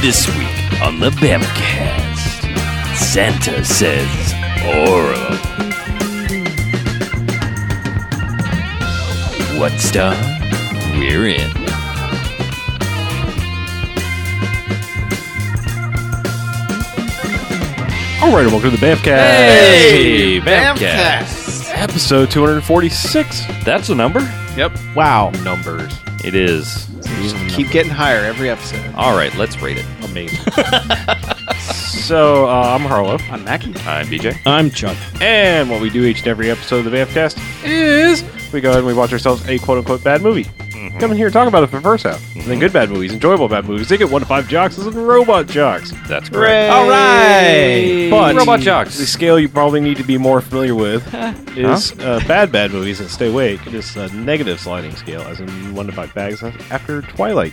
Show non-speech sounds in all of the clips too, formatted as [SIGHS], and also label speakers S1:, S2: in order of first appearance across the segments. S1: This week on the Bamacast, Santa says oral. What star? We're in.
S2: All right, and welcome to the Bamcast.
S1: Hey,
S2: Episode 246.
S1: That's a number?
S3: Yep.
S2: Wow. Numbers.
S1: It is.
S3: Just keep getting higher every episode.
S1: All right, let's rate it.
S2: Amazing. so, uh, I'm Harlow.
S3: On Mackie.
S1: I'm BJ.
S2: I'm Chuck. And what we do each and every episode of the Bamcast is we go ahead and we watch ourselves a quote unquote bad movie. Come in here and talk about it for the first half. And then good bad movies, enjoyable bad movies. They get one to five jocks and robot jocks.
S1: That's correct.
S3: All right.
S2: But
S1: Robot jocks.
S2: The scale you probably need to be more familiar with is uh, bad bad movies and stay awake. It is a negative sliding scale, as in one to five bags after Twilight.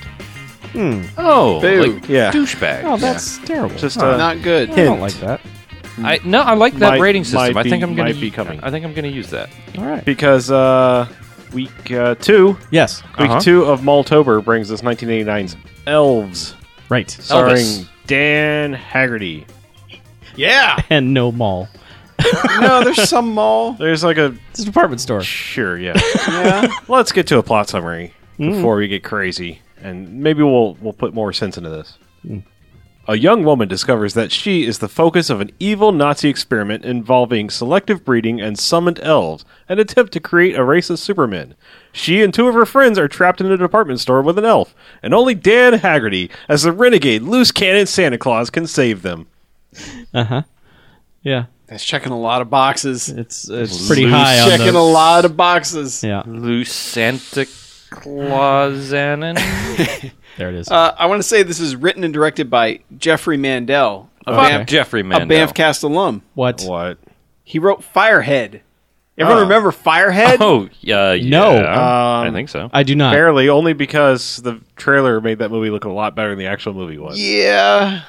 S1: Oh,
S3: Boo.
S1: like
S2: Yeah.
S1: douchebag.
S4: Oh, that's terrible.
S2: Just
S4: Huh.
S2: uh,
S3: Not good.
S4: I don't like that.
S1: I no, I like that
S2: Might-
S1: rating system.
S2: might
S1: I think
S2: be-
S1: I'm gonna
S2: might be coming.
S1: I think I'm gonna use that.
S4: All right.
S2: because uh, week uh, two,
S4: Yes.
S2: week
S1: Uh-huh.
S2: two of Maltober brings us 1989's Elves,
S4: Right.
S2: starring
S1: Elvis.
S2: Dan Haggerty.
S3: Yeah.
S4: And no mall.
S3: [LAUGHS] no, there's some mall.
S2: There's like a
S4: It's a department store.
S2: sure, yeah.
S3: Yeah.
S2: Let's get to a plot summary before we get crazy, and maybe we'll we'll put more sense into this. A young woman discovers that she is the focus of an evil Nazi experiment involving selective breeding and summoned elves, an attempt to create a race of supermen. She and two of her friends are trapped in a department store with an elf, and only Dan Haggerty, as the renegade, loose cannon Santa Claus, can save them.
S4: Yeah.
S3: That's checking a lot of boxes.
S4: It's it's pretty
S1: Loose
S4: high on
S3: checking
S4: those.
S3: a lot of boxes.
S4: Yeah.
S1: Loose Santa Claus
S4: There it is.
S3: Uh, I want to say this is written and directed by Jeffrey Mandel, a, Banff,
S1: [LAUGHS] Jeffrey
S3: a
S1: Mandel.
S3: Banffcast alum.
S4: what?
S2: What?
S3: He wrote Firehead. Everyone remember Firehead?
S1: Oh, yeah, yeah.
S4: No.
S1: I think so.
S4: I do not.
S2: Barely, only because the trailer made that movie look a lot better than the actual movie was.
S3: Yeah.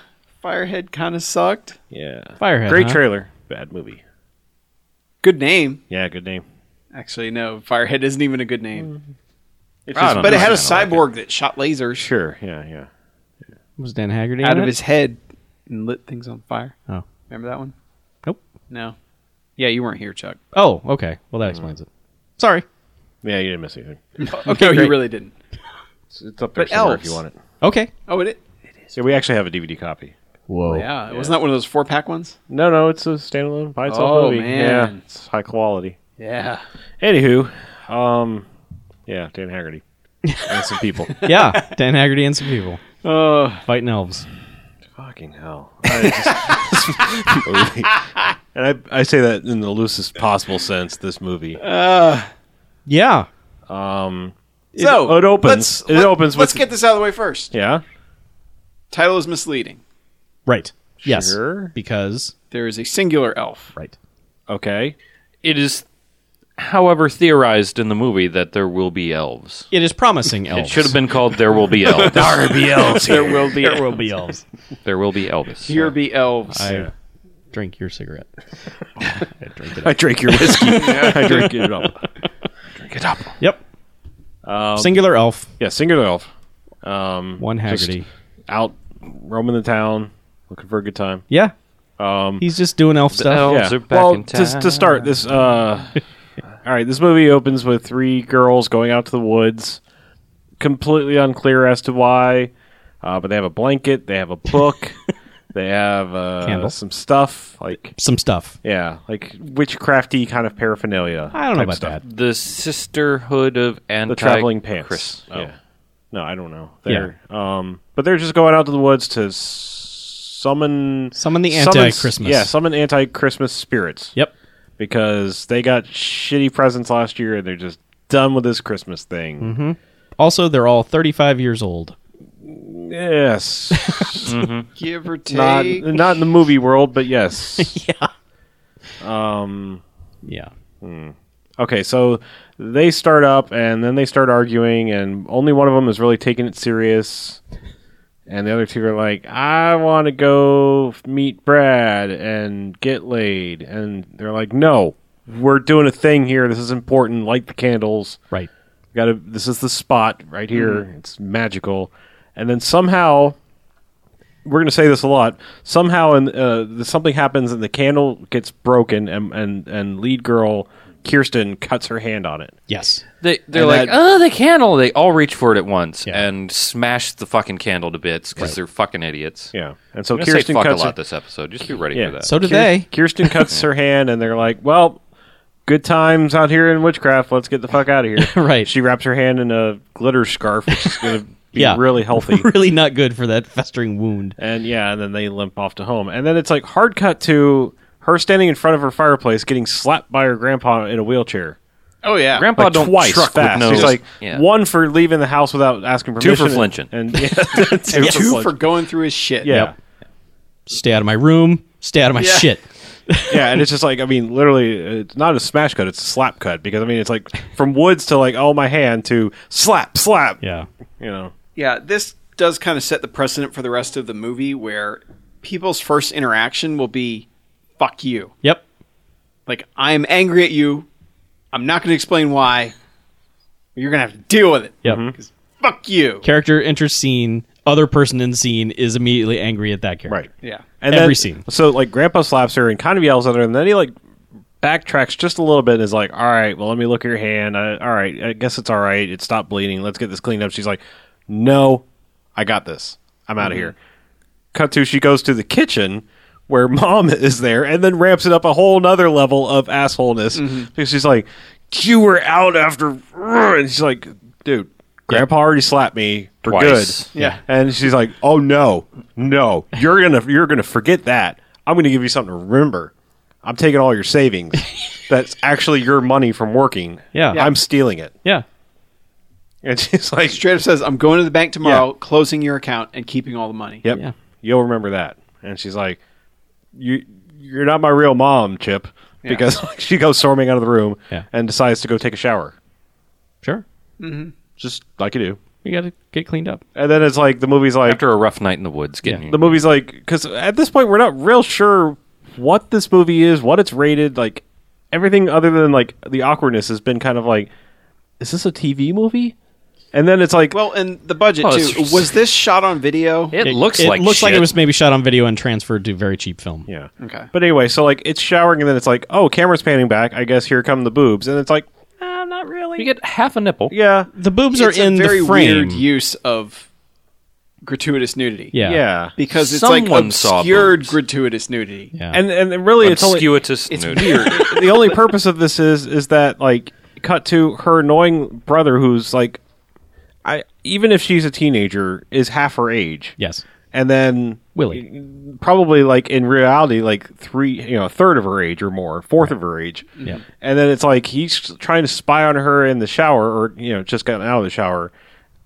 S3: Firehead kind of sucked.
S2: Yeah.
S4: Firehead.
S2: Great
S4: huh?
S2: trailer, bad movie.
S3: Good name.
S2: Yeah, good name.
S3: Actually, no. Firehead isn't even a good name.
S2: It's
S1: I
S2: just,
S1: don't
S3: But it had a
S1: I like it.
S3: cyborg that shot lasers.
S2: sure, yeah, yeah.
S4: Was Dan Haggerty
S3: out
S4: in
S3: of
S4: it?
S3: his head and lit things on fire.
S4: Oh.
S3: Remember that one?
S4: Nope.
S3: No. Yeah, you weren't here, Chuck.
S4: Oh. Okay. Well, that explains it. Sorry.
S2: Yeah, you didn't miss anything.
S3: Oh, Okay, you
S4: great.
S3: really didn't.
S2: It's, it's up there
S3: But
S2: somewhere if
S3: elves.
S2: you want it.
S4: Okay.
S3: Oh, it.
S2: Yeah, we actually have a DVD copy.
S4: Whoa.
S3: Yeah, it wasn't that one of those four pack ones?
S2: No, no, it's a standalone by itself
S3: Oh,
S2: movie.
S3: man.
S2: Yeah, it's high quality.
S3: Yeah.
S2: Anywho, um, yeah, Dan Haggerty and some
S3: [LAUGHS]
S2: people.
S4: [LAUGHS] yeah. Dan Haggerty and some people
S3: Oh,
S4: fighting elves.
S2: Fucking hell! I just- [LAUGHS] and I, I say that in the loosest possible sense. This movie.
S4: Yeah.
S3: so
S2: oh, it opens.
S3: let's-
S2: It
S3: let-
S2: opens.
S3: Let's
S2: with,
S3: get this out of the way first.
S2: Yeah.
S3: Title is misleading.
S4: Right. Yes.
S2: Sure.
S4: Because.
S3: There is a singular elf.
S4: Right.
S2: Okay.
S1: It is, however, theorized in the movie that there will be elves.
S4: It is promising elves.
S1: It should have been called "There Will [LAUGHS] Be Elves." there
S3: there will be.
S4: [LAUGHS] There will be elves.
S1: will be Elvis.
S3: Here be elves.
S4: I drink your cigarette. [LAUGHS] I drink
S2: [LAUGHS]
S4: it
S2: I
S4: up.
S2: drink your
S3: [LAUGHS]
S2: whiskey. I drink it up. Drink it up.
S4: Yep. Singular elf.
S2: Yeah, singular elf. Um,
S4: One
S2: just
S4: Haggerty.
S2: out roaming the town, looking for a good time.
S4: Yeah. Um, He's just doing elf stuff.
S1: elf-
S2: yeah.
S1: Elves are back
S2: well,
S1: in
S2: to, to start this, uh, [LAUGHS] all right, this movie opens with three girls going out to the woods, completely unclear as to why, uh, but they have a blanket, they have a
S4: [LAUGHS]
S2: book, they have uh,
S4: Candle.
S2: some stuff like
S4: Some stuff.
S2: yeah, like witchcrafty kind of paraphernalia.
S4: I don't know
S2: type
S4: about
S2: stuff.
S4: that.
S1: the Sisterhood of Anti.
S2: the traveling pants.
S1: Chris. Oh.
S2: Yeah. No, I don't know. They're, Um, but they're just going out to the woods to s- summon
S4: Summon the
S2: summon-
S4: anti-Christmas.
S2: Yeah, summon anti-Christmas spirits.
S4: Yep.
S2: Because they got shitty presents last year and they're just done with this Christmas thing.
S4: Also, they're all 35 years old. Mm-hmm.
S2: Yes.
S3: Give or take.
S2: not not in the movie world, but
S4: [LAUGHS]
S2: yes.
S4: Um, Yeah.
S2: Okay, so they start up and then they start arguing, and only one of them is really taking it serious. And the other two are like, I want to go f- meet Brad and get laid. And they're like, no, we're doing a thing here. This is important. Light the candles.
S4: Right.
S2: Got to.
S1: Mm-hmm.
S2: This is the spot right here. It's magical. And then somehow we're going to say this a lot. Somehow, and uh, the- something happens, and the candle gets broken, and and and lead girl Kirsten cuts her hand on it.
S4: Yes.
S1: They they're
S2: And
S1: like,
S2: that-
S1: oh, the candle. They all reach for it at once
S4: Yeah.
S1: and smash the fucking candle to bits because they're fucking idiots.
S2: Yeah, and so
S1: I'm gonna say
S2: Kirsten
S1: fuck a
S2: cuts
S1: lot
S2: her,
S1: this episode. Just be ready
S2: Yeah.
S1: for that.
S4: So did
S2: Kir-
S4: they.
S2: Kirsten
S1: [LAUGHS]
S2: cuts her hand, and they're like, "Well, good times out here in witchcraft. Let's get the fuck out of
S1: [LAUGHS]
S2: here."
S4: Right.
S2: She wraps her hand in a glitter scarf, which is going to be
S4: Yeah.
S2: really
S1: [LAUGHS]
S2: healthy.
S4: really not good for that festering wound.
S2: And yeah, and then they limp off to home. And then it's like hard cut to her standing in front of her fireplace, getting slapped by her grandpa in a wheelchair.
S3: Oh yeah,
S1: Grandpa
S2: like
S1: don't
S2: twice
S1: truck
S2: fast.
S1: with no.
S2: He's like
S1: yeah.
S2: one for leaving the house without asking
S1: Two
S2: permission.
S1: for flinching.
S2: And, and- yeah,
S1: [LAUGHS]
S2: two,
S3: two
S2: flinching.
S3: for going through his shit.
S2: yeah,
S4: Stay out of my room. Stay out of my
S3: Yeah.
S4: shit.
S2: yeah. And it's just like I mean, literally, it's not a smash cut; it's a slap cut because I mean, it's like from woods to like oh my hand to slap, slap.
S4: Yeah.
S2: you know.
S3: Yeah, this does kind of set the precedent for the rest of the movie where people's first interaction will be fuck you.
S4: Yep.
S3: Like I'm angry at you. I'm not going to explain why. You're going to have to deal with it.
S4: Yep.
S3: Fuck you.
S4: Character enters scene. Other person in scene is immediately angry at that character.
S2: Right.
S3: Yeah.
S2: And
S4: Every
S2: then-
S4: scene.
S2: So like Grandpa slaps her and kind of yells at her, and then he like backtracks just a little bit and is like, "All right, well let me look at your hand. I, all right, I guess it's all right. It stopped bleeding. Let's get this cleaned up." She's like, "No, I got this. I'm
S4: Mm-hmm.
S2: out of here." Cut to she goes to the kitchen where [LAUGHS] mom is there, and then ramps it up a whole nother level of assholeness
S4: Mm-hmm.
S2: because she's like, "You were out after," and she's like, "Dude." Grandpa already slapped me. We're
S1: Twice.
S2: good.
S3: Yeah.
S2: And she's like, "Oh no, no, you're gonna you're gonna forget that. I'm gonna give you something to remember. I'm taking all your
S4: [LAUGHS]
S2: savings. That's actually your money from working.
S4: Yeah.
S2: I'm stealing it."
S4: Yeah.
S2: And she's like,
S3: Straight up says, I'm going to the bank tomorrow, closing your account and keeping all the money.
S2: "Yep,
S4: Yeah.
S2: you'll remember that." And she's like, "You you're not my real mom, Chip." Because [LAUGHS] she goes storming out of the room
S4: Yeah.
S2: and decides to go take a shower,
S4: Sure.
S2: just like you do.
S4: You got to get cleaned up.
S2: And then it's like the movie's like,
S1: After a rough night in the woods, getting
S2: the movie's like because at this point we're not real sure what this movie is what it's rated like everything other than like the awkwardness has been kind of like is this a tv movie and then it's like
S3: Well, and the budget
S1: Oh,
S3: too.
S1: it's-
S3: Was this shot on video?
S1: it, looks
S4: it
S1: like
S4: looks like it
S1: shit.
S4: was maybe shot on video and transferred to very cheap film.
S2: yeah
S3: Okay.
S2: but anyway so like it's showering and then it's like oh camera's panning back i guess here come the boobs and it's like uh, not really
S1: You get half a nipple.
S2: yeah
S4: The boobs
S3: It's
S4: are
S3: a
S4: in
S3: very
S4: the frame.
S3: weird use of gratuitous nudity.
S4: yeah.
S2: yeah
S3: Because it's like
S1: Someone saw
S3: obscured
S1: boobs.
S3: gratuitous nudity.
S4: Yeah.
S2: and and really it's only
S1: Obscuitous
S3: It's
S1: nudity.
S3: weird.
S2: the only purpose of this is is that like cut to her annoying brother who's like I even if she's a teenager is half her age.
S4: yes.
S2: And then
S4: Willie.
S2: probably like in reality like three you know a third of her age or more, fourth of her age.
S4: Yeah.
S2: And then it's like he's trying to spy on her in the shower or you know just gotten out of the shower.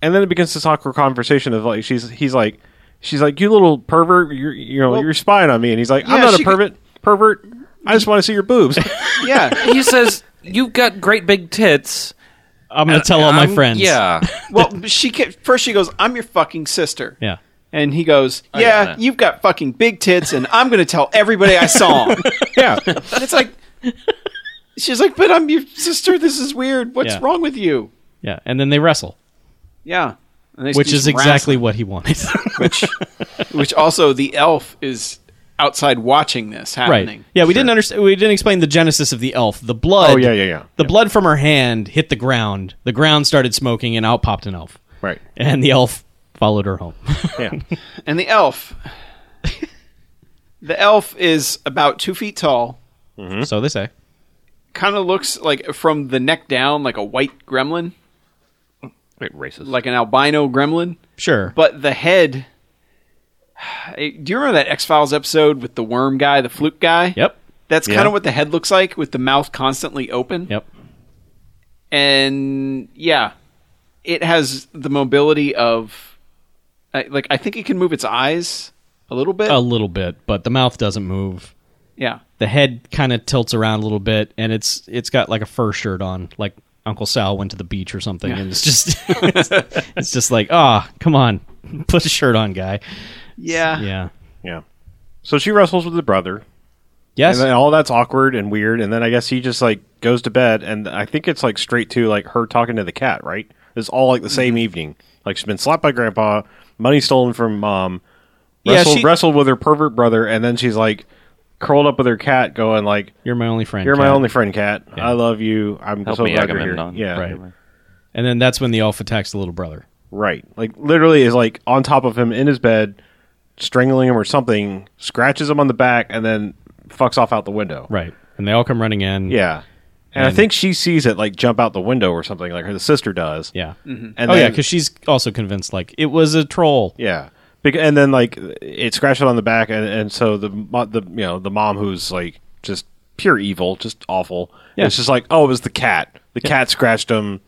S2: And then it begins this awkward conversation of like she's he's like she's like you little pervert you're you know you're spying on me and he's like I'm
S3: Yeah,
S2: not a
S3: she-
S2: pervert pervert I just want to see your boobs. [LAUGHS]
S4: [LAUGHS]
S3: yeah.
S1: [LAUGHS] he says, "You've got great big tits."
S4: I'm going to tell all my
S1: I'm-
S4: friends. [LAUGHS]
S1: Yeah,
S3: Well, she ca first she goes, "I'm your fucking sister."
S4: Yeah. Oh,
S3: And he goes,
S1: yeah,
S3: "Yeah,
S1: yeah.
S3: you've got fucking big tits, and I'm going to tell everybody I saw
S4: [LAUGHS]
S3: 'em."
S2: yeah.
S3: and it's like, she's like, "But I'm your sister. This is weird. What's
S4: Yeah.
S3: wrong with you?"
S4: Yeah. And then they wrestle,
S3: Yeah, And they
S4: which
S3: do
S4: is
S3: some
S4: exactly what he wanted.
S3: wrestling, [LAUGHS] which also the elf is outside watching this happening.
S4: [LAUGHS] right. Yeah, we didn't understand we didn't explain the genesis of the elf. The blood
S2: Oh, yeah, yeah, yeah.
S4: The blood from her hand hit the ground. The ground started smoking and out popped an elf.
S2: Right.
S4: And the elf followed
S2: [LAUGHS]
S4: her home.
S2: Yeah.
S3: And the elf, the elf is about two feet tall.
S4: so they say.
S3: Kind of looks like from the neck down like a white gremlin,
S1: Wait, racist.
S3: like an albino gremlin.
S4: Sure.
S3: but the head. [SIGHS] eh, Do you remember that X Files episode with the worm guy, the fluke guy?
S4: yep.
S3: That's
S2: Yeah.
S3: kind of what the head looks like, with the mouth constantly open.
S4: Yep.
S3: And yeah, it has the mobility of, I- like, I think it can move its eyes a little bit.
S4: A little bit, but the mouth doesn't move.
S3: yeah,
S4: The head kind of tilts around a little bit and it's it's got like a fur shirt on, like Uncle Sal went to the beach or something and it's just [LAUGHS] it's, just like, "Ah, come on. Put a shirt on, guy."
S3: yeah,
S4: Yeah.
S2: Yeah. So she wrestles with the brother,
S4: Yes.
S2: and then all that's awkward and weird. And then I guess he just like goes to bed, and I think it's like straight to like her talking to the cat. Right? It's all like the same evening. Like she's been slapped by grandpa, money stolen from mom,
S3: Yeah,
S2: Wrestled,
S3: she-
S2: wrestled with her pervert brother, and then she's like curled up with her cat, going like,
S4: You're my only friend.
S2: "You're my
S4: Kat."
S2: only friend, cat. I love you. I'm
S1: Help
S2: so
S1: me,
S2: glad you're here."
S1: Agamemnon.
S2: Yeah,
S4: Right. And then that's when the elf attacks the little brother.
S2: Right. Like literally is like on top of him in his bed, strangling him or something, scratches him on the back, and then fucks off out the window.
S4: Right. And they all come running in.
S2: Yeah. And, I
S4: And-
S2: think she sees it like jump out the window or something, like her the sister does.
S4: Yeah.
S2: And
S4: oh yeah,
S2: then-
S4: because she's also convinced like it was a troll.
S2: Yeah. Bec- and then like it scratched it on the back, and, and so the mo- the you know the mom who's like just pure evil, just awful.
S4: Yeah.
S2: It's just like oh, it was the cat. The cat scratched him.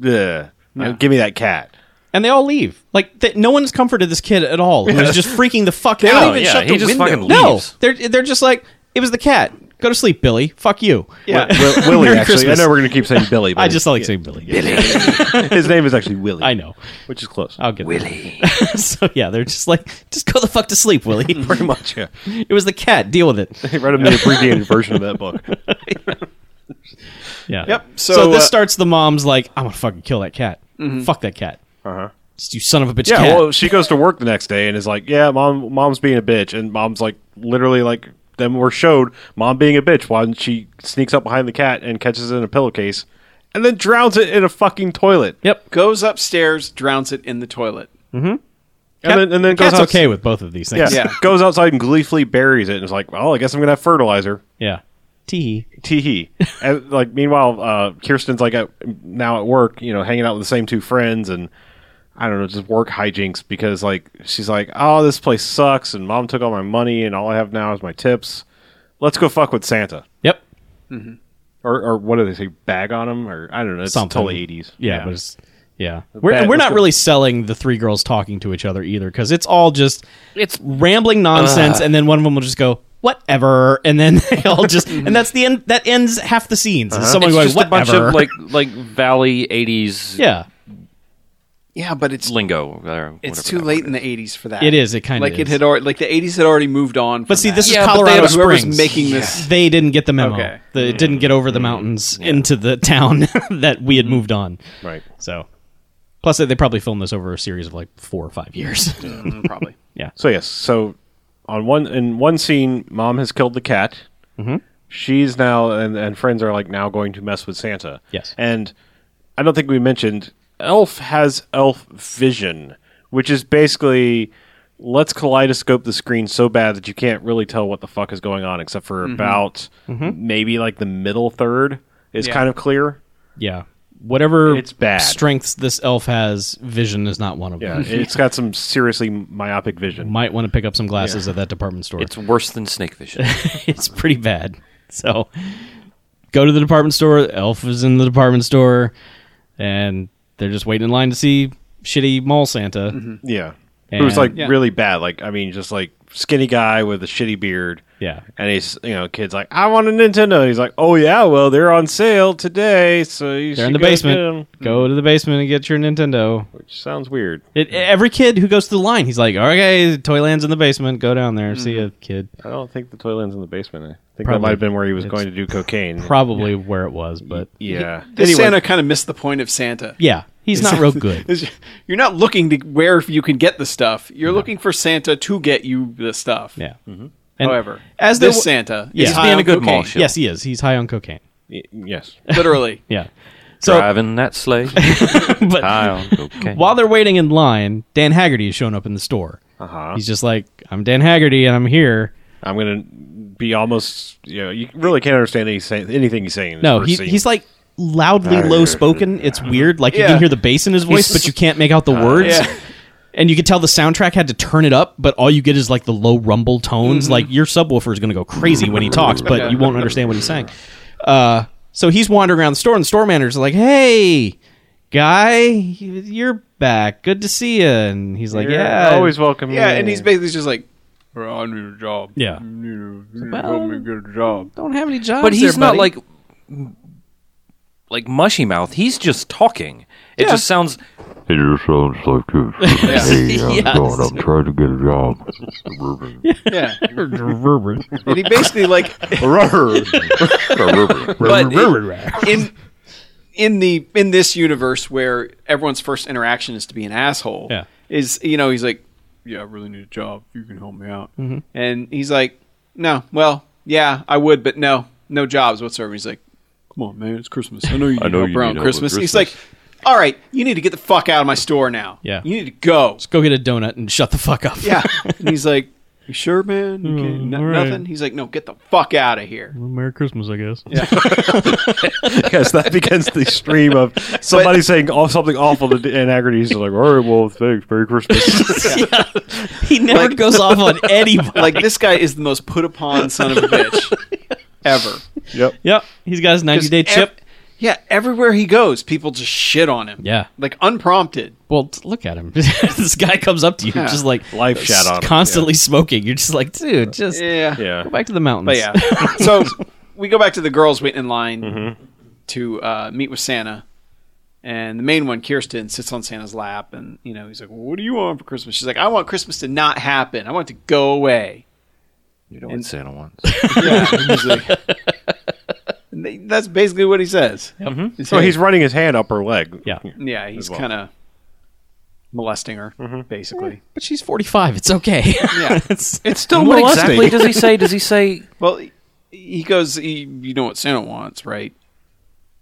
S2: Yeah. Give me that cat.
S4: And they all leave. Like th- no one's comforted this kid at all. It was just freaking the fuck out.
S1: don't even yeah, shut he the just window. fucking leaves.
S4: No, they're they're just like it was the cat. Go to sleep, Billy. Fuck you.
S3: Yeah.
S2: Will- Willie,
S4: Merry
S2: actually,
S4: Christmas.
S2: I know we're gonna keep saying Billy. But
S4: [LAUGHS] I just like saying Billy.
S2: his name is actually Willie.
S4: I know.
S2: which is close.
S4: I'll get Willie. [LAUGHS] so yeah, they're just like just go the fuck to sleep, Willie.
S2: Pretty much, yeah.
S4: it was the cat. Deal with it.
S2: [LAUGHS] They read him the abbreviated version of that
S4: [LAUGHS]
S2: book.
S4: Yeah.
S3: Yep, so,
S4: this
S3: uh,
S4: starts the mom's like, I'm gonna fucking kill that cat. Fuck that cat. Uh huh. You son of a bitch.
S2: Yeah,
S4: cat.
S2: well, she goes to work the next day and is like, "Yeah, mom, mom's being a bitch," and mom's like, literally, like, then we're showed mom being a bitch when she sneaks up behind the cat and catches it in a pillowcase, and then drowns it in a fucking toilet.
S4: yep.
S3: Goes upstairs, drowns it in the toilet.
S2: and then and then goes
S4: Cat's
S2: outs-
S4: okay with both of these
S2: Yeah,
S4: things.
S3: Yeah.
S2: goes outside and gleefully buries it and is like, "Well, I guess I'm gonna have fertilizer."
S4: Yeah. Tee.
S2: Tee hee. and like meanwhile, uh, Kirsten's like at, now at work, you know, hanging out with the same two friends and I don't know, just work hijinks because like she's like, oh, this place sucks, and mom took all my money, and all I have now is my tips. Let's go fuck with Santa,
S4: Yep.
S2: or or what do they say, bag on him, or I don't know, it's
S4: Something.
S2: totally eighties.
S4: Yeah. But it's, yeah. We're,
S2: bad-
S4: we're
S2: let's
S4: not
S2: go-
S4: really selling the three girls talking to each other either because it's all just it's rambling nonsense, and then one of them will just go whatever, and then they
S1: [LAUGHS]
S4: all just and that's the end. That ends half the scenes. is Someone
S1: Uh-huh. It's
S4: going
S1: just a bunch
S4: whatever.
S1: of like like Valley '80s
S4: yeah.
S3: Yeah, but it's
S1: lingo. Or
S3: it's
S1: whatever
S3: too
S1: that
S3: late
S1: word
S3: in the '80s for that.
S4: It is, it kinda
S3: like it
S4: is.
S3: had already like the '80s had already moved on.
S4: But see, this is
S1: Yeah, but they
S4: Colorado
S1: had-
S3: whoever's
S4: Springs.
S3: making this-
S4: they didn't get the memo.
S3: Okay.
S4: The-
S1: Mm-hmm.
S4: it didn't get over the mountains into the town [LAUGHS] that we
S1: Mm-hmm.
S4: had moved on.
S2: Right.
S4: So, plus they- they probably filmed this over a series of like four or five years.
S3: Mm,
S4: [LAUGHS]
S3: probably.
S2: So yes, so on one in one scene, mom has killed the cat. She's now and and friends are like now going to mess with Santa.
S4: Yes.
S2: and I don't think we mentioned Elf has Elf vision, which is basically let's kaleidoscope the screen so bad that you can't really tell what the fuck is going on, except for about maybe like the middle third is
S3: Yeah.
S2: kind of clear.
S4: yeah. Whatever
S2: It's bad.
S4: strengths this elf has, vision is not one of
S2: Yeah,
S4: them.
S2: it's got some seriously myopic vision.
S4: Might want to pick up some glasses at that department store.
S1: It's worse than Snake Vision.
S4: [LAUGHS] it's pretty bad. So go to the department store. Elf is in the department store, and they're just waiting in line to see shitty mall Santa.
S2: Yeah. it was like
S4: And-
S3: Yeah.
S2: really bad. Like I mean, just like skinny guy with a shitty beard.
S4: Yeah.
S2: And he's you know, kid's like, I want a Nintendo. he's like, Oh yeah, well they're on sale today, so you
S4: They're in
S2: should
S4: the
S2: go get
S4: basement.
S2: 'em."
S4: Go to the basement and get your Nintendo.
S2: Which sounds weird.
S4: It, Every kid who goes to the line, he's like, "Okay, Toyland's in the basement. Go down there, see
S2: Mm-hmm.
S4: a kid."
S2: I don't think the toilet's in the basement. I think that
S4: Probably.
S2: might have been where he was
S4: It's
S2: going to do cocaine.
S4: Probably where it was, but
S2: yeah.
S3: This
S2: Anyway,
S3: Santa kind of missed the point of Santa.
S4: yeah, he's not
S2: [LAUGHS]
S4: real good.
S3: Is- [LAUGHS] You're not looking to where you can get the stuff. You're looking for Santa to get you the stuff.
S4: Yeah. Mm-hmm.
S3: However,
S4: as
S3: this
S4: the-
S3: Santa,
S4: Yeah.
S3: is
S4: He's
S3: high
S1: being
S3: on
S1: a good mall
S3: cocaine.
S1: shit.
S4: yes, he is. He's high on cocaine. [LAUGHS]
S2: y- yes.
S3: Literally.
S4: Yeah. [LAUGHS] So,
S1: Driving
S4: [LAUGHS]
S1: that sleigh.
S4: but
S1: High on cocaine.
S4: While they're waiting in line, Dan Haggerty is shown up in the store.
S2: Uh-huh.
S4: He's just like, I'm Dan Haggerty and I'm here.
S2: I'm gonna be almost you know, you really can't understand any say, anything he's saying. in this
S4: No,
S2: first
S4: he,
S2: scene.
S4: he's like loudly low spoken. It's weird. Like you
S3: Yeah.
S4: can hear the bass in his voice,
S1: He's-
S4: but you can't make out the words.
S3: Uh, yeah.
S4: And you can tell the soundtrack had to turn it up, but all you get is like the low rumble tones.
S3: Mm-hmm.
S4: Like your subwoofer is going to go crazy when he talks,
S3: [LAUGHS]
S4: but you won't understand what he's saying. Uh, so he's wandering around the store, and the store manager's like, "Hey, guy, you're back. Good to see you." And he's like,
S2: You're
S4: "Yeah,
S2: always welcome.
S3: Yeah, and he's
S2: here."
S3: basically just like, "Well, I need a job.
S4: Yeah.
S3: You need to- you need to
S4: Well-
S3: help me get a job.
S4: don't have any jobs."
S1: but he's
S4: there,
S1: not
S4: buddy."
S1: like like mushy mouth. He's just talking. It just sounds.
S5: It just sounds like you. Hey, how's it going? I'm trying to get a job.
S4: [LAUGHS]
S3: Yeah. and he basically like, but it- in in the in this universe where everyone's first interaction is to be an asshole,
S4: Yeah.
S3: is you know he's like, yeah, I really need a job. You can help me out.
S4: Mm-hmm.
S3: And he's like, no, well, yeah, I would, but no, no jobs whatsoever. He's like, come on, man, it's Christmas. I know you
S5: [LAUGHS] I
S3: need
S5: know
S3: help
S5: you
S3: around
S5: need help with
S3: Christmas. He's like,
S5: Christmas.
S3: all right, you need to get the fuck out of my store now.
S4: Yeah.
S3: You need to go.
S4: Go get a donut and shut the fuck up.
S3: Yeah. and he's like, you sure, man? You can't, no-
S4: Mm, all right.
S3: Nothing? He's like, no, get the fuck out of here.
S4: [LAUGHS] Merry Christmas, I guess.
S2: Yes, that begins the stream of somebody saying all, something awful to Anagrides. Is like, all right, well, thanks. Merry
S4: [LAUGHS]
S2: Christmas.
S4: [LAUGHS] He
S3: [LAUGHS]
S4: never
S3: Like-
S4: goes off on anybody.
S3: Like, this guy is the most put upon son of a [LAUGHS] bitch ever.
S2: yep.
S4: yep, he's got his 90 day
S3: Just
S4: chip.
S3: ev- yeah, everywhere he goes, people just shit on him.
S4: Yeah.
S3: Like unprompted.
S4: Well, t- look at him. [LAUGHS] this guy comes up to you,
S3: Yeah.
S4: just like
S2: Life
S4: s-
S2: shot on him.
S4: constantly smoking. You're just like, dude, just
S3: Yeah.
S2: Yeah.
S4: go back to the mountains.
S3: But [LAUGHS] yeah. so we go back to the girls waiting in line to uh, meet with Santa. And the main one, Kirsten, sits on Santa's lap and, you know, he's like, What do you want for Christmas? She's like, I want Christmas to not happen. I want it to go away.
S1: You know
S3: And-
S1: what Santa wants.
S3: Yeah. [LAUGHS] He's like- And they- that's basically what he says. Oh, He's
S2: So
S3: like-
S2: he's running his hand up her leg.
S4: Yeah.
S3: yeah, he's
S2: well.
S3: kind of molesting her,
S4: [LAUGHS]
S3: basically.
S4: [LAUGHS] But she's 45. It's okay. [LAUGHS]
S3: Yeah.
S4: It's-
S2: It's still
S4: [LAUGHS]
S1: what exactly does he say? Does he say
S3: Well, he- he goes, he, "You know what Santa wants, right?"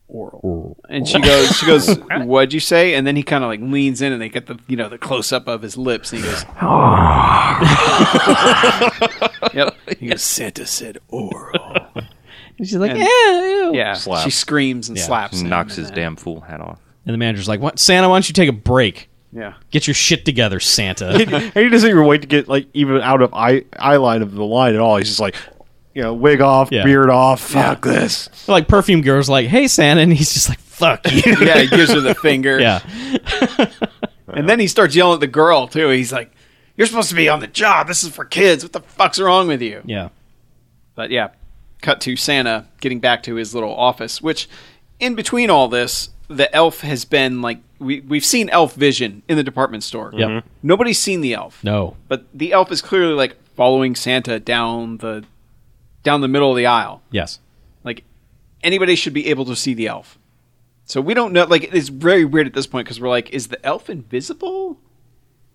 S3: Oral. And she goes, "She
S4: [LAUGHS]
S3: goes, what'd you say?" And then he kind of like leans in, and they get the you know the close up of his lips, and he goes,
S4: [LAUGHS]
S3: "Yep." He goes, "Santa said oral."
S4: and she's like,
S3: And-
S4: yeah, ew.
S3: Yeah.
S2: Slap.
S3: She screams and
S4: Yeah.
S3: slaps, him
S1: knocks
S3: and
S1: his
S3: then-
S1: damn fool hat off?
S4: And the manager's like, what? Santa, why don't you take a break?
S3: Yeah.
S4: Get your shit together,
S2: [LAUGHS]
S4: Santa. [LAUGHS]
S2: and he doesn't even wait to get like even out of eye eye line of the line at all. He's just like, you know, wig off,
S4: Yeah.
S2: beard off. Fuck this.
S4: like, Perfume Girl's like, hey, Santa. And he's just like, fuck you.
S3: [LAUGHS] Yeah, he gives her the finger.
S4: [LAUGHS] yeah.
S3: And then he starts yelling at the girl too. He's like, "You're supposed to be on the job. This is for kids. What the fuck's wrong with you?"
S4: Yeah.
S3: But yeah, cut to Santa getting back to his little office, which in between all this, the elf has been like we we've seen elf vision in the department store.
S4: Yep.
S3: Nobody's seen the elf.
S4: No.
S3: But the elf is clearly like following Santa down the down the middle of the aisle.
S4: Yes.
S3: Like anybody should be able to see the elf. So we don't know like it's very weird at this point cuz we're like is the elf invisible?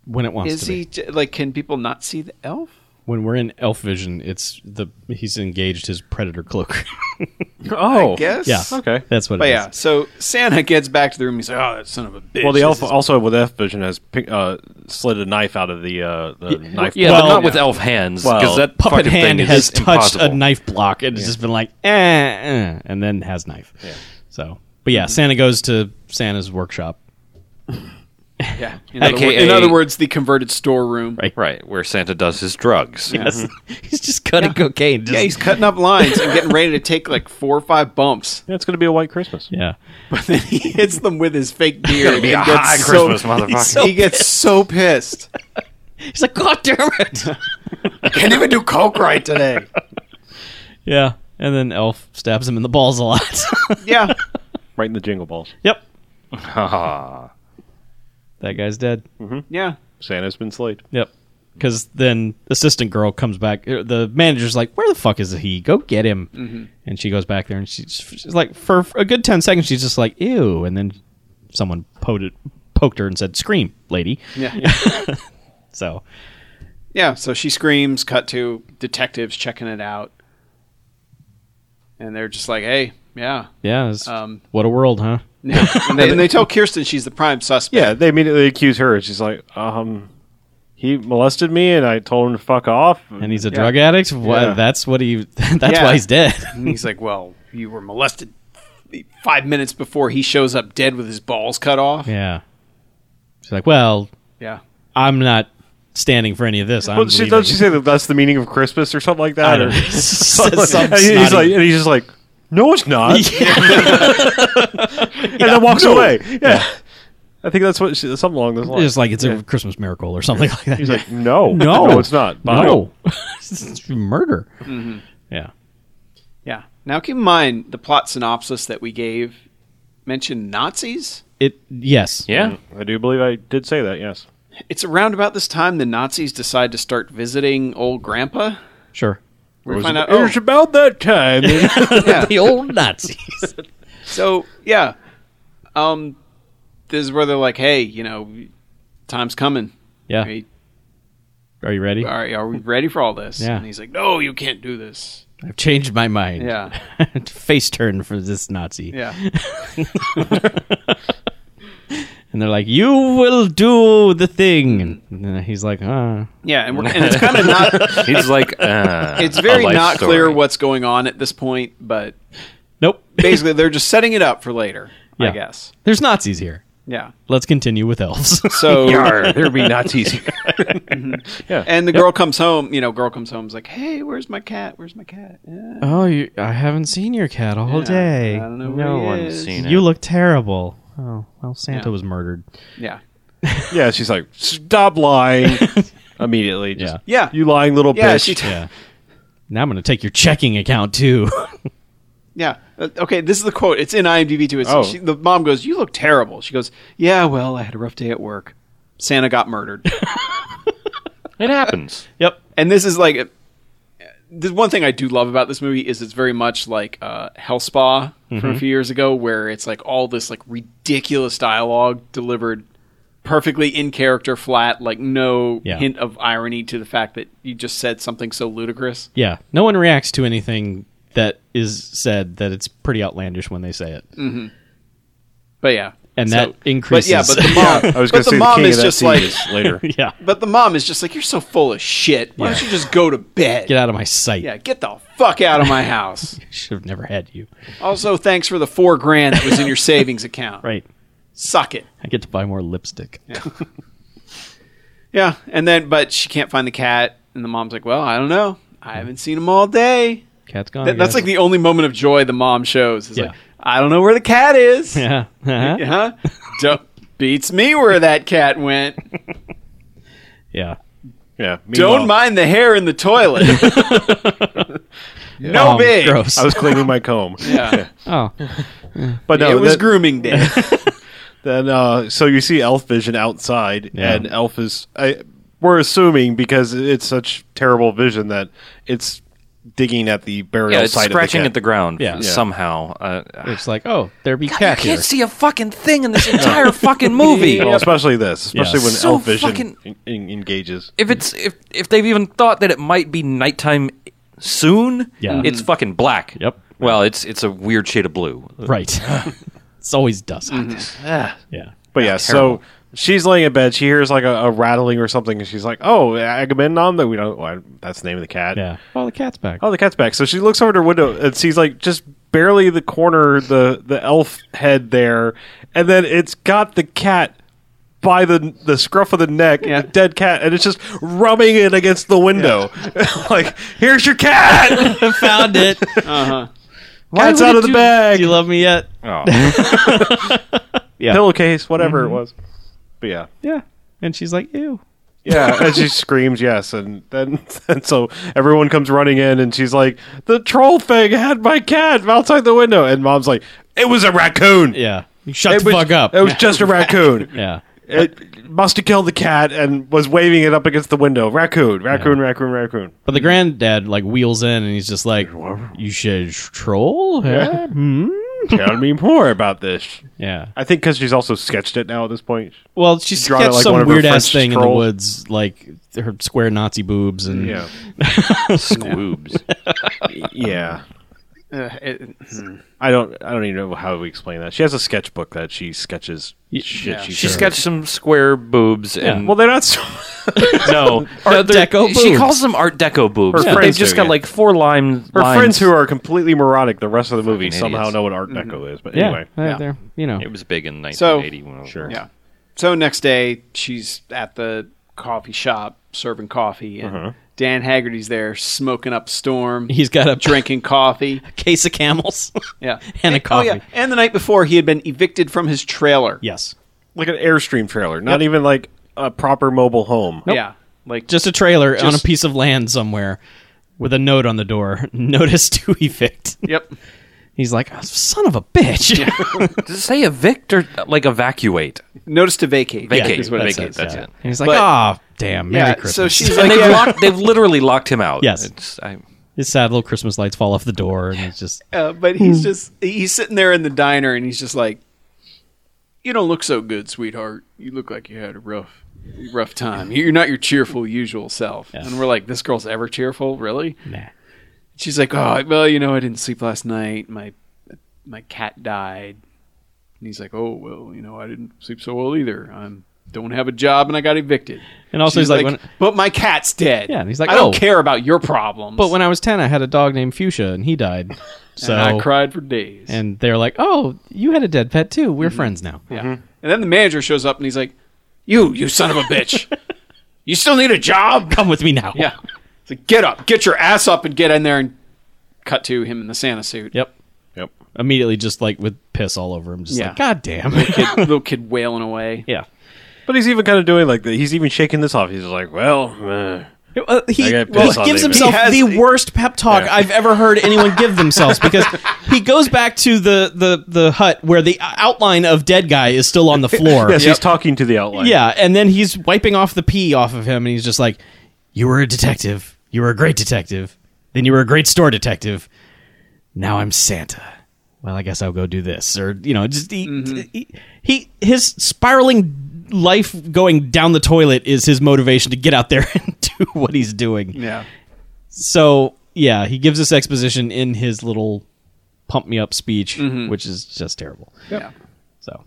S4: When it wants
S3: Is
S4: to be.
S3: he j- like can people not see the elf?
S4: When we're in elf vision, it's the he's engaged his predator cloak. [LAUGHS]
S2: Oh,
S3: Guess.
S4: yeah.
S2: Okay.
S4: That's what
S3: But
S4: it is.
S3: yeah, so Santa gets back to the room. He's like, "Oh, that son of a bitch!"
S2: Well, the
S3: this
S2: elf
S3: is
S2: also with F vision has pick- uh, slid a knife out of the uh, the knife.
S1: Yeah,
S4: Well,
S1: but not with
S4: yeah.
S1: elf hands
S2: Well,
S1: because that
S4: Oh, puppet
S1: fucking
S4: hand
S1: thing
S4: has
S1: is
S4: touched a
S1: impossible.
S4: knife block and it's just been like, eh, eh, and then has knife. So, but
S1: Mm-hmm.
S4: yeah, Santa goes to Santa's
S1: [LAUGHS]
S4: workshop. [LAUGHS]
S3: Yeah. In other,
S1: AKA
S3: wor- in other words, the converted storeroom.
S4: Right.
S1: Right, where Santa does his drugs.
S4: Yes, he's just cutting cocaine.
S3: Yeah,
S4: just-
S3: he's cutting up lines and getting ready to take like four or five bumps, [LAUGHS]
S2: Yeah, it's going to be a white Christmas.
S4: yeah.
S1: [LAUGHS]
S3: but then he hits them with his fake beard.
S1: be
S3: and
S1: a
S3: gets
S1: high
S3: so-
S1: Christmas, motherfucker.
S3: he gets so pissed.
S4: He's like, God damn
S1: [LAUGHS]
S4: it!
S3: I can't even do coke right today.
S4: yeah, and then Elf stabs him in the balls a lot.
S3: [LAUGHS]
S4: [LAUGHS]
S3: Yeah,
S2: Right in the jingle balls.
S4: yep,
S1: Ah,
S4: that guy's dead.
S3: yeah.
S2: Santa's been slayed.
S4: Yep. Because then assistant girl comes back. er, The manager's like, "Where the fuck is he? Go get him!"
S2: Mm-hmm.
S4: And she goes back there, and she's, she's like, for a good ten seconds, she's just like, "Ew!" And then someone poked, it, poked her and said, "Scream, lady!"
S3: Yeah, yeah,
S4: So
S3: yeah. So she screams. Cut to detectives checking it out, and they're just like, "Hey, yeah."
S4: yeah, it's-
S3: Um,
S4: what a world, huh?
S3: [LAUGHS] and, they, and they tell Kirsten she's the prime suspect.
S2: Yeah, they immediately accuse her. She's like, um, he molested me, and I told him to fuck off.
S4: And he's a drug addict. Wha-
S2: Yeah.
S4: That's what he. [LAUGHS] That's
S3: Yeah.
S4: why he's dead. [LAUGHS]
S3: And he's like, "Well, you were molested five minutes before he shows up dead with his balls cut off."
S4: yeah. She's like, "Well,
S3: Yeah.
S4: I'm not standing for any of this." I'm
S2: well, she,
S4: leaving."
S2: don't she say that that's the meaning of Christmas or something like
S4: I
S2: that?
S4: don't [LAUGHS]
S2: Or, [LAUGHS]
S4: know. Some
S2: and [LAUGHS] he's
S4: snotty-
S2: like, and he's just like, no, it's
S4: [LAUGHS]
S2: not. [LAUGHS] and then walks away. Yeah. I think that's what she, something along those lines.
S4: [LAUGHS] It's like it's a Christmas miracle or something [LAUGHS] like that.
S2: He's like, no,
S4: No.
S2: no, it's not. Bye.
S4: no, [LAUGHS] It's murder.
S3: Mm-hmm.
S4: Yeah,
S3: Yeah. Now keep in mind the plot synopsis that we gave mentioned Nazis.
S4: it. Yes,
S1: [LAUGHS] yeah.
S2: I do believe I did say that. Yes,
S3: It's around about this time the Nazis decide to start visiting old grandpa.
S4: sure.
S3: We
S2: It was
S3: find out.
S2: ab- it was about that time.
S4: [LAUGHS]
S3: oh, yeah.
S4: The old Nazis.
S3: So yeah, um, this is where they're like, "Hey, you know, time's coming.
S4: [LAUGHS] yeah,
S3: Hey,
S4: Are you ready?
S3: All right, are we ready for all this?
S4: Yeah.
S3: And he's like, no, you can't do this.
S4: I've changed my mind.
S3: Yeah.
S4: [LAUGHS] Face turn for this Nazi.
S3: Yeah.
S4: [LAUGHS] And they're like, "You will do the thing."
S3: Mm-hmm.
S4: And then he's like, "Ah."
S3: Yeah. And, we're, and it's kind of not,
S1: [LAUGHS] He's like, uh,
S3: [LAUGHS] it's very
S1: a life
S3: not
S1: story. [LAUGHS]
S3: clear what's going on at this point, but
S4: Nope.
S3: basically they're just setting it up for later, I
S4: Yeah.
S3: guess.
S4: [LAUGHS] There's Nazis here.
S3: Yeah.
S4: Let's continue with elves. [LAUGHS]
S1: [LAUGHS]
S3: So, [LAUGHS]
S2: Yar, there be Nazis here.
S3: and the girl comes home, you know, girl comes home is like, hey, where's my cat? Where's my cat? Yeah.
S4: oh, you, I haven't seen your cat all
S3: Yeah,
S4: day.
S3: I don't know where
S1: No
S3: he
S1: one's
S3: is.
S1: seen it.
S4: You look terrible. Oh, well, Santa
S3: Yeah.
S4: was murdered.
S3: Yeah.
S2: yeah, she's like, stop
S4: [LAUGHS]
S2: lying immediately. Just,
S3: Yeah.
S2: You lying little
S3: Yeah.
S2: bitch.
S3: She
S4: Yeah. now I'm going to take your checking account too. [LAUGHS]
S3: Yeah. Uh, Okay, this is the quote. It's in IMDb too. It's,
S2: Oh.
S3: she, the mom goes, "You look terrible." She goes, "Yeah, well, I had a rough day at work. Santa got murdered."
S1: It happens.
S4: yep.
S3: and this is like the one thing I do love about this movie is it's very much like uh, Hell Spa from
S4: Mm-hmm.
S3: a few years ago, where it's like all this like ridiculous dialogue delivered perfectly in character, flat, like no
S4: Yeah.
S3: hint of irony to the fact that you just said something so ludicrous.
S4: Yeah. No one reacts to anything that is said that it's pretty outlandish when they say it.
S3: But yeah,
S4: And
S3: So-
S4: that increases-
S3: But yeah, but
S4: [LAUGHS]
S3: the mom,
S2: I was going
S3: but the
S2: to say the
S3: mom
S2: king of
S3: is
S2: that
S3: just
S2: scene
S3: like.
S2: is
S3: [LAUGHS]
S2: later.
S4: [LAUGHS] yeah.
S3: But the mom is just like, "You're so full of shit. Why don't you just go to bed?"
S4: Get out of my sight.
S3: Yeah, get the fuck out
S4: [LAUGHS]
S3: of my house.
S4: Should have never had you.
S3: also, thanks for the four grand that was in your savings account.
S4: [LAUGHS] Right.
S3: Suck it.
S4: I get to buy more lipstick.
S3: Yeah, and then but she can't find the cat, and the mom's like, "Well, I don't know. I haven't seen him all day."
S4: Cat's gone.
S3: That- that's like the only moment of joy the mom shows. It's
S4: Yeah.
S3: like, "I don't know where the cat is." [LAUGHS]
S4: [LAUGHS] Yeah. Uh-huh. yeah.
S3: Huh? Don't beats me where that cat went.
S4: Yeah.
S2: Yeah.
S3: Don't
S2: meanwhile,
S3: mind the hair in the toilet. no
S4: Um,
S3: big.
S4: Gross.
S2: I was cleaning my comb.
S3: [LAUGHS] Yeah.
S4: oh.
S2: But no,
S3: it was
S2: that-
S3: grooming day.
S2: Then, uh, so you see Elf Vision outside,
S4: Yeah.
S2: and Elf is. I, we're assuming because it's such terrible vision that it's digging at the burial
S1: Yeah, it's
S2: site.
S1: scratching
S2: of
S1: at the ground
S4: Yeah. Yeah.
S1: somehow. Uh,
S4: It's like, oh, there be cat here.
S1: see a fucking thing
S4: [LAUGHS]
S1: in this entire fucking movie.
S2: Well, especially this, especially
S4: Yeah.
S2: when
S1: So
S2: Elf Vision
S1: fucking-
S2: en- en- engages.
S1: If it's if if they've even thought that it might be nighttime soon,
S4: Yeah. Mm.
S1: it's fucking black.
S4: Yep.
S1: Well, it's it's a weird shade
S2: [LAUGHS]
S1: of blue.
S4: Right. [LAUGHS] it's always dusk. Yeah.
S2: But yeah, so
S1: terrible.
S2: she's laying in bed. She hears like a, a rattling or something, and she's like, "Oh, Agamemnon." That we don't. Well, that's the name of the cat.
S4: Yeah. Oh, the cat's back.
S2: Oh, the cat's back. So she looks over to her window and sees like just barely the corner the the elf head there, and then it's got the cat by the the scruff of the neck,
S3: Yeah.
S2: the dead cat, and it's just rubbing it against the window. [LAUGHS] like, here's your cat. [LAUGHS]
S4: I found [LAUGHS] it.
S2: Cat's out of the bag.
S4: Do you love me yet? Yeah.
S2: Pillowcase, whatever it was. But yeah.
S4: Yeah. And she's like, ew.
S2: Yeah, [LAUGHS] and she screams yes, and then [LAUGHS] and so everyone comes running in, and she's like, "The troll thing had my cat outside the window," and mom's like, "It was a raccoon."
S4: Yeah. You shut
S2: it
S4: the
S2: was,
S4: fuck up.
S2: It was just a [LAUGHS] raccoon.
S4: yeah.
S2: It must have killed the cat and was waving it up against the window. Raccoon, raccoon, raccoon, raccoon.
S4: But the granddad like wheels in and he's just like, you should troll? Yeah.
S2: Tell me more about this.
S4: Yeah.
S2: I think because she's also sketched it now at this point.
S4: Well, she
S2: Drawn it like
S4: sketched
S2: one
S4: some
S2: of her
S4: weird ass
S2: French
S4: thing in the
S2: trolls.
S4: woods, like her square Nazi boobs and
S2: Yeah,
S1: Squoobs.
S2: yeah.
S3: Uh, it-
S2: I don't. I don't even know how we explain that. She has a sketchbook that she sketches shit.
S3: yeah.
S2: She,
S1: She
S2: draws.
S1: sketched some square boobs and
S2: Well, they're not. So, [LAUGHS]
S1: [LAUGHS] no
S4: Art
S1: No, they're-
S4: Deco
S1: She
S4: boobs.
S1: calls them Art Deco boobs.
S2: Her
S1: but
S2: friends
S1: They've just
S2: do,
S1: got
S2: yeah.
S1: like four line.
S2: her
S1: lines.
S2: friends who are completely neurotic the rest of the movie
S1: Fucking
S2: somehow
S1: idiots.
S2: know what Art Deco is. But
S4: yeah,
S2: anyway,
S4: uh,
S3: Yeah.
S4: they're- you know,
S1: It was big in
S3: So-
S1: 1980. when it was-
S2: Sure.
S3: Yeah. So next day, she's at the coffee shop serving coffee, and Dan Haggerty's there smoking up a storm.
S4: he's got [LAUGHS] a
S3: drinking coffee.
S4: case of [LAUGHS] camels.
S3: Yeah.
S4: And a coffee.
S3: And the night before, he had been evicted from his trailer.
S4: yes,
S2: like an airstream trailer, not even like a proper mobile home.
S3: Yeah. Like,
S4: just a trailer on a
S3: Just-
S4: piece of land somewhere with a note on the door. [LAUGHS] Notice to evict.
S3: yep.
S4: He's like, "Oh, son of a bitch. [LAUGHS]
S1: Does it say evict or like evacuate?
S3: Notice to vacate.
S1: Vacate.
S3: is what it says.
S1: Vacate, that's it.
S4: And he's like,
S3: But-
S4: "Ah, damn, Merry
S3: Yeah.
S4: Christmas."
S3: So she's
S1: And
S3: like,
S1: they've,
S3: yeah,
S1: locked, they've literally locked him out.
S4: Yes.
S1: It's, I,
S4: His sad little Christmas lights fall off the door, and it's just
S3: [LAUGHS] uh, but
S4: Hmm.
S3: he's just, he's sitting there in the diner and he's just like, you don't look so good, sweetheart. You look like you had a rough rough time. You're not your cheerful usual self. And we're like, this girl's ever cheerful, really?
S4: Nah.
S3: She's like, oh well, you know, I didn't sleep last night. My my cat died. And he's like, oh well, you know, I didn't sleep so well either. I'm don't have a job and I got evicted.
S4: And also
S3: She's
S4: he's like, when-
S3: but my cat's dead.
S4: Yeah, and he's like,
S3: I don't
S4: "Oh."
S3: care about your problems.
S4: But when I was 10, I had a dog named Fuchsia and he [LAUGHS] died. So
S3: and I cried for days.
S4: and they're like, "Oh, you had a dead pet too. We're friends now."
S3: Mm-hmm. Yeah. And then the manager shows up and he's like, "You, you son of a bitch! you still need a job?"
S4: Come with me now.
S3: Yeah. It's like, "Get up, get your ass up, and get in there." And cut to him in the Santa suit.
S4: Yep.
S2: Yep.
S4: Immediately, just like with piss all over him, just
S3: Yeah.
S4: like, "God damn." [LAUGHS]
S3: Kid, little kid wailing away.
S4: yeah.
S2: But he's even kind of doing like that. He's even shaking this off. He's just like, well, eh.
S4: Uh, he,
S2: I got
S4: well,
S2: pissed
S4: he
S2: on David.
S4: gives himself
S3: He has-
S4: the worst pep talk I've ever heard anyone give themselves because he goes back to the, the, the hut where the uh, outline of dead guy is still on the [LAUGHS] floor.
S2: yes, he's talking to the outline.
S4: Yeah, and then he's wiping off the pee off of him, and he's just like, "You were a detective. You were a great detective. Then you were a great store detective. Now I'm Santa. Well, I guess I'll go do this, or you know, just he, he, he his spiraling life going down the toilet is his motivation to get out there [LAUGHS] and do what he's doing.
S3: Yeah.
S4: So yeah, he gives this exposition in his little pump me up speech, which is just terrible.
S3: Yeah.
S4: So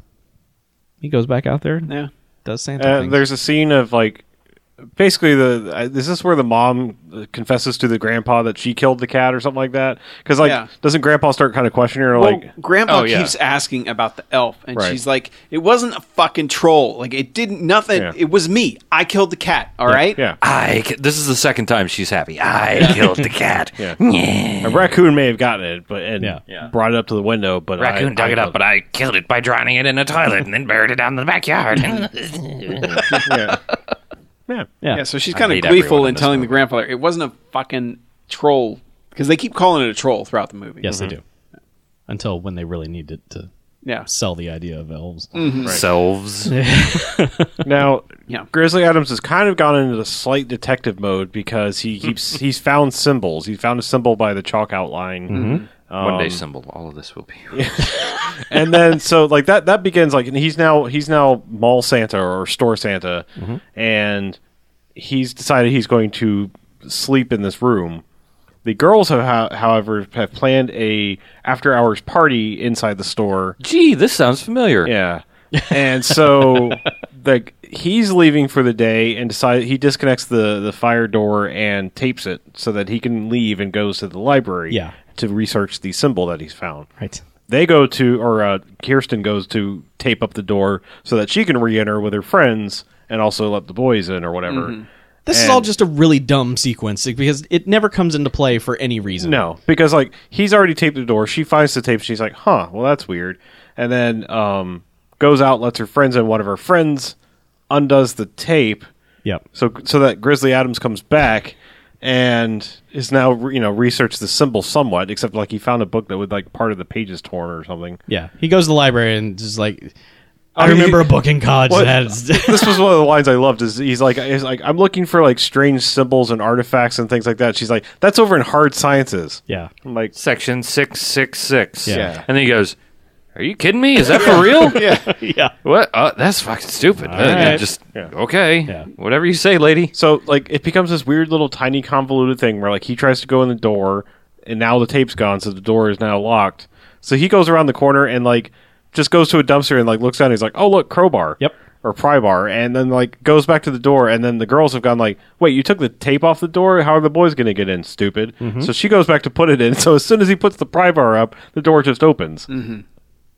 S4: he goes back out there and
S3: Yeah.
S4: does Santa.
S2: Uh,
S4: things.
S2: there's a scene of like basically the uh, this is where the mom uh, confesses to the grandpa that she killed the cat or something like that because like
S3: Yeah.
S2: doesn't grandpa start kind of questioning her
S3: Well,
S2: like
S3: Grandpa
S2: oh, yeah.
S3: keeps asking about the elf, and
S2: Right.
S3: she's like, "It wasn't a fucking troll. Like it didn't nothing.
S2: Yeah.
S3: It was me. I killed the cat. All right.
S2: yeah
S1: I. ki- This is the second time she's happy. I killed the cat.
S2: [LAUGHS]
S1: [LAUGHS]
S2: yeah a raccoon may have gotten it but and
S4: Yeah.
S2: brought it up to the window but
S6: Raccoon
S2: I,
S6: dug
S2: I
S6: it up, but I killed it by drowning it in a toilet and then buried it down in the
S1: [LAUGHS]
S6: backyard.
S2: yeah. yeah
S4: yeah.
S3: Yeah, so she's kind of
S6: hate everyone
S3: gleeful
S6: in
S3: in
S6: this
S3: telling the grandfather it wasn't a fucking troll because they keep calling it a troll throughout the movie.
S4: Yes, they do. Until when they really need it to
S3: Yeah.
S4: sell the idea of elves.
S1: Selves.
S2: Now,
S3: Yeah.
S2: Grizzly Adams has kind of gone into the slight detective mode because he keeps he's found symbols. He found a symbol by the chalk outline,
S1: One
S2: Um,
S1: day, symbol. All of this will be.
S2: and then so like that that begins like and he's now he's now mall Santa or store Santa, and he's decided he's going to sleep in this room. The girls, have, ho- however, have planned a after hours party inside the store
S1: Gee, this sounds familiar.
S2: Yeah. And so like he's leaving for the day and decide he disconnects the the fire door and tapes it so that he can leave and goes to the library
S4: Yeah.
S2: to research the symbol that he's found.
S4: Right.
S2: They go to or uh, Kirsten goes to tape up the door so that she can re-enter with her friends and also let the boys in or whatever.
S4: This is
S2: And-
S4: all just a really dumb sequence because it never comes into play for any reason.
S2: No, because like he's already taped the door. She finds the tape. She's like, "Huh, well that's weird." And then um, goes out, lets her friends in. One of her friends undoes the tape,
S4: Yep.
S2: so so that Grizzly Adams comes back and is now you know researched the symbol somewhat, except like he found a book that would like part of the pages torn or something.
S4: Yeah. He goes to the library and just like, I remember a book in college
S2: What-
S4: that had.
S2: [LAUGHS] this was one of the lines I loved. Is he's like, he's like, I'm looking for like strange symbols and artifacts and things like that. She's like, that's over in hard sciences.
S4: [LAUGHS] yeah.
S2: I'm like,
S1: Section six six six.
S2: Yeah.
S1: And then he goes, "Are you kidding me? Is that for real? [LAUGHS] yeah.
S4: Yeah.
S1: What? Uh, that's fucking stupid. Uh,
S4: right.
S1: Just
S2: Yeah.
S1: okay.
S4: Yeah.
S1: Whatever you say, lady.
S2: So like it becomes this weird little tiny convoluted thing where like he tries to go in the door and now the tape's gone, so the door is now locked. So he goes around the corner and like just goes to a dumpster and like looks down and he's like, Oh look, crowbar.
S4: Yep.
S2: Or pry bar and then like goes back to the door and then the girls have gone like, Wait, you took the tape off the door? How are the boys gonna get in, stupid?
S4: Mm-hmm.
S2: So she goes back to put it in, [LAUGHS] so as soon as he puts the pry bar up, the door just opens.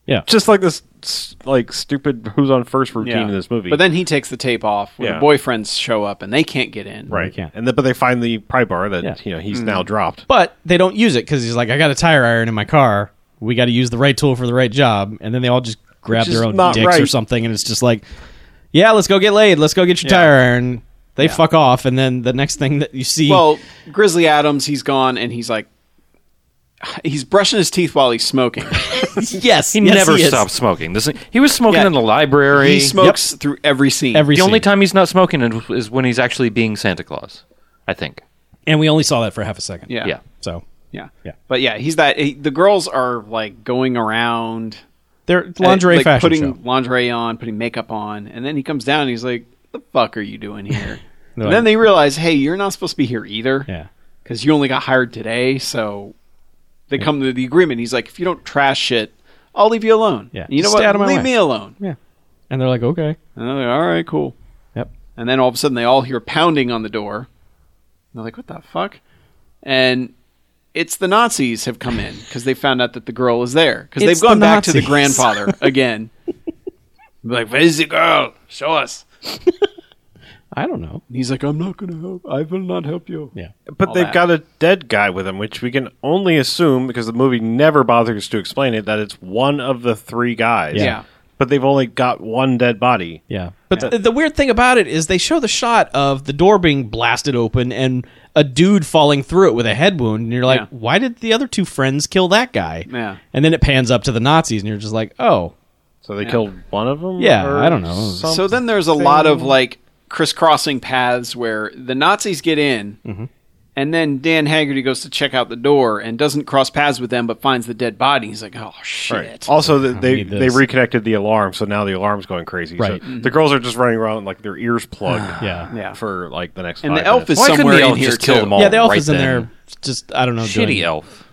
S4: Yeah.
S2: Just like this s- like stupid who's on first routine in this movie.
S3: But then he takes the tape off when
S2: Yeah.
S3: the boyfriends show up and they can't get in.
S2: Right.
S4: can't.
S2: And then, but they find the pry bar that
S4: Yeah.
S2: you know
S3: Mm-hmm.
S2: he's now dropped.
S4: But they don't use it because he's like, I got a tire iron in my car. We got to use the right tool for the right job. And then they all just grab
S2: Which is
S4: their own
S2: not
S4: dicks or
S2: right.
S4: something. And it's just like, yeah, let's go get laid. Let's go get your tire iron. They fuck off. And then the next thing that you see.
S3: Well, Grizzly Adams, he's gone and he's like, he's brushing his teeth while
S2: [LAUGHS]
S3: he's smoking.
S4: yes.
S1: He
S4: yes,
S1: never
S4: is.
S1: stopped smoking. This he was smoking
S3: Yeah.
S1: in the library.
S3: he smokes through every scene.
S4: Every
S1: the only
S4: scene.
S1: time he's not smoking is- is when he's actually being Santa Claus. I think.
S4: And we only saw that for half a second.
S3: yeah.
S1: Yeah.
S4: So
S3: Yeah.
S4: Yeah.
S3: But yeah, he's that. He, the girls are like going around uh,
S4: they're lingerie
S3: like,
S4: fashion
S3: putting
S4: show.
S3: lingerie on, putting makeup on, and then he comes down and he's like, the fuck are you doing
S2: [LAUGHS]
S3: here? and then they realize, hey, you're not supposed to be here either.
S4: Yeah.
S3: Because you only got hired today, so they come to the agreement. He's like, if you don't trash shit, I'll leave you alone.
S4: Yeah.
S3: And you know
S4: Stay
S3: what?
S4: out of my
S3: leave
S4: way.
S3: me alone.
S4: And they're like, okay.
S3: And they're like, all right, cool.
S4: Yep.
S3: And then all of a sudden, they all hear pounding on the door. And they're like, what the fuck? And it's the Nazis have come in because they found out that the girl is there because
S4: It's
S3: they've gone
S4: the
S3: back to the
S4: Nazis. [LAUGHS]
S3: grandfather again. like, where's the girl? Show us.
S4: I don't know.
S3: And he's like, I'm not going to help. I will not help you.
S4: Yeah.
S2: But
S3: all
S2: they've
S3: that.
S2: got a dead guy with him, which we can only assume because the movie never bothers to explain it that it's one of the three guys.
S3: Yeah. Yeah.
S2: But they've only got one dead body.
S4: Yeah. But th- the weird thing about it is they show the shot of the door being blasted open and a dude falling through it with a head wound. And you're like,
S3: Yeah.
S4: why did the other two friends kill that guy?
S3: Yeah.
S4: And then it pans up to the Nazis and you're just like, oh,
S2: So they killed one of them.
S4: Yeah,
S2: or
S4: I don't know.
S2: something?
S3: So then there's a lot of like crisscrossing paths where the Nazis get in, and then Dan Haggerty goes to check out the door and doesn't cross paths with them, but finds the dead body. He's like, "Oh shit!"
S2: Right. Also, th- they
S4: need
S2: they
S4: this.
S2: reconnected the alarm, so now the alarm's going crazy.
S4: Right.
S2: So the girls are just running around like their ears plugged.
S4: [SIGHS] Yeah.
S3: Mm-hmm. Yeah.
S2: For like the next.
S3: And
S2: five
S3: the elf
S2: minutes.
S3: is
S1: Why couldn't
S3: somewhere
S1: the
S3: in
S1: elf
S3: here
S1: just
S3: too.
S1: kill them all?
S4: yeah, the elf
S1: right
S4: is in
S1: then.
S4: there. Just, I don't know.
S1: Shitty
S4: doing-
S1: elf.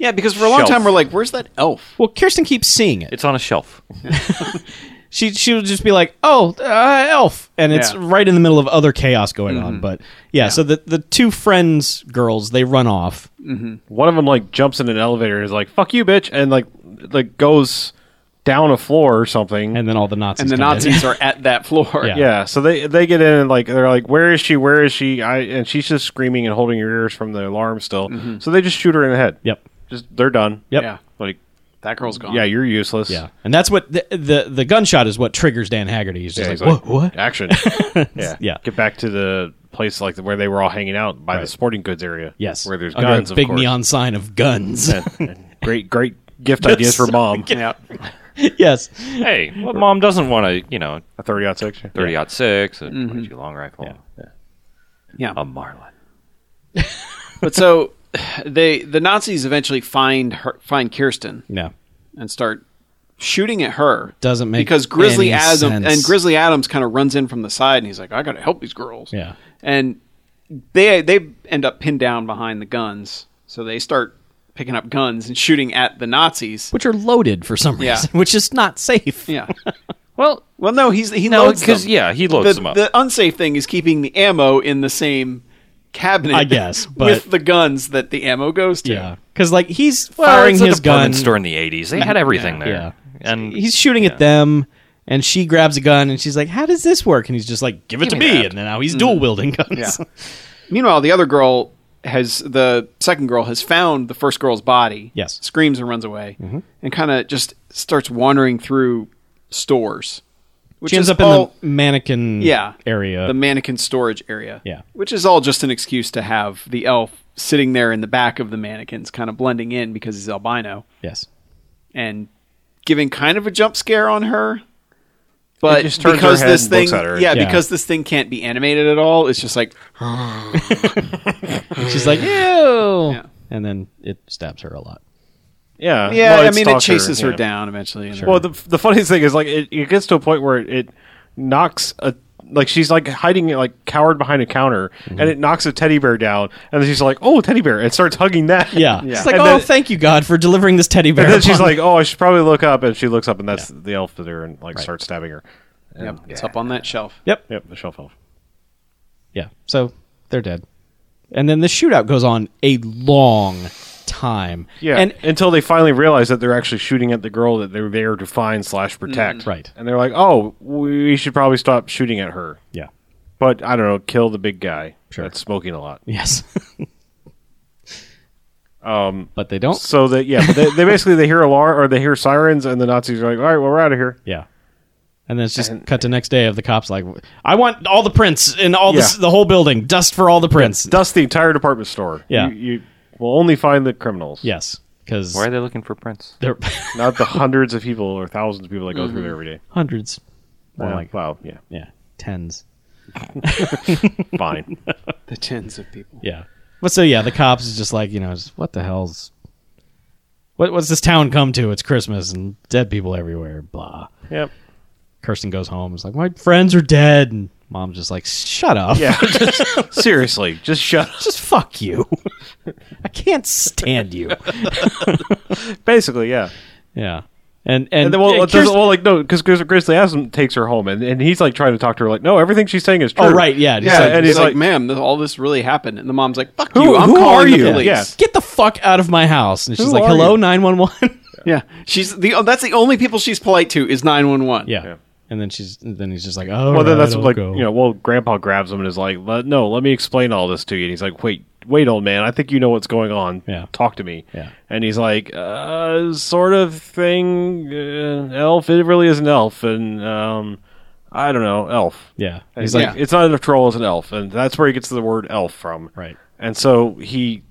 S3: Yeah, because for a long
S1: Shelf.
S3: time we're like, "Where's that elf?"
S4: Well, Kirsten keeps seeing it.
S1: It's on a shelf.
S4: She she would just be like, "Oh, uh, elf," and it's
S3: Yeah.
S4: right in the middle of other chaos going on. But yeah, so the the two friends girls they run off.
S2: one of them like jumps in an elevator and is like "fuck you, bitch," and like like goes down a floor or something.
S4: and then all the Nazis.
S3: And the
S4: come in.
S3: Nazis are at that floor.
S4: Yeah.
S2: yeah, so they they get in and like they're like, "Where is she? Where is she?" I and she's just screaming and holding her ears from the alarm still. So they just shoot her in the head.
S4: Yep.
S2: Just they're done.
S4: Yep.
S3: Yeah.
S2: Like
S3: That girl's gone.
S2: yeah, you're useless.
S4: [LAUGHS] Yeah, and that's what the, the the gunshot is what triggers Dan Haggerty. He's just
S2: Yeah, he's
S4: like,
S2: like,
S4: "What? What?" [LAUGHS]
S2: Action. yeah.
S4: Yeah.
S2: Get back to the place like where they were all hanging out by the sporting goods area.
S4: Yes,
S2: Where there's
S4: Under
S2: guns.
S4: a big
S2: of course. [LAUGHS]
S4: neon sign of guns.
S2: Great, great gift ideas for mom.
S3: Yeah.
S4: [LAUGHS] yes,
S1: Hey, what mom doesn't want to, you know,
S2: A thirty out six.
S1: thirty out six, a twenty-two long rifle,
S3: Yeah.
S1: a Marlin.
S3: But so [SIGHS] they the Nazis eventually find her, find Kirsten
S4: no,
S3: and start shooting at her.
S4: Doesn't make
S3: because Grizzly
S4: any
S3: Adams
S4: sense.
S3: and Grizzly Adams kind of runs in from the side and he's like, "I got to help these girls."
S4: yeah,
S3: and they they end up pinned down behind the guns, so they start picking up guns and shooting at the Nazis.
S4: which are loaded for some
S3: Yeah.
S4: reason, [LAUGHS] which is not safe.
S3: Yeah.
S1: Well,
S3: Well, no, he's he
S1: No,
S3: loads
S1: 'cause,
S3: them.
S1: yeah, he loads
S3: the,
S1: them up.
S3: The unsafe thing is keeping the ammo in the same cabinet. [LAUGHS]
S4: I guess,
S3: with
S4: but-
S3: the guns that the ammo goes to.
S4: Yeah, because like he's
S1: well,
S4: firing
S1: it's a
S4: his gun.
S1: department store in the eighties. They had everything there, and
S4: he's shooting at them and she grabs a gun and she's like how does this work and he's just like give it to
S1: me
S4: me, Mm.
S1: that.
S4: and then now he's dual wielding [LAUGHS] guns
S3: Yeah. Meanwhile, the other girl has the second girl has found the first girl's body.
S4: Yes. Mm-hmm.
S3: Screams and runs away and kind of just starts wandering through stores. Which
S4: she ends
S3: is
S4: up
S3: all-
S4: in the mannequin
S3: yeah
S4: area
S3: the mannequin storage area
S4: Uh, Yeah.
S3: which is all just an excuse to have the elf sitting there in the back of the mannequins kind of blending in because he's albino
S4: yes
S3: and giving kind of a jump scare on her
S2: It
S3: but
S2: just turns
S3: because
S2: her head
S3: this
S2: and looks
S3: thing
S2: at her.
S3: Yeah,
S4: Yeah.
S3: because this thing can't be animated at all it's just like
S4: she's like ew
S3: Yeah.
S4: and then it stabs her a lot
S2: Yeah.
S3: yeah
S2: Well,
S3: i mean it
S2: stalks
S3: chases her,
S2: yeah.
S3: down eventually and
S2: Well, the, the funniest thing is like it, it gets to a point where it, it knocks a like she's like hiding like cowered behind a counter and it knocks a teddy bear down and then she's like oh teddy bear and starts hugging that
S4: yeah, it's like
S2: And
S4: oh
S2: then-
S4: thank you god for delivering this teddy bear
S2: and then
S3: [LAUGHS]
S2: she's
S4: upon-"
S2: like oh I should probably look up and she looks up and that's the elf there and like starts stabbing her
S3: yep, it's up on that shelf
S4: [LAUGHS] yep
S2: yep the shelf elf
S4: yeah so they're dead and then the shootout goes on a long time
S2: yeah
S4: and
S2: until they finally realize that they're actually shooting at the girl that they're there to find slash protect
S3: Mm-hmm.
S4: Right.
S2: and they're like oh we should probably stop shooting at her
S4: yeah
S2: but I don't know kill the big guy that's smoking a lot
S4: yes [LAUGHS] um but they don't
S2: So that yeah, but they, they basically they hear alarm or they hear sirens, and the Nazis are like, "All right, well, we're out of here."
S4: Yeah. And then it's just cut to next day of the cops like, I want all the prints in all this,
S2: Yeah.
S4: the whole building, dust for all the prints.
S2: Dust the entire department store.
S4: Yeah.
S2: you, you will only find the criminals.
S4: Yes, because
S1: why are they looking for prints?
S4: there are
S2: not the hundreds of people or thousands of people that go through there every day.
S4: [LAUGHS] hundreds, more
S2: Yeah,
S4: like
S2: wow, yeah,
S4: yeah, tens.
S2: fine.
S3: the tens of people
S4: Yeah, but so yeah, the cops is just like you know, just, what the hell's, what what's this town come to? It's Christmas and dead people everywhere. Blah.
S2: yep.
S4: Kirsten goes home. It's like my friends are dead, and Mom's just like, shut
S2: [LAUGHS]
S4: up.
S2: Yeah. Seriously, just shut up.
S4: [LAUGHS] Just fuck you. [LAUGHS] I can't stand you.
S2: Basically, yeah.
S4: Yeah. And and,
S2: And then, well,
S4: yeah,
S2: well,
S4: Kirsten-
S2: well like, no, because Grizzly Adams takes her home, and, and he's, like, trying to talk to her, like, no, everything she's saying is true.
S4: oh right, yeah. just
S2: Yeah,
S4: like,
S2: and
S3: he's
S2: he's
S3: like,
S2: like-
S3: ma'am, this, all this really happened. And the mom's like, fuck
S2: Who-
S3: you. I'm
S2: who
S3: calling
S2: are
S3: the
S2: you?
S3: police.
S2: Yeah.
S4: get the fuck out of my house. And she's
S2: Who
S4: like,
S2: are
S4: hello,
S2: you?
S4: nine one one.
S3: Yeah. She's the, oh, that's the only people she's polite to is 911.
S4: [LAUGHS] Yeah. And then she's then he's just like, oh,
S2: Well, then that's like,
S4: go.
S2: you know, well, Grandpa grabs him and is like, "Let- no, let me explain all this to you. And he's like, wait, wait, old man, I think you know what's going on.
S4: Yeah.
S2: Talk to me.
S4: Yeah.
S2: And he's like, uh, sort of thing, uh, elf. It really is an elf. And, um, I don't know, elf.
S4: yeah.
S2: And
S4: He's
S2: he's
S4: like,
S2: like, it's not enough troll as an elf. And that's where he gets the word elf from.
S4: Right.
S2: And so he,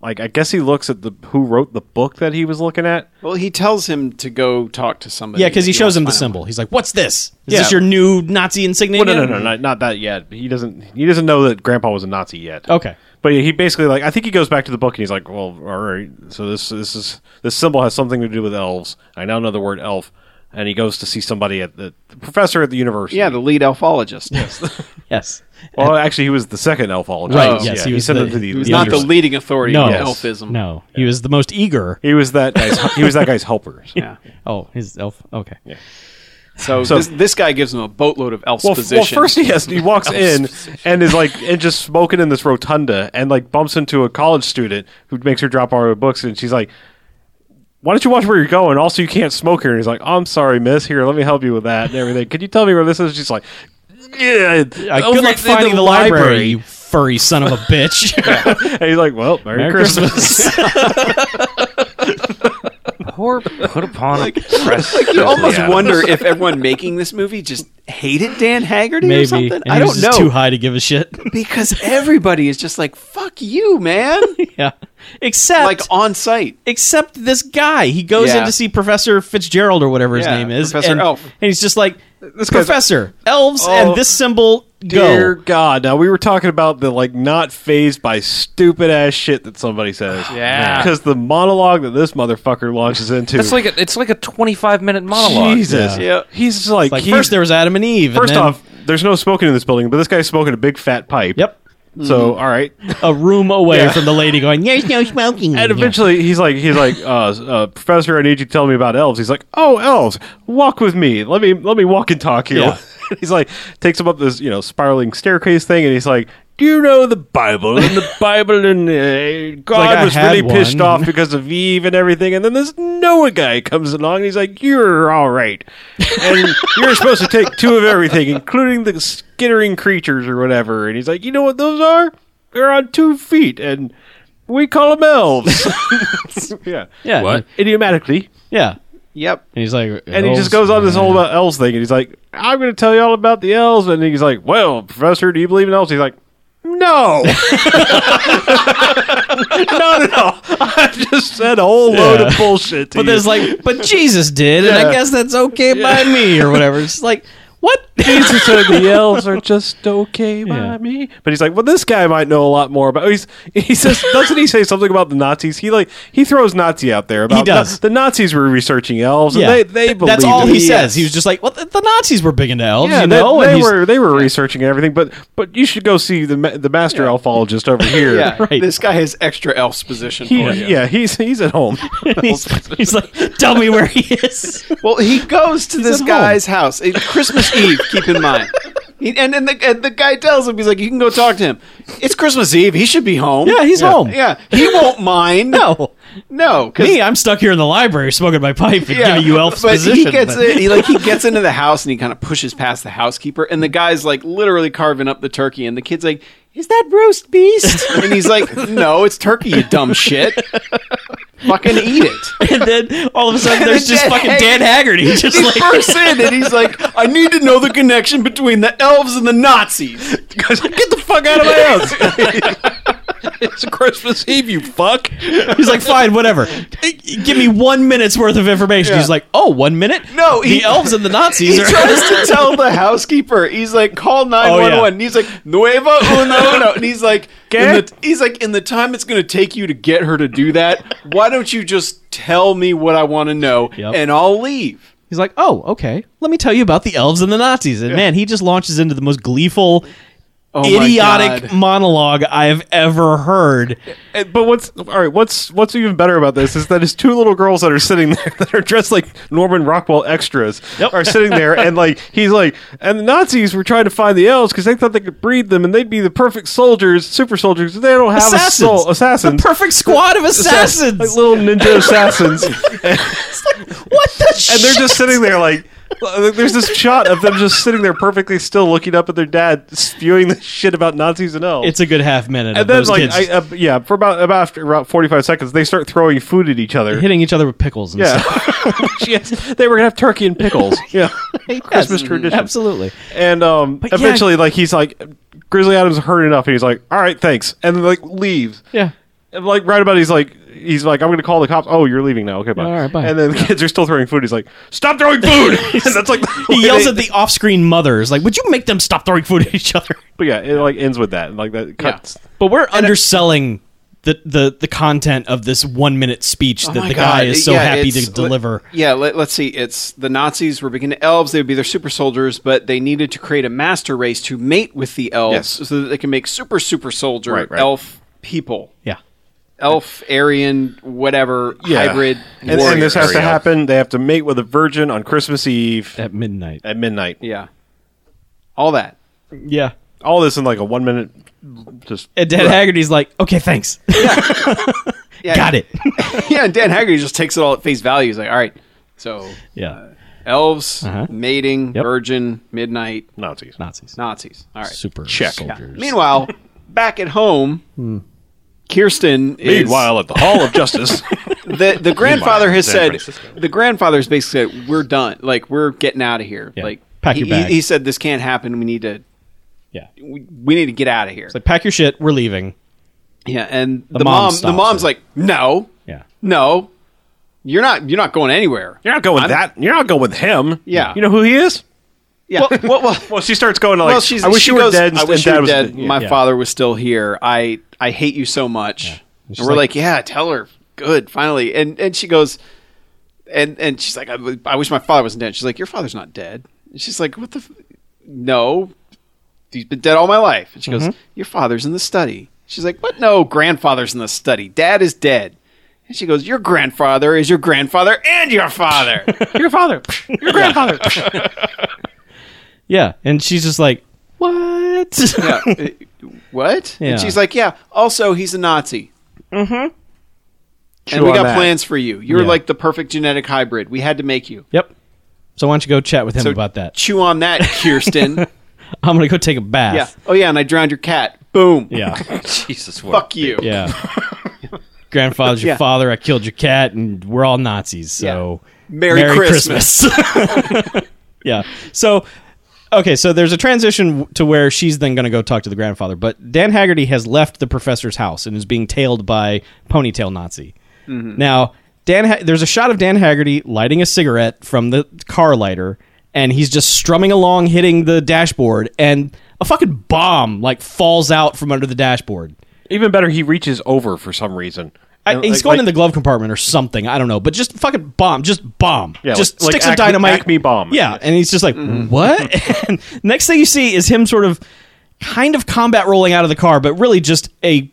S2: like, I guess he looks at the who wrote the book that he was looking at.
S3: Well, he tells him to go talk to somebody.
S4: yeah, because he
S3: if
S4: shows him the
S3: wants to find out.
S4: symbol. He's like, what's this? Is
S2: Yeah.
S4: this your new Nazi insignia?
S2: Well, no, no, no, not, not that yet. He doesn't. He doesn't know that Grandpa was a Nazi yet.
S4: Okay.
S2: But he basically like I think he goes back to the book and he's like, well, all right, so this this is this symbol has something to do with elves. I now know the word elf, and he goes to see somebody at the, the professor at the university.
S3: Yeah, the lead elfologist. Yes.
S4: Yes.
S2: well, actually, he was the second elfologist.
S4: Right,
S2: Oh,
S4: yes, he
S2: he,
S4: was
S2: sent
S4: the-
S2: him to the.
S4: he
S3: He was
S4: The
S3: not the
S4: understudy.
S3: leading authority
S4: No.
S3: on
S4: Yes.
S3: elfism.
S4: No. He was the most eager.
S2: He was that. Guy's, he was that guy's
S4: [LAUGHS]
S2: helper.
S4: Oh, his elf. Okay.
S3: So,
S2: So-
S3: this, this guy gives him a boatload of elf
S2: Well, f- well,
S3: position.
S2: first he has he walks in and is like and just smoking in this rotunda and like bumps into a college student who makes her drop all her books and she's like, "Why don't you watch where you're going? Also, you can't smoke here." And he's like, "Oh, "I'm sorry, miss. Here, let me help you with that and everything. Can you tell me where this is?" She's like, "Yeah, [LAUGHS]
S4: Uh,
S2: over
S4: good luck
S2: in
S4: finding the, library, you furry son of a
S2: [LAUGHS]
S4: bitch.
S2: And he's like, "Well, Merry,
S4: Merry
S2: Christmas."
S4: Christmas.
S1: [LAUGHS]
S6: Poor put upon a press.
S3: [LAUGHS] you almost
S6: Yeah.
S3: wonder if everyone making this movie just hated Dan Haggerty or
S4: Maybe.
S3: something.
S4: And
S3: I
S4: he was
S3: don't know.
S4: just Too high to give a shit.
S3: because everybody is just like fuck you man
S4: [LAUGHS] [LAUGHS] yeah. Except
S3: like on site
S4: except this guy. He goes
S3: Yeah.
S4: in to see Professor Fitzgerald or whatever his
S3: Yeah,
S4: name is.
S3: Professor
S4: and,
S3: Elf.
S4: And he's just like,
S2: guy's-
S4: Professor, elves
S2: Oh,
S4: and this symbol
S2: [LAUGHS] Dear
S4: go.
S2: God! Now we were talking about the like not phased by stupid ass shit that somebody says.
S6: Yeah.
S2: because the monologue that this motherfucker launches into.
S6: It's like a, it's like a 25 minute monologue.
S2: Jesus.
S3: Yeah. Yeah.
S2: He's just like,
S4: Like
S2: he-
S4: first there was Adam and Eve. and
S2: first
S4: then
S2: off, there's no smoking in this building, but this guy's smoking a big fat pipe.
S4: Yep. Mm-hmm.
S2: So all
S4: [LAUGHS]
S2: right,
S4: a room away from the lady going, There's no smoking. in
S2: and
S4: here."
S2: eventually he's like, he's like, uh, uh, Professor, I need you to tell me about elves. He's like, oh, elves, walk with me. Let me let me walk and talk you.
S4: Yeah.
S2: [LAUGHS] he's like, takes him up this you know spiraling staircase thing, and he's like. Do you know the Bible and the [LAUGHS] Bible and uh, God
S4: like, I
S2: was
S4: had
S2: really pissed
S4: one.
S2: off because of Eve and everything, and then this Noah guy comes along and he's like, "You're all right,
S4: [LAUGHS]
S2: and you're supposed to take two of everything, including the skittering creatures or whatever." And he's like, "You know what those are? They're on two feet, and we call them elves." [LAUGHS]
S4: [LAUGHS]
S2: yeah,
S4: yeah,
S1: What?
S2: idiomatically,
S4: Yeah.
S3: yep
S4: And he's like,
S2: and he just
S4: "Elves,
S2: goes on this
S4: man."
S2: whole [LAUGHS] about elves thing, and he's like, "I'm going to tell you all about the elves," and he's like, "Well, professor, do you believe in elves?" He's like.
S4: [LAUGHS]
S2: No, [LAUGHS] not at all. I just said a whole load of
S4: Yeah.
S2: bullshit. To
S4: [LAUGHS] But
S2: you.
S4: there's like, but Jesus did, and I
S2: Yeah.
S4: guess that's okay by me or whatever. It's like, what?
S2: Jesus said the elves are just okay by
S4: Yeah.
S2: me. But he's like, well, this guy might know a lot more about. He's, he says, doesn't he say something about the Nazis? He like he throws Nazi out there about
S4: He does.
S2: the Nazis were researching elves.
S4: [LAUGHS] Yeah.
S2: and they they
S4: Th-
S2: believed
S4: that's all
S2: it.
S4: he says. He was just like, well, the, the Nazis were big into elves,
S2: Yeah,
S4: you
S2: they-
S4: know.
S2: they,
S4: and he's-
S2: were they were researching everything, but but you should go see the ma- the master elfologist
S4: [LAUGHS]
S2: over here.
S3: yeah
S4: Right.
S3: this guy has extra elf's position
S2: He-
S4: Oh,
S3: for you
S2: yeah, he's he's at home.
S4: he's, he's like, tell me where he is.
S3: well he goes to this
S4: at
S3: guy's house It- christmas eve keep in mind he, and and the, and the guy tells him he's like you can go talk to him it's christmas eve he should be home
S4: Yeah, he's home.
S3: yeah he won't mind
S4: No,
S3: no 'cause-
S4: me, I'm stuck here in the library smoking my pipe and giving you elf's
S3: but
S4: position.
S3: He gets
S4: but-
S3: in- he, like he gets into the house and he kind of pushes past the housekeeper, and the guy's like literally carving up the turkey, and the kid's like, "Is that roast beast?" and he's like, "No, it's turkey, you dumb shit. Fucking eat it."
S4: [LAUGHS] and then all of a sudden,
S3: And
S4: there's
S3: then
S4: just
S3: Dan
S4: fucking
S3: Hag-
S4: Dan Haggerty, [LAUGHS]
S3: He
S4: just like
S3: bursts in and he's like, "I need to know the connection between the elves and the Nazis."
S2: Get the fuck out of my house! it's Christmas Eve, you fuck.
S4: He's like, fine, whatever. Give me one minute's worth of information. He's like, oh, one minute?
S3: No, he-
S4: the elves and the Nazis
S3: He
S4: are.
S3: tries to tell the housekeeper. He's like, call 911.
S4: Oh, yeah.
S3: And he's like, Nueva Uno Uno. And he's like, in
S2: Okay.
S3: the, he's like, in the time it's going to take you to get her to do that, why don't you just tell me what I want to know
S4: Yep.
S3: and I'll leave?
S4: [LAUGHS] He's like, oh, okay. Let me tell you about the elves and the Nazis. And man, he just launches into the most gleeful,
S3: Oh my
S4: idiotic
S3: God.
S4: monologue I've ever heard.
S2: And- but what's all right? What's what's even better about this is that it's two little girls that are sitting [LAUGHS] there that are dressed like Norman Rockwell extras are sitting there and like he's like and the Nazis were trying to find the elves because they thought they could breed them and they'd be the perfect soldiers, super soldiers. They don't have
S4: assassins.
S2: a soul, assassins,
S4: The perfect squad of
S2: Assass-
S4: assassins.
S2: like little ninja assassins,
S4: [LAUGHS]
S2: [LAUGHS]
S4: what the shit?
S2: and they're just sitting there like. uh, There's this shot of them just sitting there perfectly still, looking up at their dad, spewing this shit about Nazis and elves.
S4: It's a good half minute of
S2: and then
S4: those
S2: like
S4: kids
S2: I, uh, yeah for about about after about 45 seconds they start throwing food at each other
S4: hitting each other with pickles and
S2: uh, yeah
S4: stuff.
S2: [LAUGHS]
S4: [LAUGHS]
S2: yes they were gonna have turkey and pickles yeah [LAUGHS] christmas tradition
S4: Absolutely.
S2: and um
S4: yeah.
S2: eventually like he's like grizzly adams heard enough and he's like all right thanks and then like leaves
S4: Yeah.
S2: and like right about he's like he's like i'm gonna call the cops oh you're leaving now okay bye
S4: All right, bye.
S2: and then the kids are still throwing food he's like stop
S4: [LAUGHS]
S2: throwing food [LAUGHS] and that's like the
S4: He
S2: way
S4: yells
S2: they-
S4: at the off-screen mothers, like, "Would you make them stop throwing food at each other?"
S2: but yeah it like ends with that like that cuts
S4: But we're underselling the, the the content of this one minute speech that
S3: my
S4: the guy
S3: God.
S4: is so
S3: Yeah,
S4: happy to
S3: it's-
S4: deliver.
S3: Yeah, let, us see. It's the Nazis were becoming elves. They would be their super soldiers, but they needed to create a master race to mate with the elves
S2: Yes.
S3: so that they can make super, super soldier
S2: Right, right.
S3: elf people.
S4: Yeah.
S3: Elf, Aryan, whatever,
S2: Yeah.
S3: hybrid.
S2: and, and this has to
S1: Ariel.
S2: happen they have to mate with a virgin on christmas eve
S4: At midnight.
S2: at midnight
S3: Yeah. All that.
S4: Yeah.
S2: all this in like a one minute just
S4: And Dan Haggerty's like, "Okay, thanks. [LAUGHS]
S3: Yeah,
S4: Got it."
S3: [LAUGHS] yeah, and Dan Haggerty just takes it all at face value. He's like, all right, so
S4: yeah.
S3: elves,
S4: Uh-huh.
S3: mating,
S4: Yep.
S3: virgin, midnight,
S2: Nazis.
S4: Nazis.
S3: Nazis. All right.
S4: Super
S2: Check.
S4: soldiers.
S3: Meanwhile, back at home, Kirsten is.
S2: Hmm. Meanwhile, at the Hall
S4: [LAUGHS]
S2: of Justice,
S3: the the grandfather has
S1: San
S3: said
S1: Francisco.
S3: the grandfather's basically said we're done like we're getting out of here
S4: Yeah.
S3: like
S4: Pack
S3: he,
S4: your bag.
S3: He, he said this can't happen we need to
S4: Yeah.
S3: we, we need to get out of here
S4: It's like, pack your shit. We're leaving.
S3: yeah and the,
S4: mom
S3: mom, the
S4: stops
S3: mom's
S4: her.
S3: like no
S4: Yeah.
S3: no you're not you're not going anywhere
S2: you're not going with that. You're not going with him.
S3: Yeah.
S2: you know who he is.
S3: yeah well, well, well,
S2: Well, she starts going like,
S3: well, she's,
S2: "I wish
S3: she
S2: you were
S3: goes,
S2: dead."
S3: I
S2: and
S3: wish
S2: dad
S3: you were
S2: was
S3: dead.
S2: Yeah.
S3: My
S4: Yeah.
S3: father was still here. I I hate you so much. And we're like,
S4: like-
S3: yeah, tell her. Good, finally. And and she goes, and and she's like, I, w- I wish my father wasn't dead. She's like, your father's not dead. And she's like, what the? F- no, he's been dead all my life. And she goes,
S2: Mm-hmm.
S3: your father's in the study. She's like, what? No, grandfather's in the study. Dad is dead. And she goes, your grandfather is your grandfather and your father.
S2: your father, your grandfather.
S4: Yeah. And she's just like, "What?" [LAUGHS]
S3: yeah. Uh, What?
S4: Yeah.
S3: And she's like, yeah. Also, he's a Nazi. Mm-hmm. And
S2: Chew
S3: we
S2: on
S3: got
S2: that.
S3: plans for you. You're
S4: Yeah.
S3: like the perfect genetic hybrid. We had to make you.
S4: yep. So why don't you go chat with him
S3: So
S4: about that?
S3: Chew on
S4: [LAUGHS]
S3: that, Kirsten.
S4: I'm gonna go take a
S3: yeah.
S4: bath.
S3: Oh yeah, and I drowned your cat. Boom.
S4: Yeah.
S1: Jesus, what a
S3: Fuck you.
S4: Yeah. Grandfather's your
S3: Yeah.
S4: father. I killed your cat, and we're all Nazis. So
S3: Merry Christmas.
S4: Christmas. [LAUGHS] yeah. So okay. So there's a transition w- to where she's then going to go talk to the grandfather, but Dan Haggerty has left the professor's house and is being tailed by ponytail Nazi.
S3: Mm-hmm.
S4: Now Dan, ha- there's a shot of Dan Haggerty lighting a cigarette from the car lighter, and he's just strumming along, hitting the dashboard, and a fucking bomb like falls out from under the dashboard.
S2: Even better, he reaches over for some reason.
S4: I,
S2: And,
S4: he's
S2: like-
S4: going
S2: like-
S4: in the glove compartment or something. I don't know, but just fucking bomb, just bomb,
S2: Yeah,
S4: just
S2: like- like
S4: sticks
S2: Acme-
S4: of dynamite,
S2: Acme bomb. Mm-hmm.
S4: Yeah, and he's just like,
S2: [LAUGHS]
S4: what? and next thing you see is him sort of, kind of combat rolling out of the car, but really just a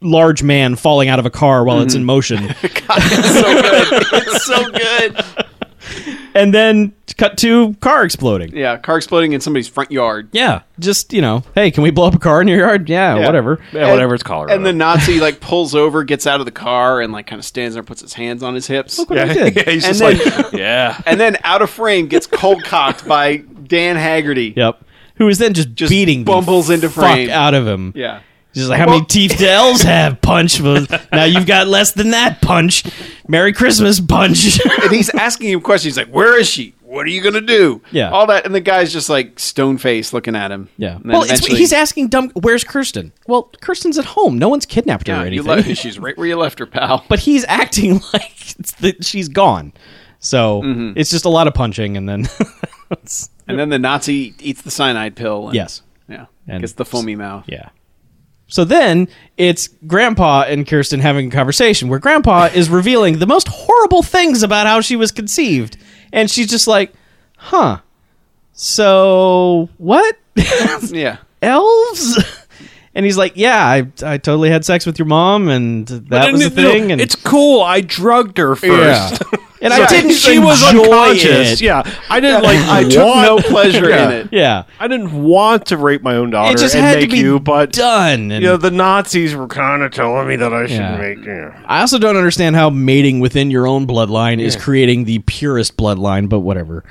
S4: large man falling out of a car while
S2: Mm-hmm.
S4: it's
S2: [LAUGHS]
S4: in motion.
S3: It's [LAUGHS] so good.
S4: and then cut to car exploding.
S3: Yeah, car exploding in somebody's front yard.
S4: Yeah, just you know, hey, can we blow up a car in your yard? Yeah, whatever.
S2: yeah, whatever it's called.
S3: And the Nazi like pulls over, gets out of the car, and like kind of stands there, puts his hands on his hips.
S4: Look what I did.
S2: [LAUGHS] he's
S3: And
S2: just
S3: then-
S2: like, yeah,
S3: [LAUGHS] And then out of frame gets cold cocked by Dan Haggerty.
S4: Yep. Who is then just,
S3: Just
S4: beating the
S3: bumbles into
S4: fuck
S3: frame.
S4: out of him?
S3: Yeah.
S4: Just like how
S3: Well-
S4: many teeth do
S3: [LAUGHS]
S4: elves have? Punch. Well, now you've got less than that. Punch. Merry Christmas. Punch.
S3: and he's asking him questions. He's like, "Where is she? What are you gonna do?"
S4: Yeah.
S3: all that, and the guy's just like stone faced, looking at him.
S4: [LAUGHS] yeah.
S3: And then
S4: Well, it's,
S3: eventually-
S4: he's asking dumb. Where's Kirsten? Well, Kirsten's at home. No one's kidnapped her
S3: Yeah,
S4: or
S3: you
S4: anything.
S3: left, she's right where you left her, pal.
S4: [LAUGHS] but he's acting [LAUGHS] like it's the, she's gone. So
S3: Mm-hmm.
S4: it's just a lot of punching, and then [LAUGHS] it's-
S3: and then the Nazi eats the cyanide pill. And,
S4: yes,
S3: yeah,
S4: And-
S3: gets the foamy mouth.
S4: yeah. So then it's Grandpa and Kirsten having a conversation where Grandpa is revealing the most horrible things about how she was conceived. And she's just like, huh. So what? [LAUGHS]
S3: Yeah.
S4: Elves? And he's like, yeah, I, I totally had sex with your mom, and [LAUGHS] that was the thing. And
S2: it's cool. I drugged her first. [LAUGHS]
S4: and I didn't.
S2: she was
S4: enjoy
S2: unconscious.
S4: it.
S2: Yeah, [LAUGHS] I didn't like.
S3: I took no pleasure
S2: Yeah.
S3: in it.
S4: yeah.
S2: I didn't want to rape my own daughter
S4: It just
S2: and
S4: had
S2: make
S4: to be
S2: you, but
S4: done. And
S2: you know the Nazis were kind of telling me that I should
S4: Yeah.
S2: make. Yeah.
S4: I also don't understand how mating within your own bloodline is creating the purest bloodline, but whatever.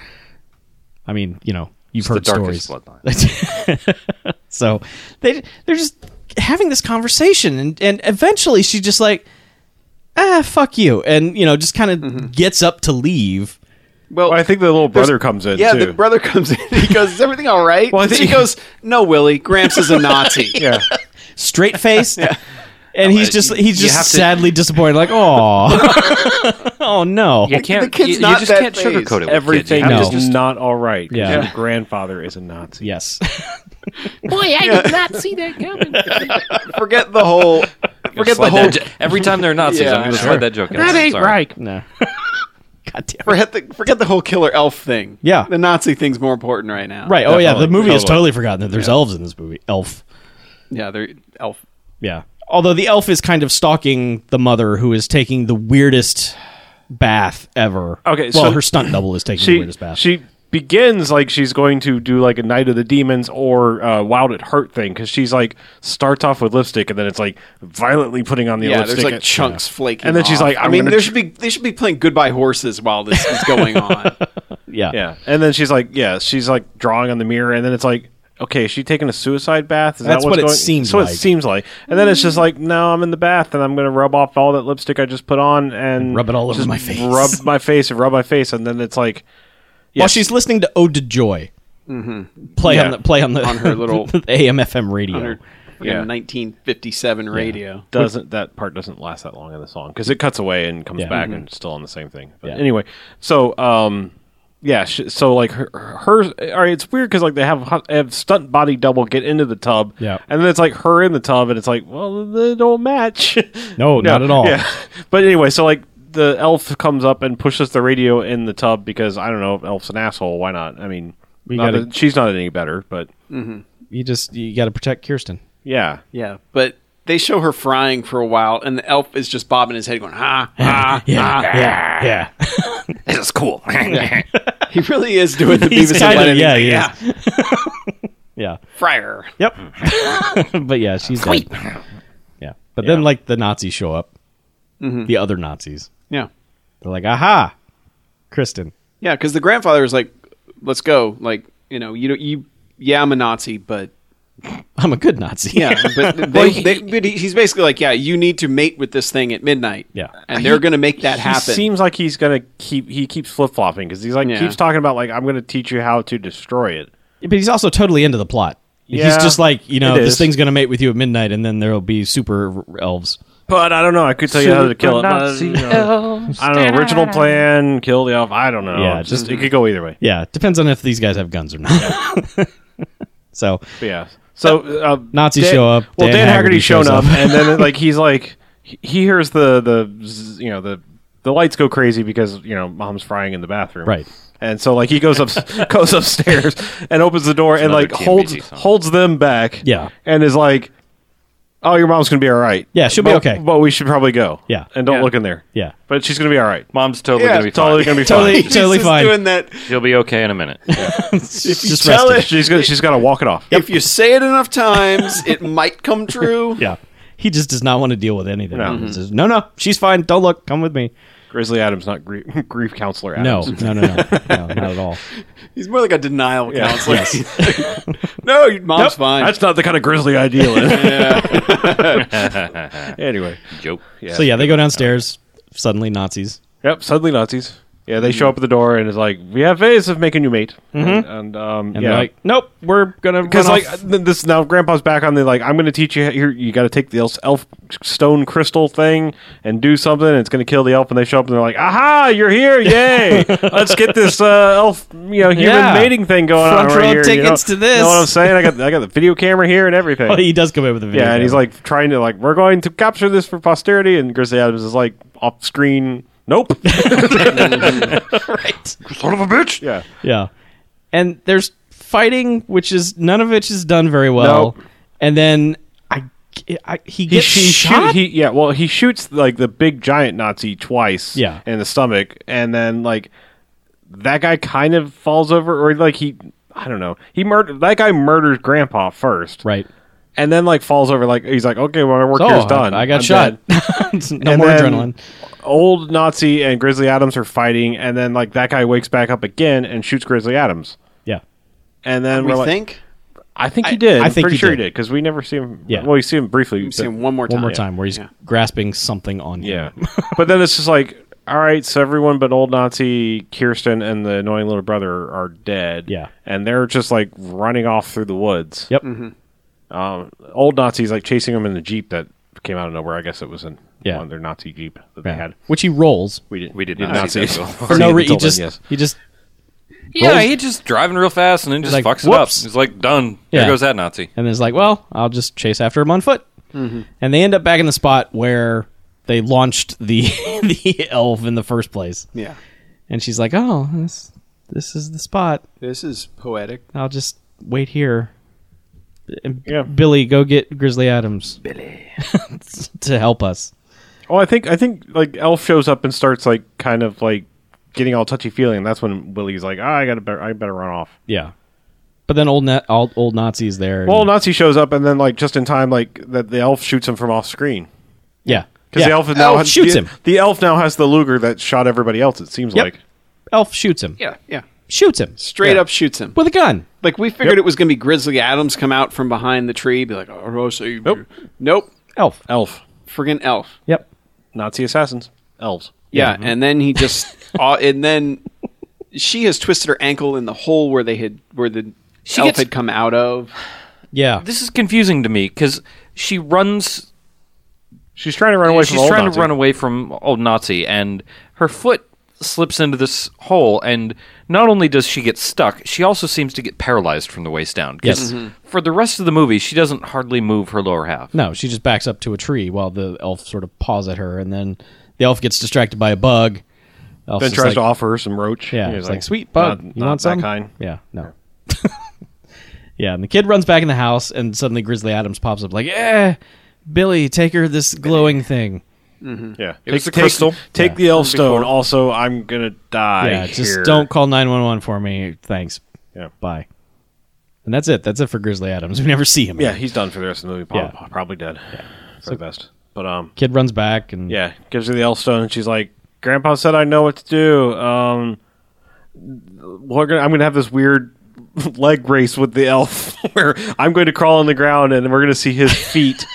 S4: I mean, you know, you've
S1: the
S4: heard
S1: darkest
S4: stories.
S1: bloodline.
S4: [LAUGHS] so they they're just having this conversation, and and eventually she just like, ah, fuck you, and you know, just kind of
S1: Mm-hmm.
S4: gets up to leave.
S3: Well,
S2: I think the little
S3: there's-
S2: brother comes in
S3: Yeah,
S2: too.
S3: the brother comes in. [LAUGHS] He goes, "Is everything all right?"
S2: Well, I
S3: And
S2: think-
S3: she goes, "No, Willie. Gramps is a
S4: [LAUGHS]
S3: Nazi."
S2: yeah,
S1: [LAUGHS]
S4: straight faced. And he's just he's
S1: you have
S4: just
S1: to-
S4: sadly disappointed, like, oh, [LAUGHS] oh no.
S1: You can't.
S3: the kid's
S1: you, you
S3: not
S1: just
S3: that
S1: can't
S3: phased.
S1: sugarcoat it. With
S2: everything
S1: kids. You
S4: No.
S1: have
S2: is
S1: to just-
S2: not all right. 'cause
S4: Yeah.
S2: Your grandfather is a Nazi.
S1: [LAUGHS]
S4: Yes.
S7: Boy, I did not see that
S2: [LAUGHS]
S7: coming.
S3: Forget the
S1: [LAUGHS]
S3: whole. Forget the
S1: slide
S3: whole.
S1: that jo- every time they're Nazis,
S3: Yeah,
S1: I'm going to
S3: sure.
S1: slide that joke. in.
S6: That ain't
S1: Sorry.
S6: right.
S4: no. God damn. It.
S3: Forget the. Forget the whole killer elf thing.
S4: Yeah.
S3: the Nazi thing's more important right now.
S4: Right. Oh yeah, the movie is
S2: Totally.
S4: totally forgotten that there's elves in this movie. Elf.
S3: Yeah, they're elf.
S4: Yeah. Although the elf is kind of stalking the mother who is taking the weirdest bath ever.
S2: Okay,
S4: Well,
S2: so-
S4: her stunt double is taking the
S2: she
S4: weirdest bath.
S2: she begins like she's going to do like a Night of the Demons or uh, Wild at Heart thing because she's like starts off with lipstick and then it's like violently putting on the
S3: Yeah,
S2: lipstick.
S3: there's like
S2: and-
S3: chunks flaking.
S2: And then she's
S3: off.
S2: like,
S3: I
S2: I'm
S3: mean,
S2: gonna
S3: there
S2: tr-
S3: should be they should be playing Goodbye Horses while this is going on.
S4: yeah.
S2: Yeah, and then she's like, yeah, she's like drawing on the mirror, and then it's like, okay, is she taking a suicide bath? Is
S4: That's
S2: that what's
S4: what it
S2: going?
S4: seems
S2: So
S4: like.
S2: it seems like, and then it's just like, no, I'm in the bath, and I'm gonna rub off all that lipstick I just put on and,
S4: rub it all over
S2: just
S4: my face.
S2: rub my face and rub my face, and then it's like, yeah,
S4: While she's listening to Ode to Joy. Play on
S2: Yeah.
S4: the play Mm-hmm. on the
S3: On her little-
S4: [LAUGHS] the AM/FM radio.
S3: Under-
S2: Yeah.
S3: 1957 radio.
S2: doesn't that part doesn't last that long in the song because it cuts away and comes
S4: Yeah. Mm-hmm.
S2: back and it's still on the same thing. But
S4: Yeah.
S2: anyway, so um, yeah, sh- so like her, her all right, it's weird because like they have hu- have stunt body double get into the tub,
S4: Yeah.
S2: and then it's like her in the tub, and it's like well they don't match. [LAUGHS]
S4: No, not at all.
S2: Yeah, but anyway, so like the elf comes up and pushes the radio in the tub because I don't know, elf's an asshole. Why not? I mean,
S4: We
S2: not
S4: gotta-
S2: that- she's not any better, but
S4: You just you got to protect Kirsten.
S2: yeah,
S3: Yeah, but they show her frying for a while, and the elf is just bobbing his head, going ha
S4: [LAUGHS]
S3: ha ha.
S4: Yeah. Yeah.
S6: This is cool.
S3: He really is doing the
S4: He's
S3: Beavis and
S4: kinda-
S3: Butthead.
S4: yeah,
S3: thing.
S4: he
S3: yeah.
S4: [LAUGHS] Yeah.
S3: Fryer.
S4: Yep. [LAUGHS] but yeah, she's dead.
S6: Sweet.
S4: Yeah. Mm-hmm. But then like the Nazis show up. The other Nazis.
S3: Yeah,
S4: They're like, "Aha. Kristen.
S3: yeah, because the grandfather is like, "Let's go." Like, you know, you don't you. Yeah, I'm a Nazi, but
S4: I'm a good Nazi."
S3: yeah, but, they, they, but he, he's basically like, yeah, you need to mate with this thing at midnight.
S4: Yeah.
S3: and they're going to make that happen.
S2: He seems like he's gonna keep. He keeps flip flopping because he's like
S3: Yeah.
S2: keeps talking about like I'm gonna teach you how to destroy it.
S4: But he's also totally into the plot.
S2: Yeah,
S4: he's just like, you know,
S2: it
S4: this
S2: is.
S4: thing's going to mate with you at midnight and then there'll be super r- elves.
S2: But I don't know. I could tell you how to kill it. but, you know,
S7: Oh,
S2: I don't know. Original plan, kill the elf. I don't know.
S4: Yeah,
S2: just it could go either way.
S4: Yeah, it depends on if these guys have guns or not.
S2: [LAUGHS]
S4: so,
S2: But yeah. So uh,
S4: Nazis
S2: Dan-
S4: show up,
S2: Well,
S4: Dan
S2: Dan,
S4: Haggerty
S2: Haggerty's shown
S4: shows
S2: up, [LAUGHS]
S4: up.
S2: and
S4: [LAUGHS]
S2: then like he's like he he hears the the zzz, you know the the lights go crazy because you know mom's frying in the bathroom.
S4: Right.
S2: And so like he goes
S4: [LAUGHS]
S2: up [LAUGHS] goes upstairs and opens the door and
S1: another
S2: like
S1: TMBT
S2: holds
S1: song.
S2: holds them back.
S4: Yeah.
S2: And is like, oh, your mom's gonna be all right.
S4: Yeah, she'll be
S2: But-
S4: okay."
S2: But we should probably go.
S4: Yeah.
S2: And don't
S3: Yeah.
S2: look in there.
S4: yeah.
S2: But she's gonna be all right.
S1: Mom's totally
S3: Yeah,
S1: going to be
S2: Totally
S1: fine. [LAUGHS]
S2: gonna be
S4: Totally,
S2: fine.
S3: [LAUGHS]
S4: totally
S3: He's just
S4: fine.
S3: doing that.
S1: She'll be okay in a minute.
S4: just
S3: tell
S4: resting.
S3: it-
S2: She's gonna she's gotta walk it off.
S3: If you say it enough times, it might come true.
S4: Yeah. He just does not want to deal with anything.
S2: No.
S4: He says, no, no, she's fine. Don't look. Come with me.
S2: Grizzly Adams, not grief, [LAUGHS] grief counselor
S4: No,
S2: Adams.
S4: no,
S2: [LAUGHS]
S4: no, no, no, not at all.
S3: He's more like a denial
S2: Yeah.
S3: counselor. [LAUGHS] no, your mom's fine.
S2: That's not the kind of grizzly ideal. [LAUGHS] anyway,
S1: Joke. Yeah.
S4: So yeah, they go downstairs. Suddenly, Nazis.
S2: yep. Suddenly Nazis. Yeah, they
S4: Mm-hmm.
S2: show up at the door and it's like, we have ways of making you mate. And, and, um,
S4: And
S2: yeah,
S4: they're like, nope, we're gonna run
S2: because
S4: off. [LAUGHS]
S2: like th- this now, Grandpa's back on the like, I'm going to teach you here. You got to take the elf, elf stone crystal thing and do something. And it's going to kill the elf. And they show up and they're like, aha, you're here,
S4: [LAUGHS]
S2: yay! Let's get this uh, elf, you know, human
S4: Yeah.
S2: mating thing going
S4: Front
S2: on right
S4: row
S2: here.
S4: tickets
S2: you
S4: to
S2: know?
S4: this.
S2: You know what I'm saying? I got I got the video camera here and everything.
S4: [LAUGHS] Oh, he does come in with a video.
S2: Yeah, and he's
S4: camera.
S2: like trying to like we're going to capture this for posterity, and Grizzly Adams is like off screen [LAUGHS] Nope.
S4: right.
S5: Son of a bitch!
S2: yeah.
S4: Yeah. And there's fighting, which is none of it is done very
S2: Nope.
S4: well. And then I, I he
S2: He,
S4: gets
S2: sh- he
S4: shot.
S2: shoot- he- yeah, well, he shoots like the big giant Nazi twice
S4: Yeah.
S2: in the stomach, and then like that guy kind of falls over, or like he, I don't know, he murdered that guy murders Grandpa first,
S4: right.
S2: and then like falls over, like he's like, okay, well, my work
S4: So,
S2: here's done.
S4: Oh, I, I got
S2: I'm dead."
S4: shot. [LAUGHS] no
S2: And
S4: more
S2: then
S4: adrenaline.
S2: Old Nazi and Grizzly Adams are fighting, and then like that guy wakes back up again and shoots Grizzly Adams,
S4: Yeah.
S2: and then
S3: We
S2: we're like,
S3: think
S2: I think he did.
S4: I
S2: I
S4: think
S2: think pretty
S4: he
S2: sure
S4: did.
S2: he did because we never see him.
S4: Yeah.
S2: well, we see him briefly.
S3: we see him one more time.
S4: One more time where he's
S3: Yeah.
S4: grasping something on him.
S3: [LAUGHS]
S2: Yeah. but then it's just like, all right, so everyone but old Nazi Kirsten and the annoying little brother are dead.
S4: Yeah.
S2: And they're just like running off through the woods.
S4: Yep.
S2: Um, old Nazi's like chasing them in the Jeep that came out of nowhere. I guess it was in
S4: Yeah.
S2: one of their Nazi Jeep that they had.
S4: Which he rolls.
S2: We did,
S1: We did not see that at all.
S2: [LAUGHS]
S4: For no
S2: it
S4: reason.
S2: until
S4: He just,
S2: then, yes.
S4: he just,
S1: Yeah, he just driving real fast and then just
S4: Like, whoops.
S1: fucks it up. He's like, done.
S4: Yeah.
S1: There goes that Nazi.
S4: and is like, well, I'll just chase after him on foot. And they end up back in the spot where they launched the [LAUGHS] the elf in the first place.
S3: Yeah.
S4: And she's like, oh, this, this is the spot.
S3: This is poetic.
S4: I'll just wait here. And
S2: Yeah.
S4: Billy, go get Grizzly Adams. Billy. [LAUGHS] to help us.
S2: Oh, I think I think like Elf shows up and starts like kind of like getting all touchy feely, and that's when Willie's like, ah, I gotta better, I better run off.
S4: Yeah. But then old Na- old, old Nazi's there. and-
S2: Well, Nazi shows up, and then like just in time, like that the Elf shoots him from off screen.
S4: yeah.
S2: Because
S4: yeah.
S2: the elf now has,
S4: shoots
S2: the,
S4: him.
S2: The elf now has the Luger that shot everybody else. It seems
S4: Yep.
S2: like
S4: Elf shoots him.
S3: Yeah, yeah.
S4: Shoots him.
S3: Straight up shoots him.
S4: With a gun.
S3: Like we figured it was going to be Grizzly Adams come out from behind the tree, be like, "Oh, I'll save
S2: Nope.
S3: you." nope,
S4: Elf.
S2: elf
S3: friggin' elf."
S4: Yep.
S2: Nazi assassins elves.
S3: Yeah, and then he just, uh, and then she has twisted her ankle in the hole where they had where the
S1: She
S3: elf
S1: gets-
S3: had come out of.
S4: Yeah.
S1: This is confusing to me because she runs.
S2: She's trying to run away from
S1: she's
S2: old
S1: trying
S2: Nazi.
S1: to run away from old Nazi, and her foot slips into this hole. And not only does she get stuck, she also seems to get paralyzed from the waist down. 'cause
S4: Yes.
S2: Mm-hmm.
S1: For the rest of the movie, she doesn't hardly move her lower half.
S4: No, she just backs up to a tree while the elf sort of paws at her, and then the elf gets distracted by a bug. Elf's
S2: Then
S4: just
S2: tries
S4: like-
S2: to offer her some roach.
S4: Yeah,
S2: He's
S4: it's like, sweet bug.
S2: Not,
S4: you
S2: not
S4: want some?
S2: that kind.
S4: Yeah, no. [LAUGHS] yeah, and the kid runs back in the house, and suddenly Grizzly Adams pops up like, "Yeah, Billy, take her this glowing thing."
S2: Yeah, take
S1: was the crystal.
S2: Take the elf stone. Also, I'm gonna die.
S4: Yeah, just
S2: here.
S4: don't call nine one one for me. Thanks.
S2: Yeah.
S4: bye. And that's it. That's it for Grizzly Adams. [LAUGHS] We never see him.
S2: Yeah,
S4: again.
S2: he's done for the rest of the movie. Prob-
S4: Yeah.
S2: Probably dead. For the best. But um,
S4: kid runs back, and
S2: yeah, gives her the elf stone, and she's like, "Grandpa said I know what to do. Um, we're gonna, I'm gonna have this weird [LAUGHS] leg race with the elf, [LAUGHS] where I'm going to crawl on the ground, and we're gonna see
S4: [LAUGHS]
S2: his feet,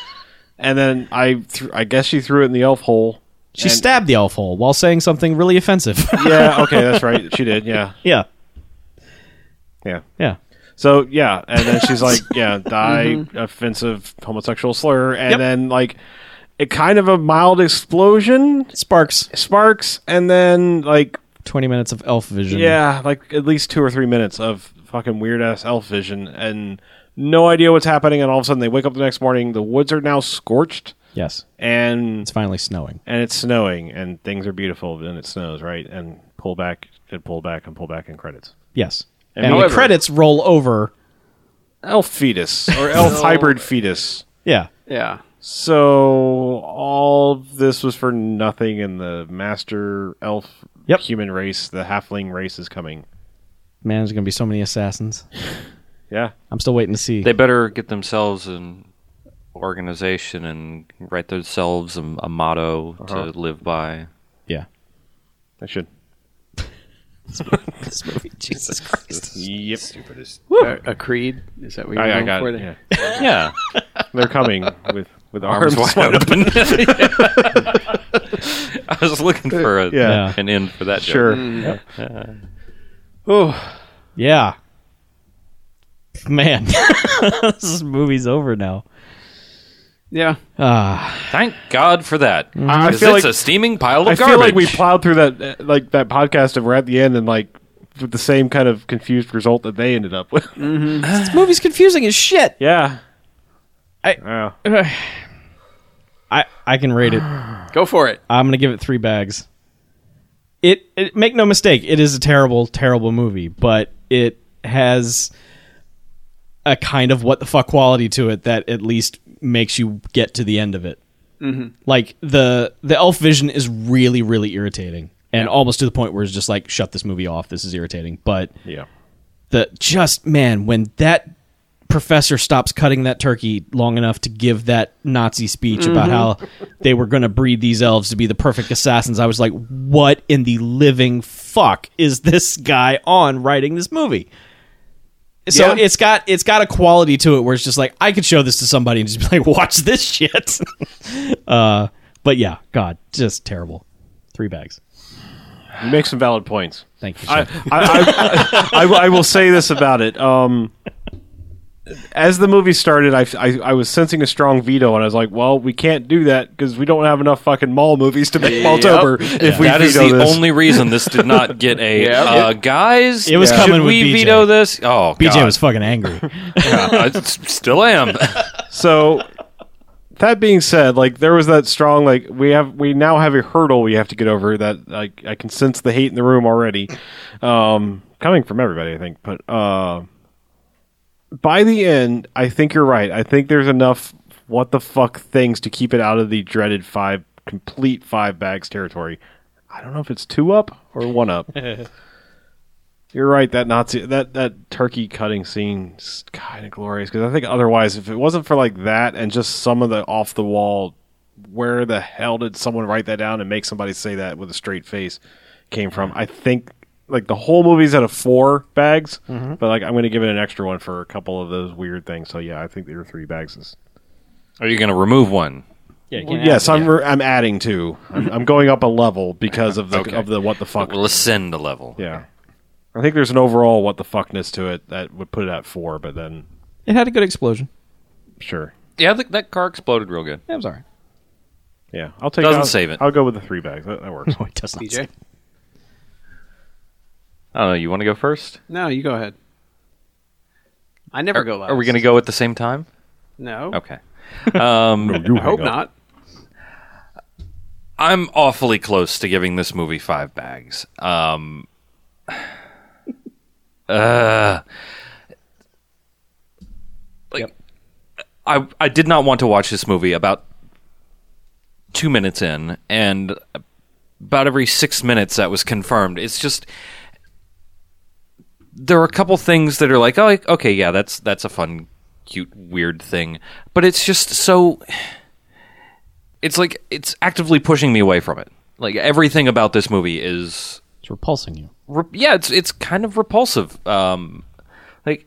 S2: and then I, th- I guess she threw it in the elf hole.
S4: she stabbed the elf hole while saying something
S2: [LAUGHS]
S4: really offensive. [LAUGHS]
S2: Yeah, okay, that's right. She did. Yeah,
S4: yeah,
S2: yeah.
S4: yeah.
S2: So yeah, and then she's
S4: [LAUGHS]
S2: like, yeah, die offensive homosexual slur, and
S4: Mm-hmm. Yep.
S2: then like. It kind of a mild explosion
S4: Sparks.
S2: sparks, and then like
S4: Twenty minutes of elf vision.
S2: Yeah, like at least two or three minutes of fucking weird ass elf vision and no idea what's happening. And all of a sudden they wake up the next morning. The woods are now scorched
S4: Yes.
S2: and
S4: It's finally snowing.
S2: and it's snowing and things are beautiful and it snows right and pull back and pull back and pull back and credits.
S4: Yes. And,
S2: And
S4: the
S3: however-
S4: credits roll over.
S2: Elf fetus or elf hybrid fetus.
S4: Yeah.
S3: Yeah,
S2: So all of this was for nothing, and the master elf
S4: Yep.
S2: human race, the halfling race, is coming.
S4: Man, there's going to be so many assassins.
S2: Yeah,
S4: I'm still waiting to see.
S1: They better get themselves an organization and write themselves a, a motto
S2: Uh-huh.
S1: to
S2: [LAUGHS]
S1: live by.
S4: yeah.
S2: I should.
S4: This movie, Jesus Christ.
S2: Yep,
S3: a, a creed. Is that what you're
S2: I, I
S3: going
S2: got
S3: for
S2: it.
S3: there?
S2: yeah.
S1: Yeah,
S2: They're coming with with arms,
S1: arms wide open. [LAUGHS] I was looking for a,
S2: Yeah. Mm.
S1: an end for that. joke.
S2: Sure.
S3: Oh,
S4: Yeah. Man, [LAUGHS] this movie's over now.
S3: yeah.
S4: Ah,
S1: Thank God for that.
S4: Mm-hmm.
S2: I
S1: 'Cause
S2: feel
S1: it's
S2: like-
S1: a steaming pile of
S2: I
S1: garbage.
S2: feel like we plowed through that uh, like that podcast and we're at the end and like with the same kind of confused result that they ended up with.
S4: this movie's confusing as shit.
S2: Yeah.
S4: I-
S2: Yeah.
S4: I, I can rate it.
S3: Go for it.
S1: Ah.
S4: I'm going to give it three bags. it, it make no mistake, it is a terrible, terrible movie, but it has a kind of what the fuck quality to it that at least makes you get to the end of it. Like the the elf vision is really, really irritating, and almost to the point where it's just like, shut this movie off. This is irritating, but
S2: Yeah.
S4: the just man when that professor stops cutting that turkey long enough to give that Nazi speech about how they were going to breed these elves to be the perfect assassins, I was like, what in the living fuck is this guy on writing this movie? So
S3: Yeah.
S4: it's got it's got a quality to it where it's just like I could show this to somebody and just be like, [LAUGHS] watch this shit. [LAUGHS] uh, but yeah, God, just terrible. Three bags.
S2: You make some valid points.
S4: Thank you.
S2: I,
S4: sir.
S2: I, I, I, I will say this about it. Um, as the movie started, I, I, I was sensing a strong veto, and I was like, "Well, we can't do that because we don't have enough fucking mall movies to make Maltober if we
S1: that
S2: veto
S1: is the
S2: this."
S1: only reason this did [LAUGHS] not get a
S3: Yeah.
S1: uh, guys.
S4: It was
S1: should
S4: coming with
S1: we
S4: BJ.
S1: veto this? Oh,
S4: BJ
S1: God. [LAUGHS]
S4: was fucking angry.
S1: I s- still am.
S2: so that being said, like there was that strong like we have we now have a hurdle we have to get over that like I can sense the hate in the room already. Um coming from everybody I think, but uh by the end, I think you're right. I think there's enough what the fuck things to keep it out of the dreaded five complete five bags territory. I don't know if it's two up or one up. You're right. That Nazi, that that turkey cutting scene, kind of glorious. Because I think otherwise, if it wasn't for like that and just some of the off the wall, where the hell did someone write that down and make somebody say that with a straight face? Came
S1: Mm-hmm.
S2: from. I think like the whole movie's out of four bags,
S1: Mm-hmm.
S2: but like I'm going to give it an extra one for a couple of those weird things. So yeah, I think there are three bags. Is,
S1: Are you going to remove one?
S2: yes, I'm re- I'm adding two. I'm, I'm going up a level because of the
S1: [LAUGHS] Okay.
S2: of the what the fuck.
S1: We'll ascend a level.
S2: Yeah, I think there's an overall what the fuckness to it that would put it at four, but then.
S4: [LAUGHS] it had a good explosion.
S2: Sure.
S1: Yeah, the, that car exploded real good.
S4: That was alright.
S2: Yeah, I'll take.
S1: Doesn't
S2: I'll,
S1: save it.
S2: I'll go with the three bags. That, that works.
S4: No, Oh, it does not.
S3: DJ?
S1: I don't know. You want to go first?
S3: No, you go ahead. I never
S1: Are,
S3: go last.
S1: are we going to go at the same time?
S3: No.
S1: Okay. Um,
S2: You
S3: [LAUGHS] I hope
S2: hang up.
S3: not.
S1: I'm awfully close to giving this movie five bags. Um, [SIGHS] uh, like, I I did not want to watch this movie about two minutes in, and about every six minutes that was confirmed. It's just there are a couple things that are like, oh, okay, yeah, that's that's a fun, cute, weird thing, but it's just so it's like it's actively pushing me away from it. Like everything about this movie is,
S4: It's repulsing you.
S1: re- yeah, it's it's kind of repulsive. Um, like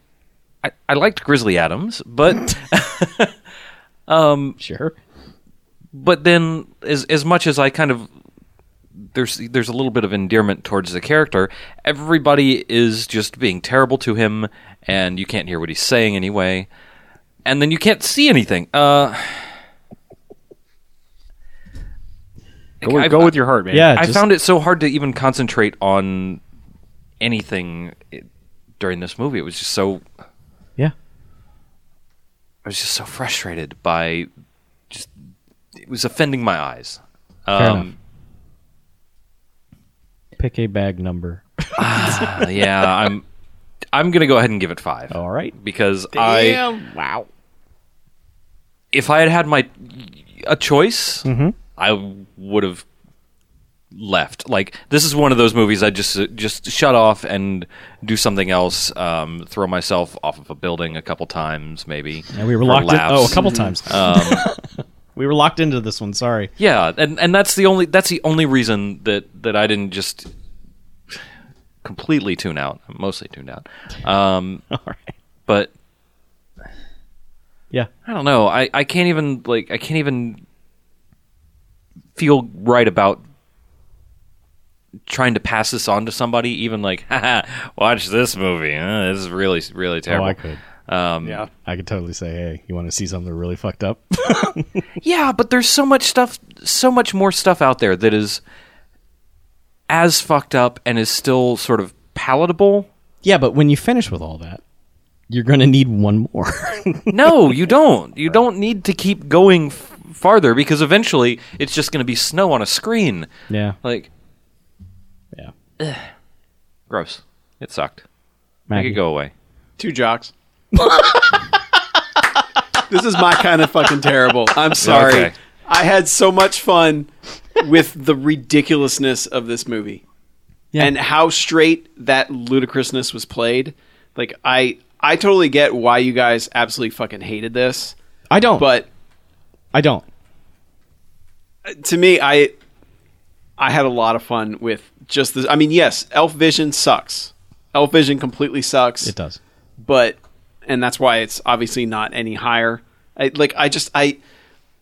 S1: I, I liked Grizzly Adams, but
S4: Sure.
S1: but then as as much as I kind of there's there's a little bit of endearment towards the character, everybody is just being terrible to him, and you can't hear what he's saying anyway, and then you can't see anything. Uh,
S2: Go, with-
S1: I've-
S2: go with your heart, man.
S4: Yeah,
S1: I
S4: just-
S1: found it so hard to even concentrate on anything i- during this movie. It was just so
S4: Yeah.
S1: I was just so frustrated by just it was offending my eyes.
S4: Fair enough. Pick a bag number.
S1: uh, yeah, I'm I'm gonna go ahead and give it five
S4: All right.
S1: because I
S3: Damn. wow.
S1: if I had had my a choice,
S4: Mm-hmm.
S1: I would have left. Like this is one of those movies I just just shut off and do something else. Um, throw myself off of a building a couple times, maybe.
S4: And we were
S1: for
S4: locked in.
S1: laughs.
S4: Oh, a couple times. [LAUGHS] Um, we were locked into this one. Sorry.
S1: Yeah, and and that's the only that's the only reason that that I didn't just completely tune out. I'm mostly tuned out. Um,
S4: [LAUGHS] All right.
S1: but
S4: Yeah.
S1: I don't know. I, I can't even like I can't even feel right about trying to pass this on to somebody. Even like, [LAUGHS] haha, watch this movie. Uh, this is really really terrible.
S4: Oh, I could.
S1: Um,
S3: Yeah.
S4: I could totally say, hey, you want to see something really fucked up? [LAUGHS]
S1: yeah, but there's so much stuff, so much more stuff out there that is as fucked up and is still sort of
S4: [LAUGHS]
S1: palatable.
S4: yeah, but when you finish with all that, you're going to need one more. [LAUGHS]
S1: No, you don't. You don't need to keep going f- farther because eventually it's just going to be snow on a screen.
S4: yeah.
S1: Like Ugh. Gross. It sucked. Make
S4: Maggie.
S1: it go away.
S3: Two
S1: [LAUGHS]
S3: jocks. this is my kind of fucking terrible. I'm sorry.
S1: Okay.
S3: I had so much fun with the ridiculousness of this movie and how straight that ludicrousness was played. Like I I totally get why you guys absolutely fucking hated this,
S4: I don't.
S3: but
S4: I don't.
S3: to me I I had a lot of fun with just this. I mean, yes, Elf Vision sucks. Elf Vision completely sucks.
S4: It does.
S3: but and that's why it's obviously not any higher. I, like I just I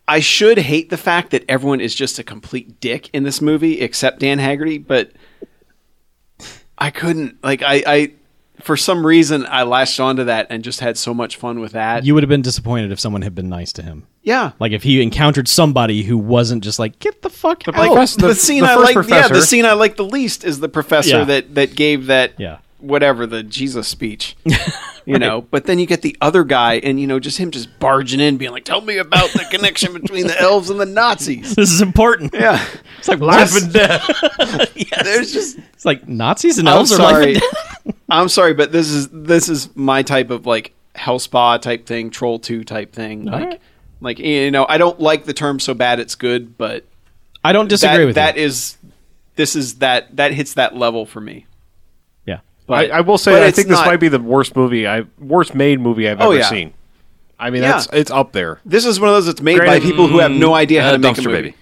S3: I should hate the fact that everyone is just a complete dick in this movie except Dan Haggerty, but I couldn't like I I for some reason I latched onto that and just had so much fun with that.
S4: You would have been disappointed if someone had been nice to him.
S3: yeah.
S4: Like if he encountered somebody who wasn't just like get Oh, the fuck out.
S3: Like
S2: professor-
S3: the,
S2: the-
S3: scene
S2: the
S3: I
S2: first
S3: like, yeah,
S2: professor.
S3: the scene I like the least is the professor
S4: Yeah.
S3: that that gave that
S4: Yeah.
S3: whatever the Jesus
S4: [LAUGHS]
S3: speech, you know. But then you get the other guy, and you know, just him just barging in, being like, "Tell me about the connection between the elves and the
S4: [LAUGHS]
S3: Nazis."
S4: This is important.
S3: Yeah,
S4: It's like life
S3: Yes.
S4: and [LAUGHS] death.
S3: there's just
S4: It's like Nazis and
S3: I'm
S4: elves are life and
S3: sorry,
S4: death.
S3: [LAUGHS] I'm sorry, but this is this is my type of like hell spa type thing, troll two type thing, like.
S4: right.
S3: Like you know, I don't like the term "so bad it's good," but
S4: I don't disagree
S3: that,
S4: with
S3: that
S4: you.
S3: is- this is that that hits that level for me.
S4: yeah.
S3: But
S2: I, I will say
S3: but
S2: I
S3: it's
S2: think
S3: not-
S2: this might be the worst movie I worst made movie I've
S3: Oh,
S2: ever
S3: yeah.
S2: seen. I mean,
S3: Yeah.
S2: that's it's up there.
S3: This is one of those that's made by
S2: Granted-
S3: people who have no idea how
S1: Uh,
S3: to make a
S1: Dumpster
S3: movie.
S1: Baby.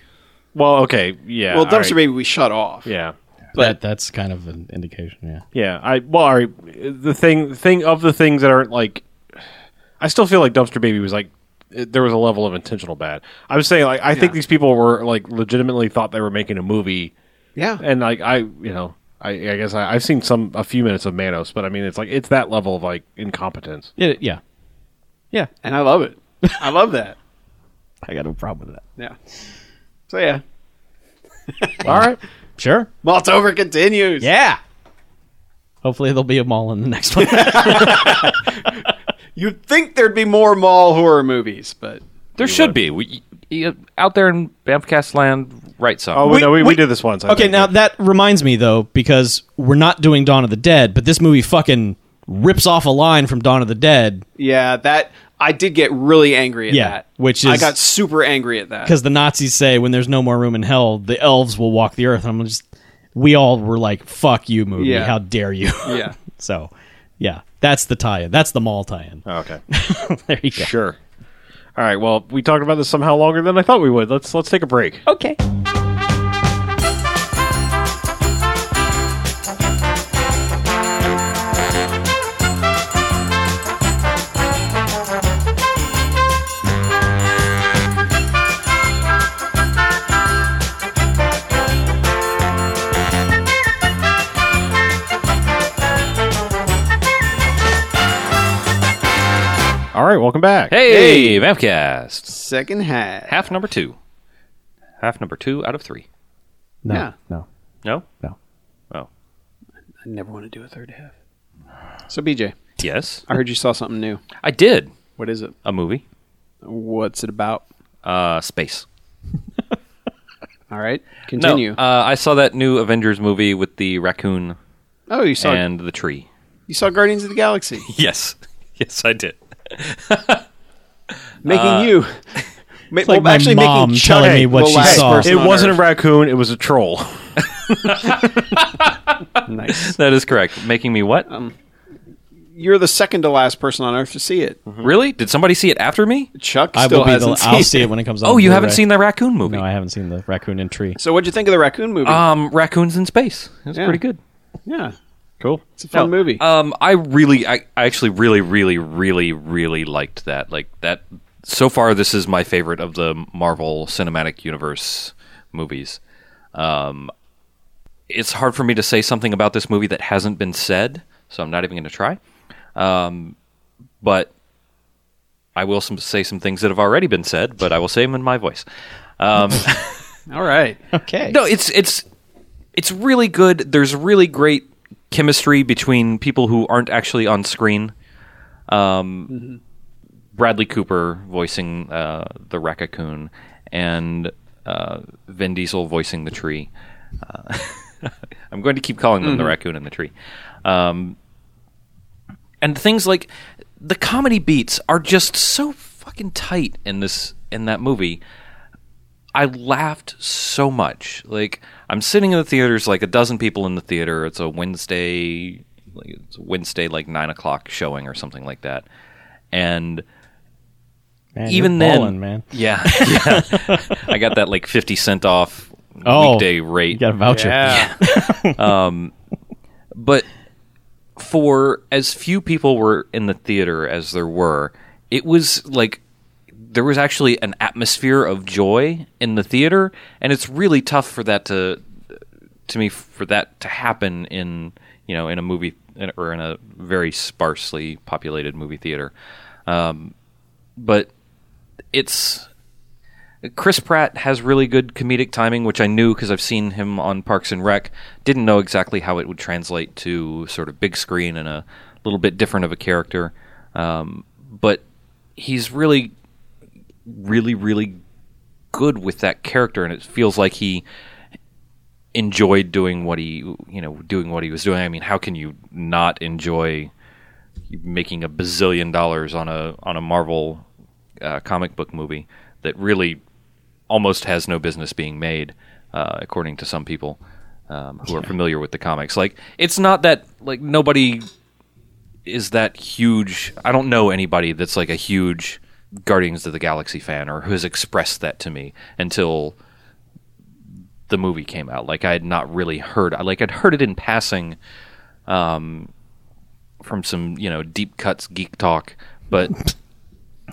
S2: Well, okay, yeah.
S3: Well,
S2: all
S3: Dumpster
S2: right.
S3: Baby we shut off.
S2: Yeah,
S3: But
S4: that that's kind of an indication. Yeah.
S2: yeah. I well, all right. The thing, the thing of the things that aren't like, I still feel like Dumpster Baby was like it- there was a level of intentional bad. I was saying like I think these people were like legitimately thought they were making a movie,
S3: yeah.
S2: and like I, you know, I, I guess I, I've seen some a few minutes of Manos, but I mean it's like it's that level of like incompetence.
S4: Yeah. Yeah. Yeah.
S3: and I love it. I love that.
S4: I got no problem with that.
S3: Yeah. So yeah.
S2: All right.
S4: Sure.
S3: Maltover continues.
S4: Yeah. Hopefully there'll be a mall in the next one.
S3: You'd think there'd be more mall horror movies, but
S1: There should be. We, you- out there in Bamfcast land, write some.
S2: Oh, we,
S4: Wait,
S2: no, we, we
S4: wait.
S2: did this once. I
S4: [LAUGHS] okay,
S2: think.
S4: now that reminds me though, because we're not doing Dawn of the Dead, but this movie fucking rips off a line from Dawn of the Dead
S3: yeah, that I did get really angry at
S4: Yeah,
S3: that.
S4: which
S3: I
S4: is-
S3: got super angry at that.
S4: because the Nazis say when there's no more room in hell, the elves will walk the earth. And I'm just, we all were like, "Fuck you, movie!
S3: Yeah.
S4: How dare you?" [LAUGHS]
S3: Yeah.
S4: so, yeah, that's the tie-in. That's the mall tie-in.
S2: Oh, [LAUGHS] okay.
S4: there you go.
S2: Sure. All right. Well, we talked about this somehow longer than I thought we would. Let's let's take a break.
S4: Okay.
S2: All right. Welcome back.
S1: hey, Bamfcast.
S3: Second half.
S1: Half number two. Half number two out of three.
S4: No,
S3: Yeah.
S4: no,
S1: No?
S4: no.
S1: Oh.
S3: I never want to do a third half. So BJ,
S1: Yes.
S3: I heard you saw something new.
S1: I did.
S3: What is it?
S1: A movie.
S3: What's it about?
S1: Uh, space.
S3: All right. Continue.
S1: No, uh, I saw that new Avengers movie with the raccoon
S3: oh, you saw
S1: and the tree.
S3: you saw Guardians of the [LAUGHS] Galaxy.
S1: [LAUGHS] Yes. Yes, I did.
S3: making you. Uh, [LAUGHS] Ma-
S4: like my mom telling me what
S3: the
S4: she
S3: last
S4: saw.
S3: person
S2: It
S3: on
S2: wasn't a
S3: Earth.
S2: raccoon. It was a troll.
S3: nice.
S1: [LAUGHS] That is correct. Making me what?
S3: You're the second to last person on Earth to see it.
S1: really? Did somebody see it after me?
S3: Chuck
S4: Mm-hmm. I
S3: still
S4: will be. The,
S3: hasn't seen
S4: I'll see it when it comes out.
S1: Oh,
S4: on
S1: you haven't
S4: Blu-ray.
S1: seen the raccoon movie.
S4: No, I haven't seen the raccoon and tree.
S3: So, what'd you think of the raccoon
S4: Uh,
S3: movie?
S1: um, raccoons in space. It was
S3: Yeah.
S1: pretty good.
S3: yeah,
S2: Cool.
S3: it's a
S4: Oh,
S3: fun movie.
S4: uh,
S1: Um, I really, I, I actually really, really, really, really liked that. Like that. So far, this is my favorite of the Marvel Cinematic Universe movies. Um, it's hard for me to say something about this movie that hasn't been said, so I'm not even going to try. Um, but I will some, say some things that have already been said, but I will say them in my voice. Um,
S3: All
S4: [LAUGHS]
S3: right.
S4: Okay.
S1: no, it's it's it's really good. There's really great chemistry between people who aren't actually on screen. Um, Bradley Cooper voicing uh, the raccoon and uh, [LAUGHS] Vin Diesel voicing the tree. Uh, I'm going to keep calling them the raccoon in the tree. Um, and things like the comedy beats are just so fucking tight in this in that movie. I laughed so much. Like I'm sitting in the theaters, like a dozen people in the theater. It's a Wednesday, like it's a Wednesday, like nine o'clock showing or something like that. And
S4: Man,
S1: even
S4: you're
S1: then,
S4: ballin', man.
S1: yeah, [LAUGHS] yeah. I got that like fifty cent off
S4: Oh,
S1: weekday rate.
S4: You got a voucher.
S3: Yeah.
S1: But for as few people were in the theater as there were, it was like there was actually an atmosphere of joy in the theater, and it's really tough for that to to me for that to happen in you know in a movie in, or in a very sparsely populated movie theater. Um, but it's Chris Pratt has really good comedic timing, which I knew because I've seen him on Parks and Rec. Didn't know exactly how it would translate to sort of big screen and a little bit different of a character. Um, but he's really, really, really good with that character, and it feels like he enjoyed doing what he, you know, doing what he was doing. I mean, how can you not enjoy making a bazillion dollars on a on a Marvel uh, comic book movie that really almost has no business being made, uh, according to some people um, who are familiar with the comics. Like, it's not that like nobody is that huge. I don't know anybody that's like a huge Guardians of the Galaxy fan or who has expressed that to me until the movie came out. Like, I had not really heard. I Like, I'd heard it in passing um, from some you know deep cuts geek talk,
S4: [LAUGHS]
S1: but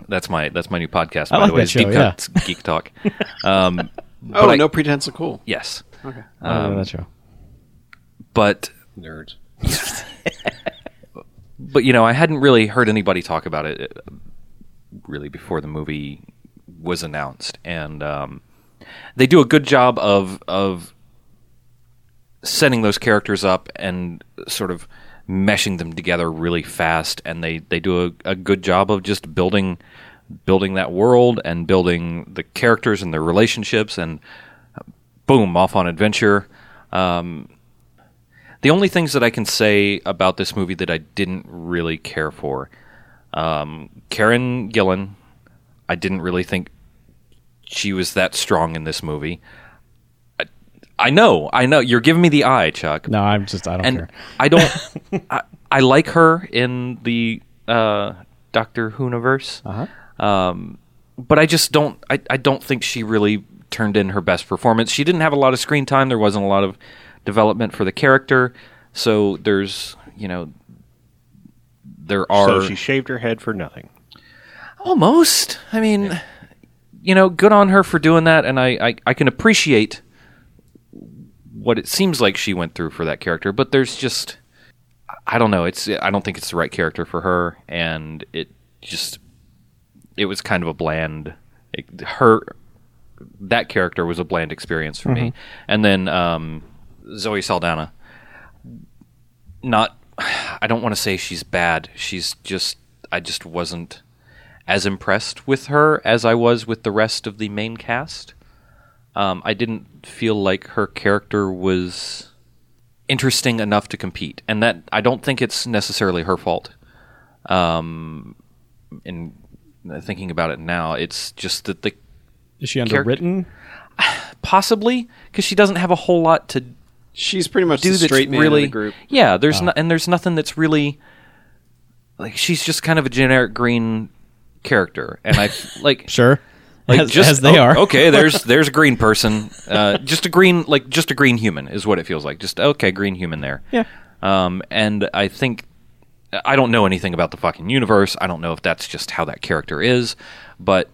S1: that's my that's my new podcast. By
S4: like
S1: the way,
S4: that
S1: is
S4: show,
S1: deep
S4: yeah.
S1: cuts
S4: [LAUGHS]
S1: geek talk. Um,
S3: Oh,
S1: I-
S3: no pretense of cool.
S1: yes,
S4: I don't know that show.
S1: but
S2: Nerds.
S1: [LAUGHS] but you know I hadn't really heard anybody talk about it uh, really before the movie was announced, and um, they do a good job of of setting those characters up and sort of meshing them together really fast and they, they do a, a good job of just building building that world and building the characters and their relationships and boom off on adventure um, the only things that i can say about this movie that i didn't really care for um, karen gillan i didn't really think she was that strong in this movie I, I know i know you're giving me the eye chuck
S4: No, I'm just I don't
S1: and
S4: care.
S1: I don't. I, I like her in the uh, Doctor Whoverse, um, but I just don't. I, I don't think she really turned in her best performance. She didn't have a lot of screen time. There wasn't a lot of development for the character, so there's you know there are
S2: So she shaved her head for nothing.
S1: Almost. I mean, you know, good on her for doing that, and I, I, I can appreciate what it seems like she went through for that character, but there's just I don't know, it's I don't think it's the right character for her and it just it was kind of a bland it, her that character was a bland experience for me. And then um, Zoe Saldana not [SIGHS] I don't want to say she's bad. She's just I just wasn't as impressed with her as I was with the rest of the main cast. Um, I didn't feel like her character was interesting enough to compete, and that I don't think it's necessarily her fault. Um, in thinking about it now, it's just that the
S4: Is she underwritten?
S1: possibly because she doesn't have a whole lot to
S3: She's pretty much
S1: do
S3: the
S1: that's
S3: straight man
S1: really
S3: of the group.
S1: yeah there's no, and there's nothing that's really like she's just kind of a generic green character and i like
S4: Sure.
S1: like
S4: as,
S1: just
S4: as they
S1: oh,
S4: are. [LAUGHS]
S1: okay there's there's a green person uh just a green like just a green human is what it feels like just okay green human there
S4: Yeah.
S1: um and i think i don't know anything about the fucking universe i don't know if that's just how that character is but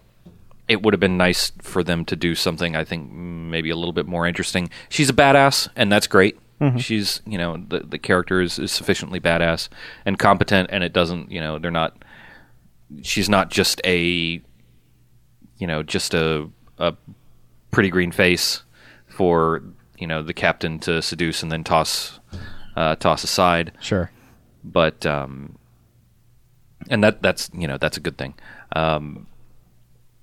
S1: it would have been nice for them to do something I think maybe a little bit more interesting. She's a badass, and that's great.
S4: Mm-hmm.
S1: She's you know the the character is, is sufficiently badass and competent, and it doesn't you know they're not. She's not just a you know just a a pretty green face for you know the captain to seduce and then toss uh, toss aside
S4: Sure.
S1: but um, and that that's you know that's a good thing. Um,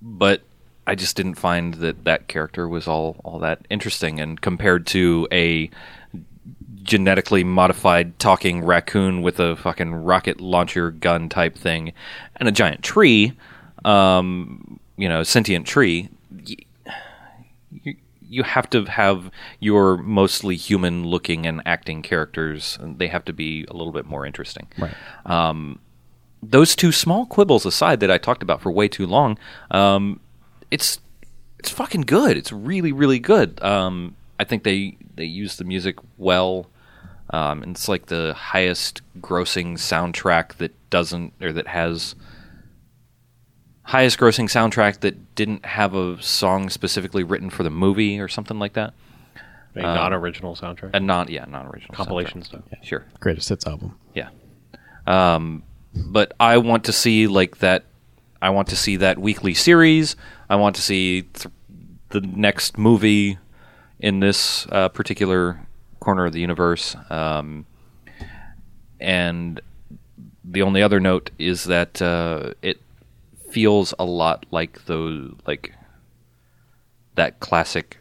S1: but I just didn't find that that character was all all that interesting, and compared to a genetically modified talking raccoon with a fucking rocket launcher gun type thing and a giant tree, um, you know, sentient tree, y- you, you have to have your mostly human looking and acting characters, and they have to be a little bit more interesting. Right. Um, those two small quibbles aside that I talked about for way too long, um, it's it's fucking good. It's really really good. Um, I think they they use the music well. Um, and it's like the highest grossing soundtrack that doesn't or that has highest grossing soundtrack that didn't have a song specifically written for the movie or something like that. Uh,
S2: A non-original soundtrack.
S1: A non yeah, non original
S2: Compilation stuff.
S1: Sure.
S4: Greatest hits album.
S1: Yeah. Um, but I want to see like that. I want to see that weekly series. I want to see th- the next movie in this uh, particular corner of the universe. Um, and the only other note is that uh, it feels a lot like those like that classic.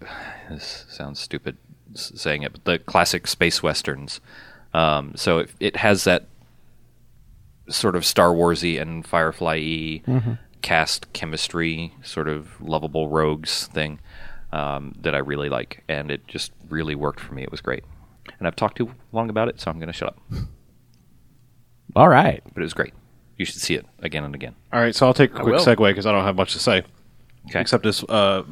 S1: This sounds stupid s- saying it, but the classic space westerns. Um, so it, it has that sort of Star Warsy and Firefly y
S4: Mm-hmm.
S1: cast chemistry, sort of lovable rogues thing um, that I really like, and it just really worked for me. It was great, and I've talked too long about it, so I'm going to shut up.
S4: All right.
S1: But it was great. You should see it again and again.
S2: All right, so I'll take a quick
S3: will.
S2: segue because I don't have much to say,
S1: Okay.
S2: except this uh,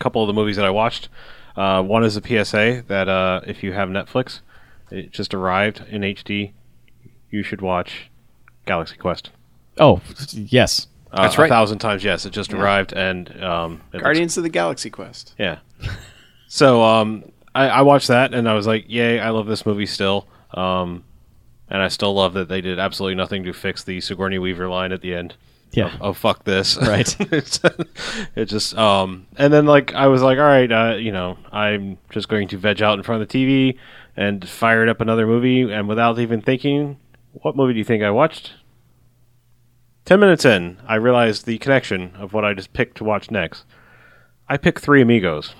S2: couple of the movies that I watched. Uh, one is a PSA that uh, if you have Netflix, it just arrived in HD. You should watch Galaxy Quest.
S4: Oh, yes.
S2: Uh,
S1: That's right.
S2: A thousand times, yes. It just arrived, and um, it looks
S3: Guardians of the Galaxy Quest.
S2: Yeah. So um, I, I watched that and I was like, "Yay! I love this movie still." Um, and I still love that they did absolutely nothing to fix the Sigourney Weaver line at the end.
S4: Yeah.
S2: Oh fuck this! [LAUGHS]
S4: Right.
S2: It's- it just um, and then like I was like, "All right, uh, you know, I'm just going to veg out in front of the TV and fired up another movie." And without even thinking, what movie do you think I watched? Ten minutes in, I realized the connection of what I just picked to watch next. I picked Three Amigos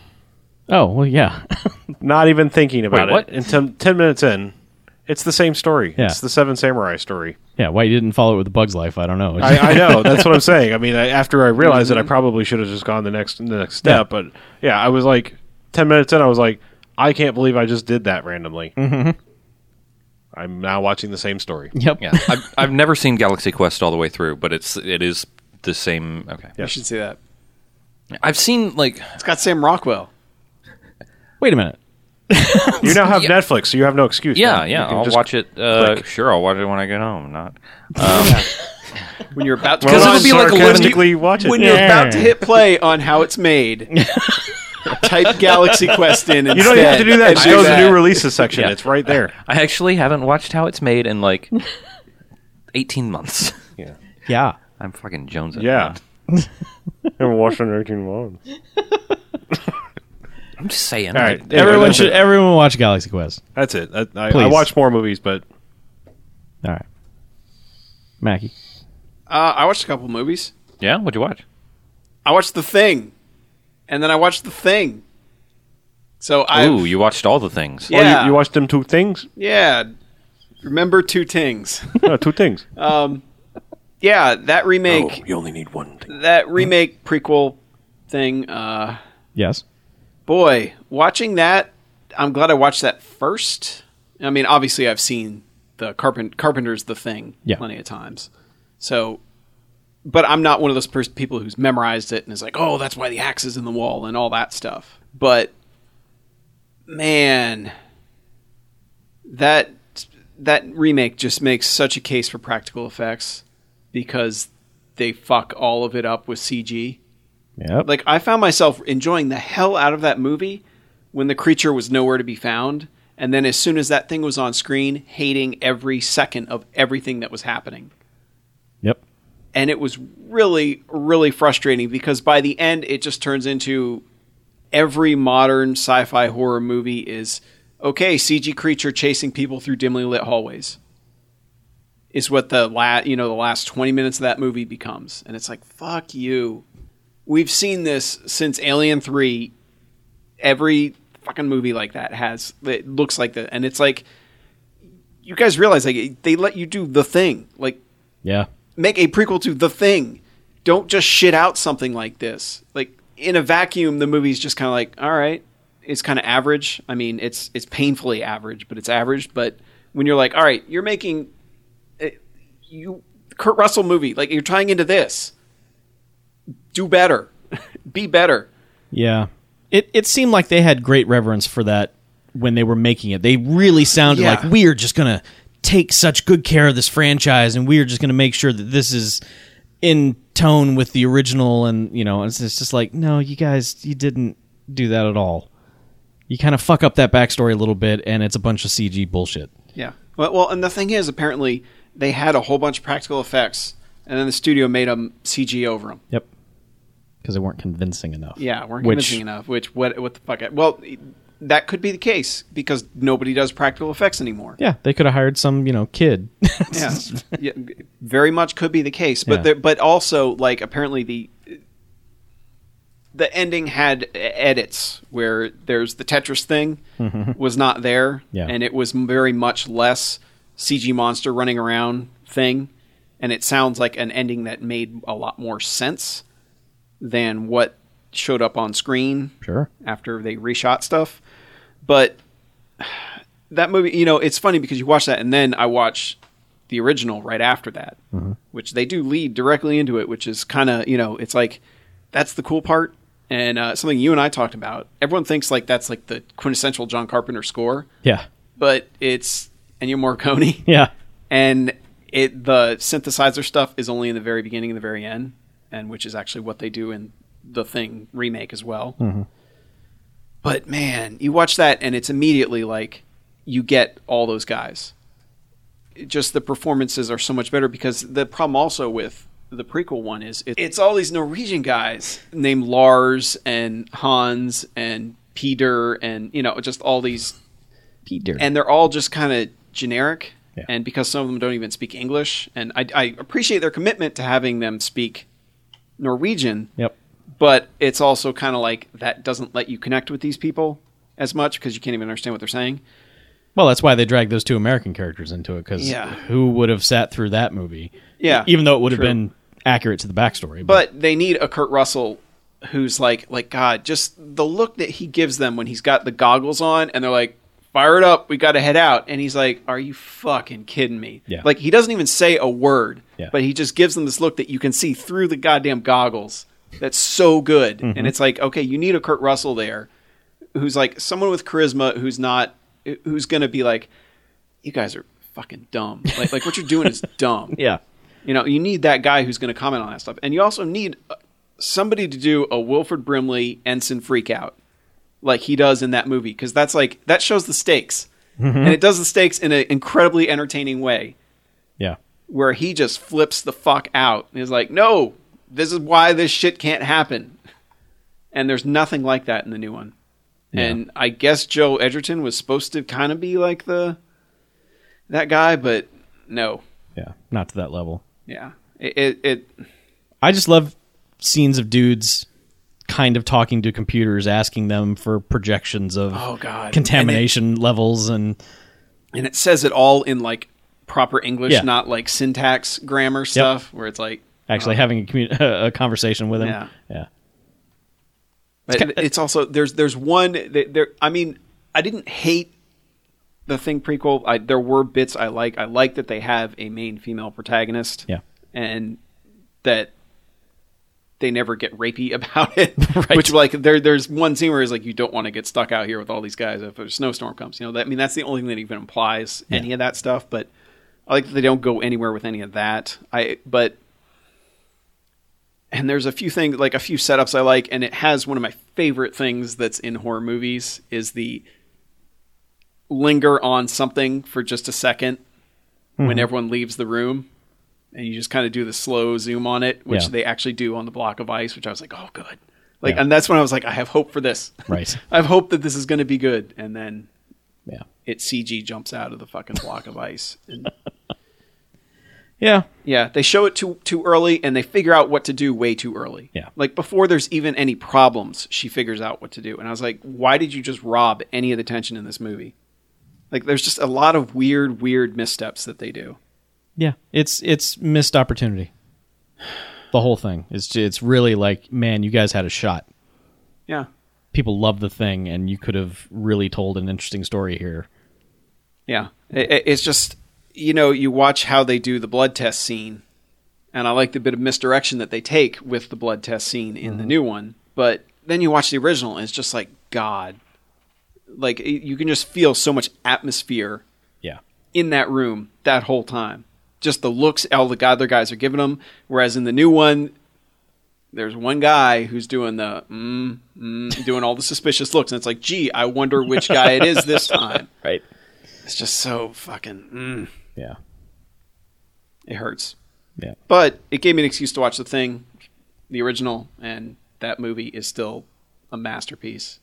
S4: Oh, well, yeah. [LAUGHS]
S2: not even thinking about
S1: Wait, what?
S2: it. And ten, ten minutes in, it's the same story.
S4: Yeah.
S2: It's the Seven Samurai story.
S4: yeah, why you didn't follow it with The Bug's Life, I don't know. [LAUGHS]
S2: I, uh, [LAUGHS] I know. That's what I'm saying. I mean, I, after I realized it, I probably should have just gone the next the next step. But Mm-hmm. yeah, I was like, ten minutes in, I was like, I can't believe I just did that randomly. Mm-hmm. I'm now watching the same
S1: [LAUGHS]
S2: story.
S4: yep.
S1: yeah, I've, I've never seen Galaxy Quest all the way through, but it's it is the same. Okay,
S3: You should see that.
S1: I've seen like
S3: It's got Sam Rockwell.
S4: Wait a minute.
S2: You now have Netflix, so you have no excuse.
S1: yeah
S2: now. You
S1: yeah.
S2: can
S1: I'll
S2: just-
S1: watch it. Uh, sure, I'll watch it when I get home. Not
S3: When you're about to
S2: Well,
S1: Because it'll
S2: I'm
S1: be like a
S2: sarcastically
S1: little-
S2: watch it.
S3: when you're about to hit play on how it's made,
S2: [LAUGHS]
S3: type Galaxy Quest in. Instead
S2: you don't have to do that.
S3: and
S2: Just go to the
S3: that.
S2: new releases section.
S1: Yeah.
S2: It's right
S1: [LAUGHS]
S2: there.
S1: I actually haven't watched how it's made
S2: [LAUGHS]
S1: in like eighteen months. [LAUGHS]
S4: Yeah.
S1: I'm fucking jonesing.
S2: Yeah. [LAUGHS] Haven't watched on 18 long.
S1: I'm just saying.
S2: All right.
S1: like,
S2: Anyway,
S4: Everyone
S2: that's
S4: should
S2: it.
S4: everyone watch Galaxy Quest.
S2: That's it. I, I, I
S4: Please.
S2: watch more movies, but
S4: All right. Mackie.
S3: Uh, I watched a couple movies.
S1: Yeah, what'd you watch?
S3: I watched The Thing, and then I watched The Thing. So I
S1: Ooh, you watched all the things.
S2: oh,
S3: yeah
S2: you, you watched them two things.
S3: yeah remember two things.
S2: No, two things.
S3: yeah, that remake
S2: you only need one. Thing.
S3: that remake prequel thing. Uh,
S4: Yes.
S3: boy, watching that, I'm glad I watched that first. I mean, obviously, I've seen the Carpent- Carpenter's The Thing
S4: Yeah.
S3: plenty of times. So, but I'm not one of those pers- people who's memorized it and is like, oh, that's why the axe is in the wall and all that stuff. But man, that that remake just makes such a case for practical effects because they fuck all of it up with CG.
S4: Yep.
S3: Like I found myself enjoying the hell out of that movie when the creature was nowhere to be found, and then as soon as that thing was on screen, hating every second of everything that was happening.
S4: yep.
S3: And it was really really frustrating because by the end it just turns into every modern sci-fi horror movie is okay, CG creature chasing people through dimly lit hallways. Is what the la- you know the last 20 minutes of that movie becomes. And it's like fuck you we've seen this since Alien Three. Every fucking movie like that has it looks like that, and it's like you guys realize like they let you do the thing, like
S4: Yeah.
S3: make a prequel to the thing. Don't just shit out something like this. Like in a vacuum, the movie's just kind of like, all right, it's kind of average. I mean, it's it's painfully average, but it's average. But when you're like, all right, you're making it, you Kurt Russell movie, like you're tying into this. Do better, [LAUGHS] be better.
S4: Yeah. It it seemed like they had great reverence for that when they were making it. They really sounded
S3: Yeah.
S4: like we are just going to take such good care of this franchise and we are just going to make sure that this is in tone with the original and you know, it's, it's just like no, you guys you didn't do that at all. You kind of fuck up that backstory a little bit and it's a bunch of CG bullshit.
S3: Yeah. Well, well, and the thing is, apparently they had a whole bunch of practical effects, and then the studio made them CG over them.
S4: Yep. Cuz they weren't convincing enough.
S3: Yeah, weren't
S4: Which-
S3: convincing enough. Which what what the fuck? Well, that could be the case because nobody does practical effects anymore.
S4: Yeah, they could have hired some, you know, kid. [LAUGHS]
S3: Yeah, Yeah, very much could be the case. But
S4: Yeah.
S3: there, but also like apparently the the ending had e, edits where there's the Tetris thing was not there,
S4: Mm-hmm. Yeah.
S3: and it was very much less CG monster running around thing, and it sounds like an ending that made a lot more sense than what showed up on screen
S4: sure.
S3: after they reshot stuff. But that movie, you know, it's funny because you watch that and then I watch the original right after that, which they do lead directly into it, which is kind of, you know, it's like that's the cool part. And uh, something you and I talked about. Everyone thinks like that's like the quintessential John Carpenter score,
S4: Yeah.
S3: but it's Ennio
S4: [LAUGHS]
S3: Morricone.
S4: Yeah.
S3: and it the synthesizer stuff is only in the very beginning and the very end, and which is actually what they do in the Thing remake as well. But man, you watch that and it's immediately like you get all those guys. It- just the performances are so much better because the problem also with the prequel one is it, it's all these Norwegian guys named Lars and Hans and Peter and you know just all these
S4: Peter.
S3: and they're all just kind of generic.
S4: Yeah.
S3: And because some of them don't even speak English, and I, I appreciate their commitment to having them speak Norwegian,
S4: yep.
S3: but it's also kind of like that doesn't let you connect with these people as much because you can't even understand what they're saying.
S4: Well, that's why they dragged those two American characters into it because
S3: Yeah.
S4: who would have sat through that movie? E-,
S3: Yeah,
S4: even though it would have
S3: true.
S4: been accurate to the backstory.
S3: But they need a Kurt Russell who's like, like God, just the look that he gives them when he's got the goggles on, and they're like, "Fire it up, we got to head out," and he's like, "Are you fucking kidding me?"
S4: Yeah.
S3: Like he doesn't even say a word,
S4: Yeah.
S3: but he just gives them this look that you can see through the goddamn goggles. That's so good,
S4: Mm-hmm.
S3: and it's like, okay, you need a Kurt Russell there, who's like someone with charisma, who's not, who's gonna be like, "You guys are." Fucking dumb. Like, like what you're doing is
S4: [LAUGHS]
S3: dumb.
S4: yeah,
S3: You know, you need that guy who's going to comment on that stuff, and you also need uh, somebody to do a Wilford Brimley ensign freakout like he does in that movie, because that's like that shows the stakes, and it does the stakes in an incredibly entertaining way,
S4: yeah,
S3: where he just flips the fuck out and is like, "No, this is why this shit can't happen," and there's nothing like that in the new one. And I guess Joe Edgerton was supposed to kind of be like the that guy, but no,
S4: yeah. Not to that level.
S3: yeah, it it. it
S4: I just love scenes of dudes kind of talking to computers, asking them for projections of
S3: Oh God!
S4: contamination levels, and
S3: and it, and it says it all in like proper English,
S4: Yeah.
S3: not like syntax, grammar stuff, where it's like.
S4: actually having a, commu- [LAUGHS] a conversation with them.
S3: Oh. Yeah.
S4: yeah,
S3: But it's, also there's there's one that there. I mean, I didn't hate the thing prequel. I, there were bits I like. I like that they have a main female protagonist.
S4: Yeah.
S3: and that they never get rapey [LAUGHS] about it. Which like there there's one scene where it's like you don't want to get stuck out here with all these guys if a snowstorm comes. You know, that I mean that's the only thing that even implies any of that stuff, but I like that they don't go anywhere with any of that. I but and there's a few things like a few setups I like and it has one of my favorite things that's in horror movies is the linger on something for just a 2nd
S4: Mm-hmm.
S3: when everyone leaves the room and you just kind of do the slow zoom on it, which
S4: Yeah.
S3: they actually do on the block of ice, which I was like, oh, good. Like, and that's when I was like, I have hope for this. [LAUGHS]
S4: Right. [LAUGHS]
S3: I have hope that this is going to be good. And then
S4: yeah,
S3: it CG jumps out of the fucking block of ice. And,
S4: yeah.
S3: yeah, they show it too too early, and they figure out what to do way too early.
S4: Yeah.
S3: like before there's even any problems, she figures out what to do. And I was like, why did you just rob any of the tension in this movie? Like there's just a lot of weird, weird missteps that they do.
S4: Yeah, it's it's missed opportunity. The whole thing is it's really like, man, you guys had a shot.
S3: Yeah.
S4: People love the thing, and you could have really told an interesting story here.
S3: Yeah. It, it- it's just, you know, you watch how they do the blood test scene, and I like the bit of misdirection that they take with the blood test scene in the new one. But then you watch the original, and it's just like, God. Like, it- you can just feel so much atmosphere
S4: Yeah,
S3: in that room that whole time. Just the looks all the other guys are giving them. Whereas in the new one, there's one guy who's doing the mm, mm, doing all the suspicious looks, and it's like, gee, I wonder which guy it is this time.
S4: right.
S3: It's just so fucking. Mm,
S4: Yeah,
S3: it hurts.
S4: yeah.
S3: But it gave me an excuse to watch the thing, the original, and that movie is still a masterpiece.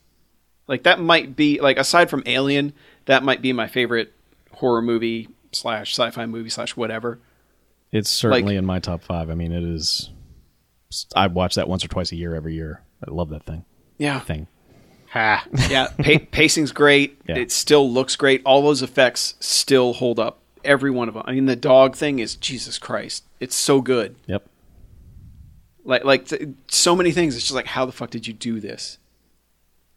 S3: Like that might be like aside from Alien, that might be my favorite horror movie slash sci-fi movie slash whatever.
S4: It's certainly in my top five. I mean, it is. I watch that once or twice a year, every year. I love that thing.
S3: Yeah,
S4: Thing.
S3: [LAUGHS] yeah. Pa- pacing's great.
S4: Yeah.
S3: It still looks great. All those effects still hold up. Every one of them. I mean, the dog thing is Jesus Christ. It's so good.
S4: Yep.
S3: like like th- so many things it's just like how the fuck did you do this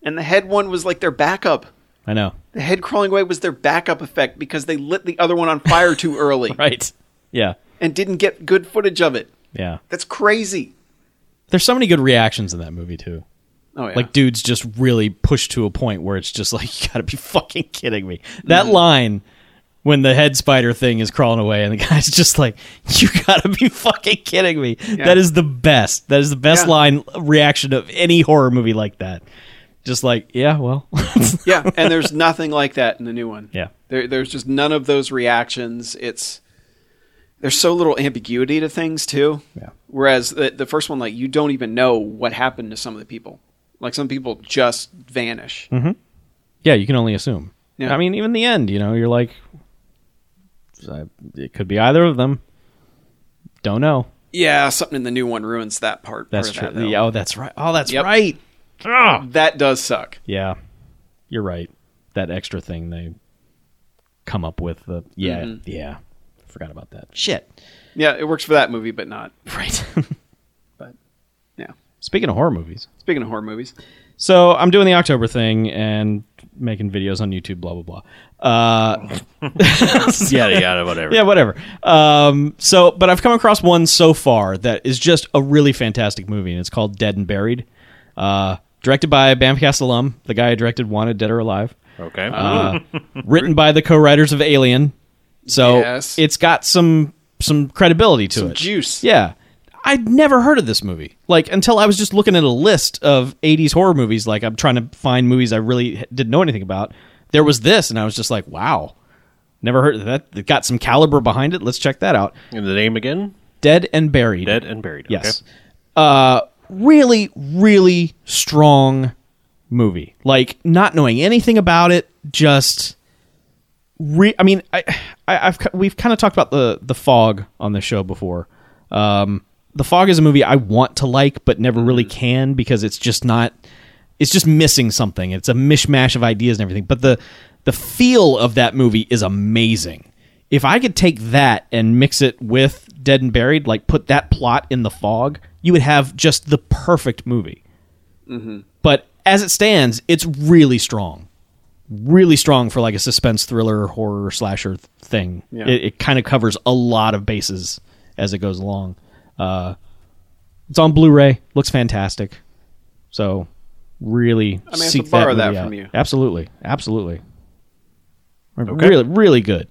S3: and the head one was like their backup
S4: I know.
S3: the head crawling away was their backup effect because they lit the other one on fire
S4: [LAUGHS]
S3: too early
S4: Right. Yeah.
S3: and didn't get good footage of it
S4: Yeah.
S3: that's crazy
S4: There's so many good reactions in that movie too.
S3: oh yeah
S4: Like dudes just really pushed to a point where it's just like [LAUGHS] you gotta be fucking kidding me. That
S3: Mm-hmm.
S4: line when the head spider thing is crawling away and the [LAUGHS] guy's just like, You gotta be fucking kidding me. That is the best. That is the best
S3: Yeah.
S4: line reaction of any horror movie like that. Just like, yeah, well
S3: [LAUGHS]
S4: [LAUGHS]
S3: yeah and there's nothing like that in the new one
S4: Yeah.
S3: there, there's just none of those reactions it's there's so little ambiguity to things too
S4: Yeah.
S3: whereas the, the first one like you don't even know what happened to some of the people like some people just vanish
S4: Yeah, you can only assume.
S3: Yeah.
S4: I mean, even the end, you know, you're like I- it could be either of them. Don't know.
S3: Yeah, something in the new one ruins that part.
S4: That's
S3: or
S4: true.
S3: That, though.
S4: Yeah, oh, that's right. Oh, that's
S3: Yep.
S4: right.
S3: that does suck.
S4: Yeah, you're right. That extra thing they come up with. The yeah, yeah. Forgot about that. Shit.
S3: Yeah, it works for that movie, but not.
S4: [LAUGHS] Right. [LAUGHS]
S3: Yeah.
S4: Speaking of horror movies,
S3: Speaking of horror movies,
S4: so I'm doing the October thing and making videos on YouTube. Blah blah blah. Uh,
S1: yada yada, whatever.
S4: yeah, whatever. Um, so, but I've come across one so far that is just a really fantastic movie, and it's called Dead and Buried. Uh, directed by a Bamcast alum, the guy who directed Wanted Dead or Alive.
S2: Okay.
S1: Uh,
S4: written by the co-writers of Alien. So
S3: Yes.
S4: it's got some some credibility to it.
S3: Juice.
S4: Yeah. I'd never heard of this movie. Like until I was just looking at a list of 80s horror movies like I'm trying to find movies I really h- didn't know anything about. There was this and I was just like, "Wow. Never heard of that. It got some caliber behind it. Let's check that out."
S2: and the name again?
S4: Dead and Buried.
S2: Dead and buried.
S4: Yes. Uh, really, really strong movie. Like not knowing anything about it, just. Re- I mean, I, I, I've ki- we've kind of talked about the the fog on the show before. Um, the fog is a movie I want to like, but never really can because it's just not. It's just missing something. It's a mishmash of ideas and everything. But the the feel of that movie is amazing if I could take that and mix it with Dead and Buried, like put that plot in the fog, you would have just the perfect movie. But as it stands, it's really strong, really strong for like a suspense thriller, horror slasher th- thing. It, it kind of covers a lot of bases as it goes along. Uh, it's on Blu-ray, looks fantastic. So really,
S3: I may have
S4: seek
S3: to borrow
S4: that,
S3: that
S4: movie
S3: from
S4: out.
S3: you.
S4: Absolutely, absolutely. Really, really good.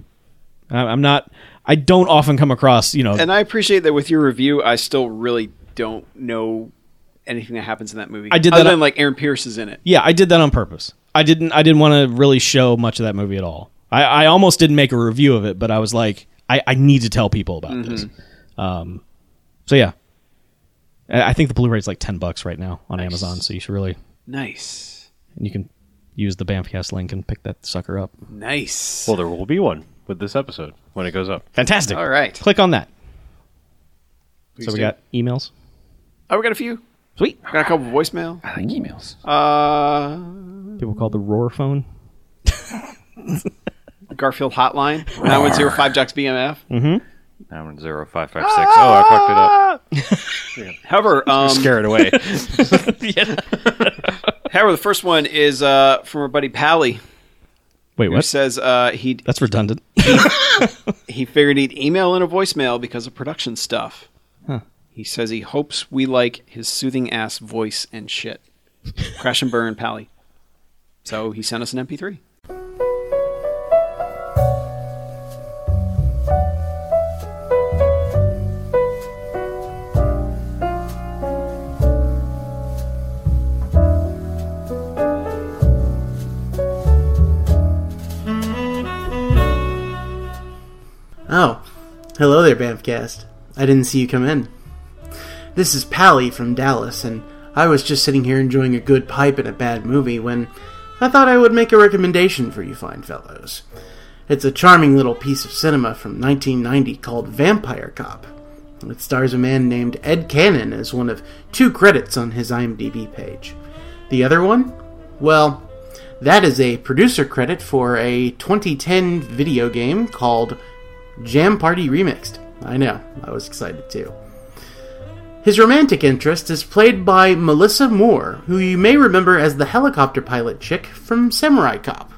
S4: I- I'm not. I don't often come across, you know.
S3: And I appreciate that with your review, I still really don't know anything that happens in that movie.
S4: I did
S3: Other
S4: that-
S3: than like Aaron Pierce is in it.
S4: yeah, I did that on purpose. I didn't. I didn't want to really show much of that movie at all. I, I almost didn't make a review of it, but I was like, I, I need to tell people about this. Um, so yeah, I, I think the Blu-ray's like ten bucks right now on Amazon, so you should really.
S3: Nice,
S4: And you can use the Bamfcast link and pick that sucker up.
S3: nice.
S2: Well, there will be one with this episode when it goes up.
S4: Fantastic.
S3: All right.
S4: click on that. so we
S3: do.
S4: got emails.
S3: oh, we got a few.
S4: Sweet.
S3: We got a couple voicemail.
S7: I think emails.
S3: Uh,
S4: People call the roar phone.
S3: Garfield hotline, 905 Jocks BMF.
S4: Mm.
S1: Nine zero five five six. Oh, I fucked it up.
S3: However, um,
S2: Scare it away.
S3: however, the first one is uh, from our buddy Pally,
S4: [LAUGHS] Wait,
S3: who
S4: what?
S3: says uh, he
S4: That's redundant. [LAUGHS]
S3: he figured he'd email in a voicemail because of production stuff. He says he hopes we like his soothing ass voice and shit. Crash and burn, Pally. So he sent us an MP3.
S8: Oh, hello there, Bamfcast. I didn't see you come in. This is Pally from Dallas, and I was just sitting here enjoying a good pipe and a bad movie when I thought I would make a recommendation for you fine fellows. It's a charming little piece of cinema from 1990 called Vampire Cop. It stars a man named Ed Cannon as one of two credits on his IMDb page. The other one? Well, that is a producer credit for a 2010 video game called Jam Party Remixed. I know, I was excited too. His romantic interest is played by Melissa Moore, who you may remember as the helicopter pilot chick from Samurai Cop.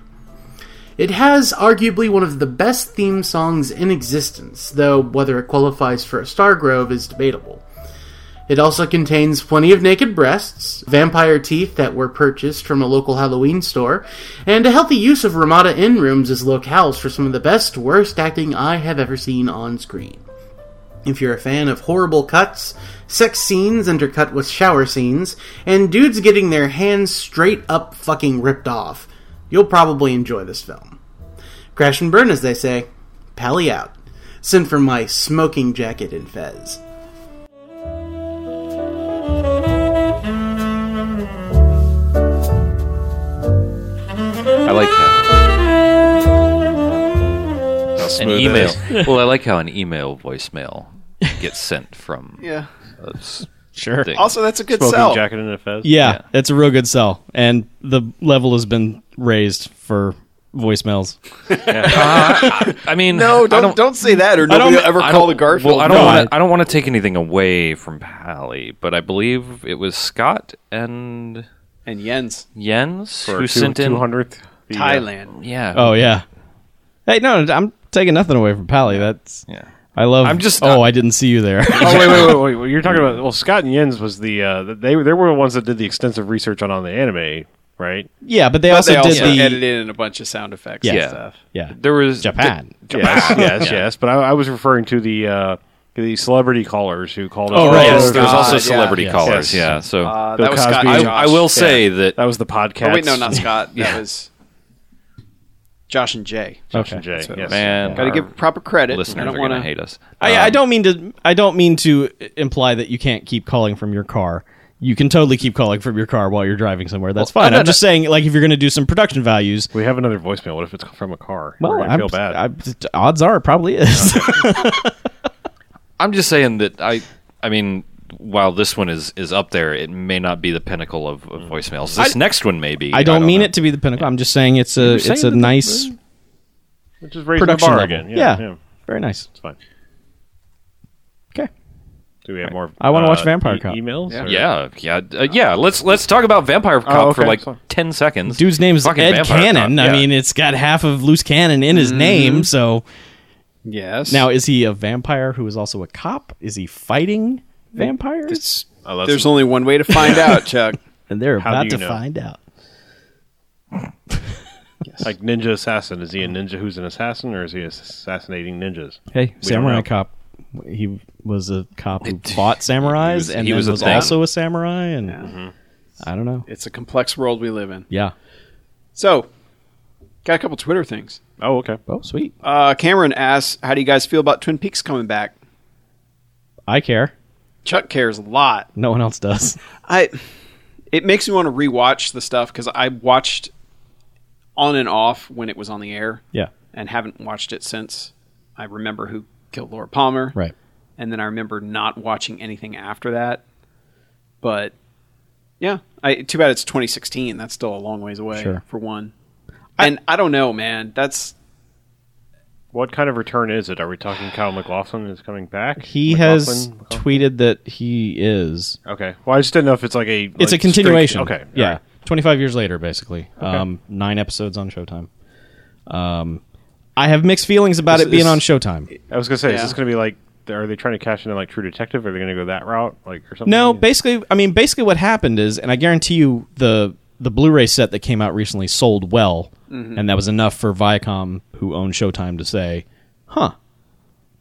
S8: It has arguably one of the best theme songs in existence, though whether it qualifies for a Stargrove is debatable. It also contains plenty of naked breasts, vampire teeth that were purchased from a local Halloween store, and a healthy use of Ramada Inn rooms as locales for some of the best, worst acting I have ever seen on screen. If you're a fan of horrible cuts, sex scenes intercut with shower scenes, and dudes getting their hands straight up fucking ripped off, you'll probably enjoy this film. Crash and burn, as they say. Pally out. Sent for my smoking jacket and fez.
S1: I like how an
S2: smooth
S1: email.
S2: as-
S3: Ah!
S1: well, I like how an email voicemail gets sent from.
S3: [LAUGHS] Yeah.
S1: a s-
S4: Sure.
S1: thing.
S3: Also, that's a good
S2: Smoking
S3: sell.
S2: jacket and a fez.
S4: Yeah, that's a real good sell, and the level has been raised for voicemails.
S1: I mean,
S3: No,
S1: I
S3: don't, don't say that, or nobody will ever
S1: I
S3: call
S1: don't-
S3: the Garfield.
S1: Well, I don't.
S4: No,
S1: wanna,
S4: I-
S1: I don't want to take anything away from Pally, but I believe it was Scott and
S3: and Yen's
S1: Jens
S2: For
S1: who
S2: two-
S1: sent in.
S2: 200th. The, uh,
S3: Thailand.
S1: Yeah.
S4: Oh yeah. Hey, no, I'm taking nothing away from Pally. That's
S1: Yeah.
S4: I love.
S1: I'm just-
S4: Oh, I didn't see you [LAUGHS] there.
S2: oh wait, wait, wait, wait! You're talking about well, Scott and Jens was the uh, they they were the ones that did the extensive research on on the anime, right?
S4: yeah, but they
S3: But
S4: also
S3: they
S4: did
S3: also
S4: the
S3: edited in a bunch of sound effects
S1: Yeah.
S3: and stuff.
S4: yeah
S1: There was
S4: Japan.
S2: Yes, yes, yes. But I, I was referring to the uh, the celebrity callers who called.
S4: Oh,
S2: up-
S4: right,
S1: Yes,
S4: Oh,
S1: there was
S3: God,
S1: also
S3: yeah.
S1: celebrity
S4: Yes.
S2: Yes.
S1: callers. Yeah. So
S3: Uh,
S2: Bill
S3: that was Scott
S2: Cosby.
S3: and
S1: I,
S3: Josh.
S1: I will say that
S2: That was the podcast.
S3: Oh, wait, no, not Scott. That was Josh and Jay.
S2: Josh and
S4: Okay.
S2: Jay. Yes.
S1: man,
S3: Got to
S1: our
S3: give proper credit. I
S1: listeners
S3: don't
S1: are
S3: want
S1: to hate us.
S4: I,
S1: Um,
S4: I don't mean to. I don't mean to imply that you can't keep calling from your car. You can totally keep calling from your car while you're driving somewhere. That's fine. I'm just saying, like, if you're going to do some production values,
S2: We have another voicemail. What if it's from a car? We're
S4: well,
S2: gonna
S4: I'm,
S2: feel bad.
S4: I'm- odds are it probably is.
S1: I'm just saying that I. I mean, while this one is is up there, it may not be the pinnacle of, of voicemails. This next one may be.
S4: Mm. I don't mean
S1: know.
S4: it to be the pinnacle. I'm just saying it's a it's
S2: saying
S4: a
S2: that the-
S4: nice
S2: Which is raising the
S4: production
S2: bar
S4: level.
S2: again.
S4: Yeah,
S2: Yeah, yeah.
S4: very nice.
S2: It's fine.
S4: Okay,
S2: Do we have more?
S4: I wanna
S2: uh,
S4: watch Vampire Cop.
S2: Emails? or-
S1: Yeah, yeah, uh, yeah. Let's let's talk about Vampire Cop for
S2: okay,
S1: like
S2: fine.
S1: ten seconds.
S4: Oh, dude's name is
S1: Fucking
S4: Ed
S1: Vampire
S4: Cannon.
S1: Cop,
S4: I
S1: yeah.
S4: mean, it's got half of Loose Cannon in his name. So
S3: to. Yes.
S4: Mm-hmm. now, is he a vampire who is also a cop? Is he fighting vampires?
S3: It's-
S2: Unless-
S3: there's only one way to find out, Chuck.
S4: and they're
S2: How
S4: about
S2: do
S4: to
S2: you know?
S4: find out.
S2: like Ninja Assassin. Is he a ninja who's an assassin, or is he assassinating ninjas? We
S4: Hey,
S2: don't
S4: samurai
S2: know.
S4: cop. He was a cop [LAUGHS] who fought samurais,
S1: was-
S4: and
S1: he
S4: he was,
S1: was a thing.
S4: also a samurai. And I don't know.
S3: It's a complex world we live in.
S4: Yeah.
S3: So, got a couple Twitter things.
S2: Oh, okay.
S4: Oh, sweet.
S3: Uh, Cameron asks, "How do you guys feel about Twin Peaks coming back?"
S4: I care.
S3: Chuck cares a lot.
S4: No one else does.
S3: I. It makes me want to rewatch the stuff because I watched on and off when it was on the air,
S4: [LAUGHS] yeah.
S3: and haven't watched it since. I remember who killed Laura Palmer,
S4: Right.
S3: and then I remember not watching anything after that. But yeah, I too bad it's 2016. That's still a long ways away
S4: Sure.
S3: for one. And I don't know, man. That's
S2: What kind of return is it? Are we talking Kyle McLaughlin is coming back?
S4: He has
S2: McLaughlin?
S4: tweeted that he is.
S2: Okay. Well, I just didn't know if it's like a.
S4: It's
S2: like,
S4: a continuation.
S2: straight- okay.
S4: Yeah.
S2: alright.
S4: 25 years later, basically. Um, nine episodes on Showtime. Um, I have mixed feelings about
S3: This
S4: it being
S3: is-
S4: on Showtime.
S2: I was gonna say, is
S3: Yeah.
S2: this gonna be like? Are they trying to cash in on like True Detective? Are they gonna go that route, like or something?
S4: No, basically, I mean, basically, what happened is, and I guarantee you, the the Blu-ray set that came out recently sold well, and that was enough for Viacom, who owned Showtime, to say, "Huh,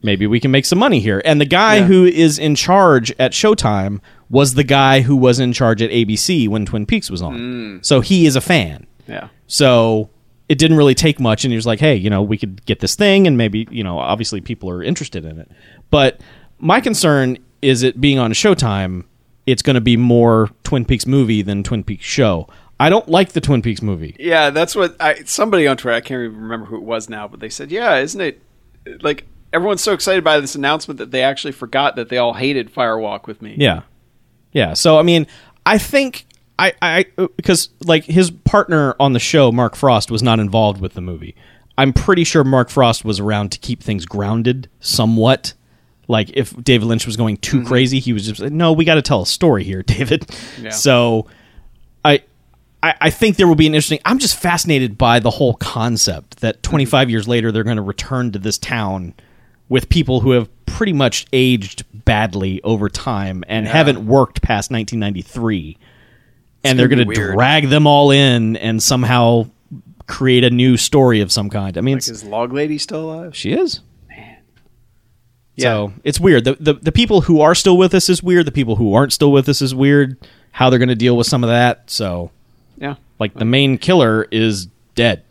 S4: maybe we can make some money here." And the guy who is in charge at Showtime was the guy who was in charge at ABC when Twin Peaks was on, so he is a fan.
S3: Yeah.
S4: So it didn't really take much. And he was like, hey, you know, we could get this thing, and maybe, you know, obviously people are interested in it. But my concern is it being on Showtime, it's going to be more Twin Peaks movie than Twin Peaks show. I don't like the Twin Peaks movie.
S3: Yeah, that's what I somebody on Twitter, I can't even remember who it was now, but they said, "Yeah, isn't it like everyone's so excited by this announcement that they actually forgot that they all hated Firewalk with me."
S4: Yeah. Yeah. So I mean, I think I I because like his partner on the show, Mark Frost, was not involved with the movie. I'm pretty sure Mark Frost was around to keep things grounded somewhat. Like if David Lynch was going too crazy, he was just like, no, we got to tell a story here, [LAUGHS] David. So I. I I think there will be an interesting. I'm just fascinated by the whole concept that 25 years later they're going to return to this town with people who have pretty much aged badly over time and haven't worked past 1993 and they're going to drag them all in and somehow create a new story of some kind i mean it's-
S3: Is Log Lady still alive?
S4: she is so it's weird the, the the people who are still with us is weird the people who aren't still with us is weird how they're going to deal with some of that so
S3: Yeah.
S4: like the main killer is dead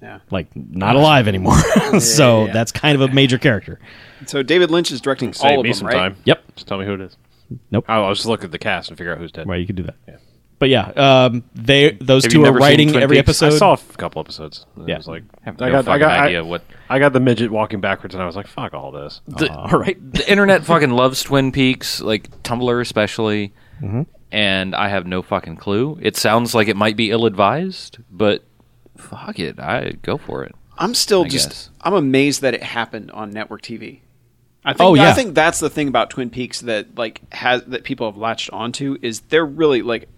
S3: Yeah.
S4: like not alive anymore [LAUGHS] so
S3: yeah.
S4: that's kind of a major character
S3: So David Lynch is directing
S2: Save
S3: all of
S2: me
S3: them,
S2: some
S3: right?
S2: time.
S4: yep
S2: Just tell me who it is.
S4: Nope.
S2: I'll, I'll just look at the cast and figure out who's dead.
S4: Right, you could do that. But yeah, um, they those
S2: Have you
S4: two are
S2: never seen
S4: writing
S2: Twin
S4: every
S2: Peaks?
S4: episode.
S2: I saw a f- couple episodes. and
S4: Yeah.
S2: I was like,
S1: have
S2: I
S1: no
S2: got, I
S1: fucking
S2: got, I-
S1: idea what
S2: I got the midget walking backwards, and I was like, fuck all this.
S4: [LAUGHS]
S1: the, all right. The internet fucking loves Twin Peaks, like Tumblr especially,
S4: Mm-hmm.
S1: and I have no fucking clue. It sounds like it might be ill-advised, but fuck it, I go for it.
S3: I'm still just
S1: guess.
S3: I'm amazed that it happened on network TV. I think
S4: Oh, yeah.
S3: I think that's the thing about Twin Peaks that like has that people have latched onto is they're really like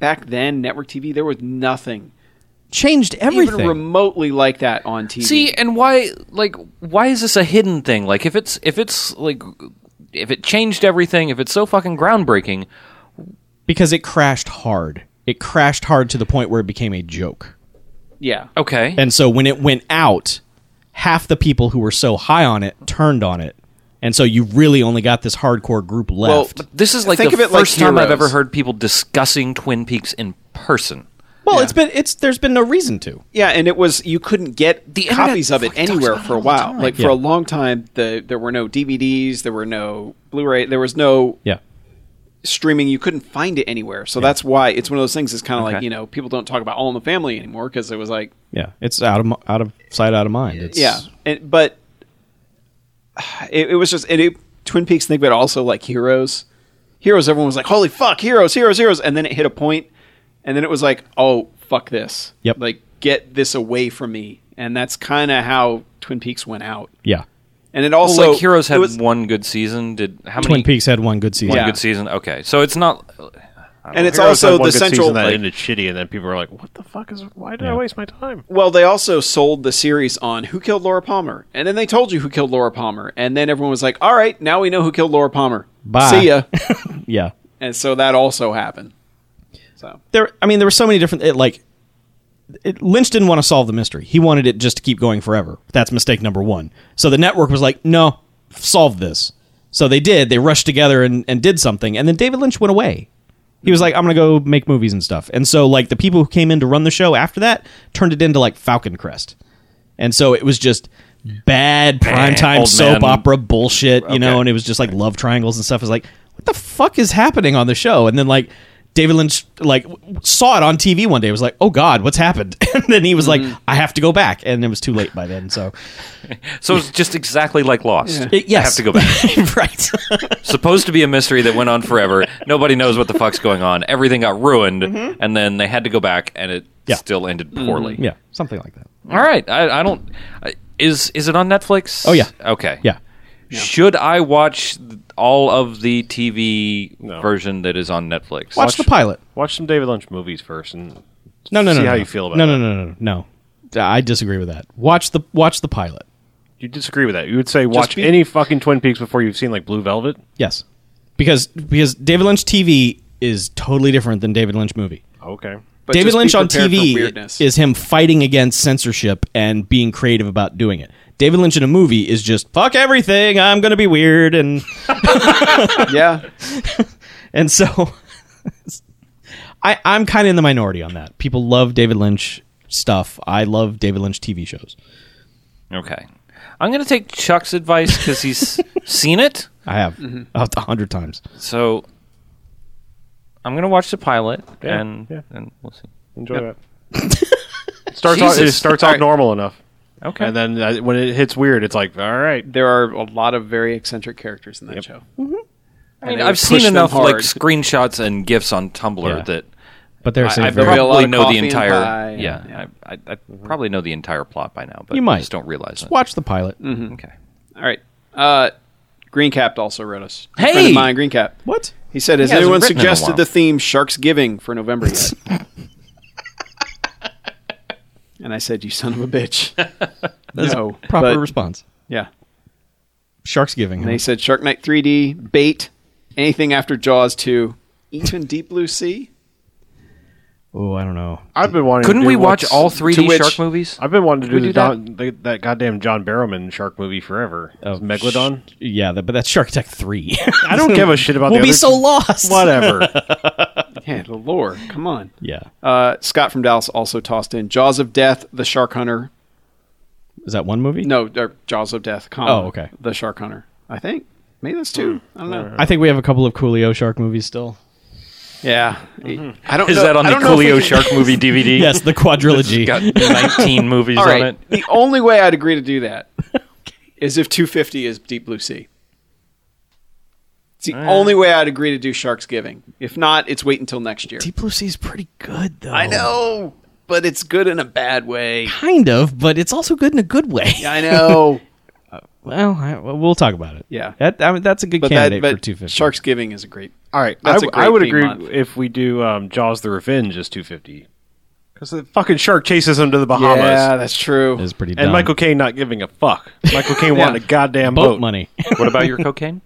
S3: back then network TV there was nothing
S4: Changed everything.
S3: even remotely like that on TV.
S1: See, and why like why is this a hidden thing? Like if it's if it's like if it changed everything, if it's so fucking groundbreaking,
S4: because it crashed hard. It crashed hard to the point where it became a joke.
S3: yeah.
S1: okay.
S4: And so when it went out, half the people who were so high on it turned on it. And so you really only got this hardcore group
S1: well,
S4: left. Well,
S1: but this is like
S3: Think
S1: the
S3: of it like
S1: first time I've
S3: Heroes.
S1: ever heard people discussing Twin Peaks in person.
S4: it's been it's there's been no reason to.
S3: Yeah, and it was you couldn't get the
S1: internet
S3: copies of it
S1: fucking talks
S3: anywhere
S1: about it
S3: for a
S1: all the
S3: while.
S1: time.
S3: Like for a
S4: Yeah.
S3: long time, the there were no DVDs, there were no Blu-ray, there was no
S4: Yeah.
S3: streaming. You couldn't find it anywhere. So that's why it's one of those things. It's kind of like
S1: Okay.
S3: you know people don't talk about All in the Family anymore because it was like
S4: Yeah. It's out of out of sight out of mind. It's
S3: yeah, and, but it, it was just and it, Twin Peaks. Think about also like Heroes. Heroes, everyone was like, "Holy fuck, Heroes, Heroes, Heroes!" And then it hit a point, and then it was like, "Oh fuck this!"
S4: Yep.
S3: Like get this away from me, and that's kind of how Twin Peaks went out.
S4: Yeah.
S3: And it
S1: Well,
S3: also
S1: like Heroes
S3: it
S1: had
S3: was-
S1: one good season. Did how
S4: Twin
S1: many
S4: Peaks had one good season.
S1: one
S3: Yeah.
S1: good season? Okay. So it's not
S3: and it's
S2: Heroes had
S3: also
S2: one
S3: the
S2: good
S3: central.
S2: season that
S3: like-
S2: ended shitty, and then people were like, what the fuck is? Why did I waste my time?
S3: well, they also sold the series on Who Killed Laura Palmer, and then they told you who killed Laura Palmer, and then everyone was like, "All right, now we know who killed Laura Palmer."
S4: Bye.
S3: See ya.
S4: Yeah.
S3: and so that also happened. So
S4: there i mean there were so many different it, like it, lynch didn't want to solve the mystery he wanted it just to keep going forever that's mistake number one so the network was like no solve this so they did they rushed together and, and did something and then david lynch went away he was like i'm gonna go make movies and stuff and so like the people who came in to run the show after that turned it into like falcon crest and so it was just bad primetime
S1: old
S4: soap
S1: man.
S4: opera bullshit, you know,
S1: Okay.
S4: and it was just like love triangles and stuff. It was like, what the fuck is happening on the show? And then like David Lynch like w- saw it on TV one day, was like, oh god, what's happened? [LAUGHS] and then he was like, I have to go back, and it was too late by then. So
S1: so it's just exactly like Lost.
S4: It-
S1: I have
S3: [LAUGHS]
S1: to go back.
S4: [LAUGHS] right?
S1: supposed to be a mystery that went on forever. Nobody knows what the fuck's going on. Everything got ruined,
S3: Mm-hmm.
S1: and then they had to go back, and it
S4: Yeah. Mm-hmm.
S1: still ended poorly.
S4: yeah, something like that.
S1: All right, I, I don't. I, Is is it on Netflix?
S4: Oh, yeah.
S1: Okay.
S4: Yeah.
S1: Should I watch th- all of the TV
S2: No.
S1: version that is on Netflix?
S4: Watch, the pilot.
S2: Watch some David Lynch movies first, and
S4: No, no, no.
S2: See
S4: no,
S2: how
S4: no.
S2: you feel about
S4: no,
S2: it.
S4: No, no, no, no, no. I disagree with that. Watch the watch the pilot.
S2: you disagree with that. You would say watch
S3: be-
S2: any fucking Twin Peaks before you've seen like Blue Velvet.
S4: Yes, because because David Lynch TV is totally different than David Lynch movie.
S2: Okay.
S3: But
S4: David
S3: just be
S4: Lynch on
S3: prepared for
S4: TV
S3: weirdness.
S4: is him fighting against censorship and being creative about doing it. David Lynch in a movie is just fuck everything. I'm gonna be weird and
S3: [LAUGHS] yeah.
S4: and so [LAUGHS] I I'm kind of in the minority on that. People love David Lynch stuff. I love David Lynch TV shows.
S1: Okay. I'm going to take Chuck's advice
S4: [LAUGHS]
S1: because he's seen it.
S4: I have
S3: Mm-hmm.
S4: about a hundred times.
S1: So I'm going to watch the pilot
S2: Yeah,
S1: and
S2: yeah.
S1: and we'll see.
S2: Enjoy that. starts off, it
S1: Jesus.
S2: starts
S3: All
S2: off
S3: right.
S2: normal enough,
S1: Okay.
S2: and then uh, when it hits weird, it's like all right.
S3: There are a lot of very eccentric characters in that show.
S1: I mean,
S3: they
S1: I've
S3: would push
S1: seen
S3: them
S1: enough like
S3: hard.
S1: screenshots and gifs on Tumblr
S4: Yeah.
S1: that
S4: But there's
S1: I, I
S3: very- There'll be a lot
S1: probably
S3: of
S1: know
S3: coffee
S1: the
S3: and
S1: entire.
S3: pie and-
S1: yeah, I, I, I probably know the entire plot by now, but
S4: You might.
S1: just don't realize it.
S4: watch the pilot.
S3: Mm-hmm.
S1: Okay.
S3: All right. Uh, Green Capped also wrote us. A
S1: Hey!
S3: friend of mine, Green Cap.
S4: What?
S3: He said, "Has
S1: He hasn't
S3: anyone
S1: written in a
S3: suggested
S1: while."
S3: the theme Sharks Giving for November yet?"
S1: [LAUGHS]
S3: and I said, "You son of a bitch." [LAUGHS] no,
S4: Proper
S3: but-
S4: response.
S3: yeah.
S4: Sharks giving.
S3: And they said Shark Night 3D, Bait, anything after Jaws 2, even Deep Blue Sea.
S1: [LAUGHS]
S4: Oh, I don't know.
S2: I've been wanting.
S1: Couldn't
S2: to do
S1: we watch
S2: what's-
S1: all 3D
S3: which-
S1: shark movies?
S2: I've been wanting to do,
S1: we
S2: the
S1: do that?
S2: Don, the, that goddamn John Barrowman shark movie forever.
S4: Oh,
S2: Megalodon.
S4: sh- yeah, that, but that's Shark Attack three. [LAUGHS]
S3: Oh,
S2: I don't give a shit about.
S4: we'll
S2: the
S4: be
S2: other-
S4: so lost. [LAUGHS]
S2: Whatever.
S3: Yeah, the lore. Come on.
S4: Yeah,
S3: Uh, Scott from Dallas also tossed in Jaws of Death, The Shark Hunter.
S4: is that one movie?
S3: No, uh, Jaws of Death. Comma,
S4: Oh, okay.
S3: The Shark Hunter. I think maybe that's two. I don't know.
S4: I think we have a couple of Coolio shark
S3: [LAUGHS]
S4: movies still.
S3: Yeah, I don't.
S1: Is
S3: know-
S1: that on
S3: I
S1: the
S3: don't know if we
S1: Coolio
S3: can-
S1: Shark movie DVD?
S4: Yes, the quadrilogy.
S1: Got 19 movies
S3: All
S1: on it.
S3: right. [LAUGHS] The only way I'd agree to do that is if 250 is Deep Blue Sea. It's the only way I'd agree to do Sharks Giving. If not, it's wait until next year.
S4: Deep Blue Sea is pretty good though.
S3: I know, but it's good in a bad way.
S4: kind of, but it's also good in a good way.
S3: [LAUGHS] I know.
S4: Well, I, well, we'll talk about it.
S3: Yeah.
S4: that, I mean, that's a good
S3: But that,
S4: candidate for
S3: but
S4: two fifty.
S3: Sharks Giving is a great.
S2: all right. I,
S3: That's a
S2: w- I
S3: great
S2: would
S3: theme
S2: agree
S3: month.
S2: if we do um, Jaws: The Revenge is two fifty because the fucking shark chases him to the Bahamas.
S3: Yeah, that's true.
S4: is pretty.
S2: and
S4: dumb.
S2: Michael Caine not giving a fuck. Michael
S4: [LAUGHS]
S2: Caine wanted a goddamn
S4: boat
S2: boat, [LAUGHS]
S4: money. [LAUGHS]
S1: What about your cocaine?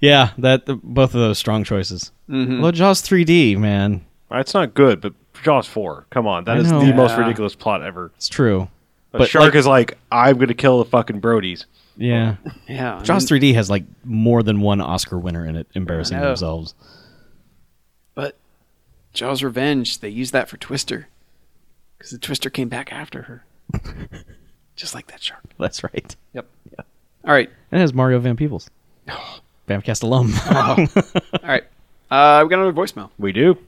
S4: yeah, that the, both of those strong choices.
S3: Mm-hmm.
S4: Well, Jaws three D, man,
S2: It's not good, but Jaws four. Come on, that
S4: I
S2: is
S4: know.
S2: the most
S3: Yeah.
S2: ridiculous plot ever.
S4: it's true.
S2: A
S4: But,
S2: shark
S4: like-
S2: is like, I'm gonna kill the fucking Brodies.
S4: Yeah,
S3: yeah, I
S4: Jaws
S3: mean,
S4: three D has like more than one Oscar winner in it, embarrassing
S3: I know.
S4: themselves.
S3: but Jaws Revenge. They used that for Twister because the Twister came back after [LAUGHS] her, just like that shark.
S4: That's right.
S3: Yep. All right.
S4: And it has Mario Van [GASPS] Peebles. Bamcast [LAUGHS] alum.
S3: All right. Uh, we got another voicemail.
S2: We do.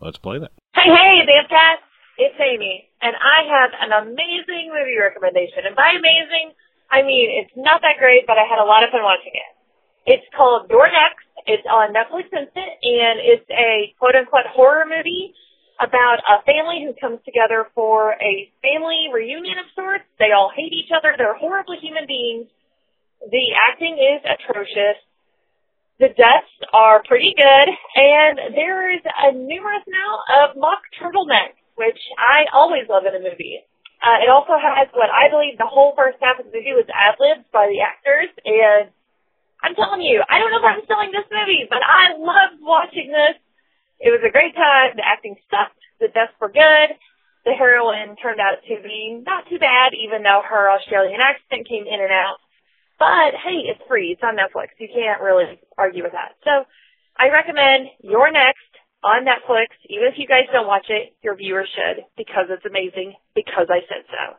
S2: Let's play that.
S9: Hey, hey, Bamcast! It's Amy, and I have an amazing movie recommendation. And by amazing, I mean it's not that great, but I had a lot of fun watching it. It's called Your Next. It's on Netflix Instant, and it's a quote-unquote horror movie about a family who comes together for a family reunion of sorts. They all hate each other. They're horrible human beings. The acting is atrocious the deaths are pretty good, and there is a numerous amount of mock turtleneck, which I always love in a movie. Uh, it also has what I believe the whole first half of the movie was ad libs by the actors, and I'm telling you, I don't know if I'm selling this movie, but I loved watching this. It was a great time. The acting sucked. The deaths were good. The heroine turned out to be not too bad, even though her Australian accent came in and out. But hey, it's free. It's on Netflix. You can't really argue with that. So I recommend Your Next on Netflix. Even if you guys don't watch it, your viewers should because it's amazing because I said so.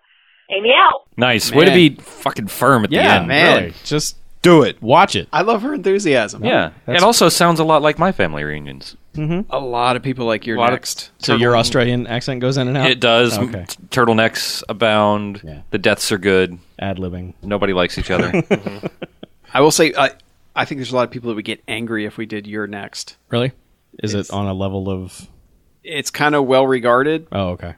S9: Amy out.
S1: Nice. Way to
S3: Man.
S1: be fucking firm at the end.
S3: man.
S4: really. Just
S2: Do it.
S4: watch it.
S3: I love her enthusiasm.
S1: Yeah. It also sounds a lot like my family reunions.
S3: A lot of people like your
S1: lot of-
S3: next.
S4: So your Australian accent goes in and out.
S1: It does.
S4: Okay.
S1: T- Turtlenecks abound.
S4: Yeah.
S1: The deaths are good.
S4: Ad libbing.
S1: Nobody likes each other.
S3: I will say, I, I think there's a lot of people that would get angry if we did your next.
S4: Really? Is it on a level of?
S3: It's kind of well regarded.
S4: Oh, okay.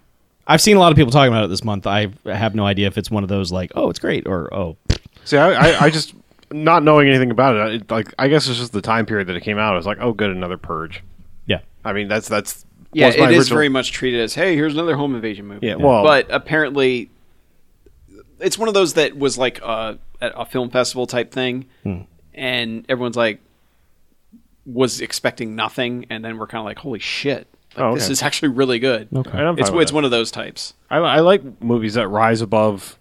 S4: I've seen a lot of people talking about it this month. I have no idea if it's one of those like, oh, it's great, or oh,
S2: See, I, I, I just not knowing anything about it, it. Like, I guess it's just the time period that it came out. I was like, oh, good, another purge.
S4: yeah,
S2: I mean, that's that's
S3: Yeah,
S2: was my
S3: it is
S2: original-
S3: very much treated as, hey, here's another home invasion movie.
S2: Yeah, well-
S3: but apparently, it's one of those that was like a, at a film festival type thing,
S2: Hmm.
S3: and everyone's like was expecting nothing, and then we're kind of like, holy shit, like,
S2: Oh,
S3: this
S2: okay.
S3: is actually really good.
S2: And I'm
S3: It's
S2: fine with
S3: it's
S2: that.
S3: one of those types.
S2: I, I like movies that rise above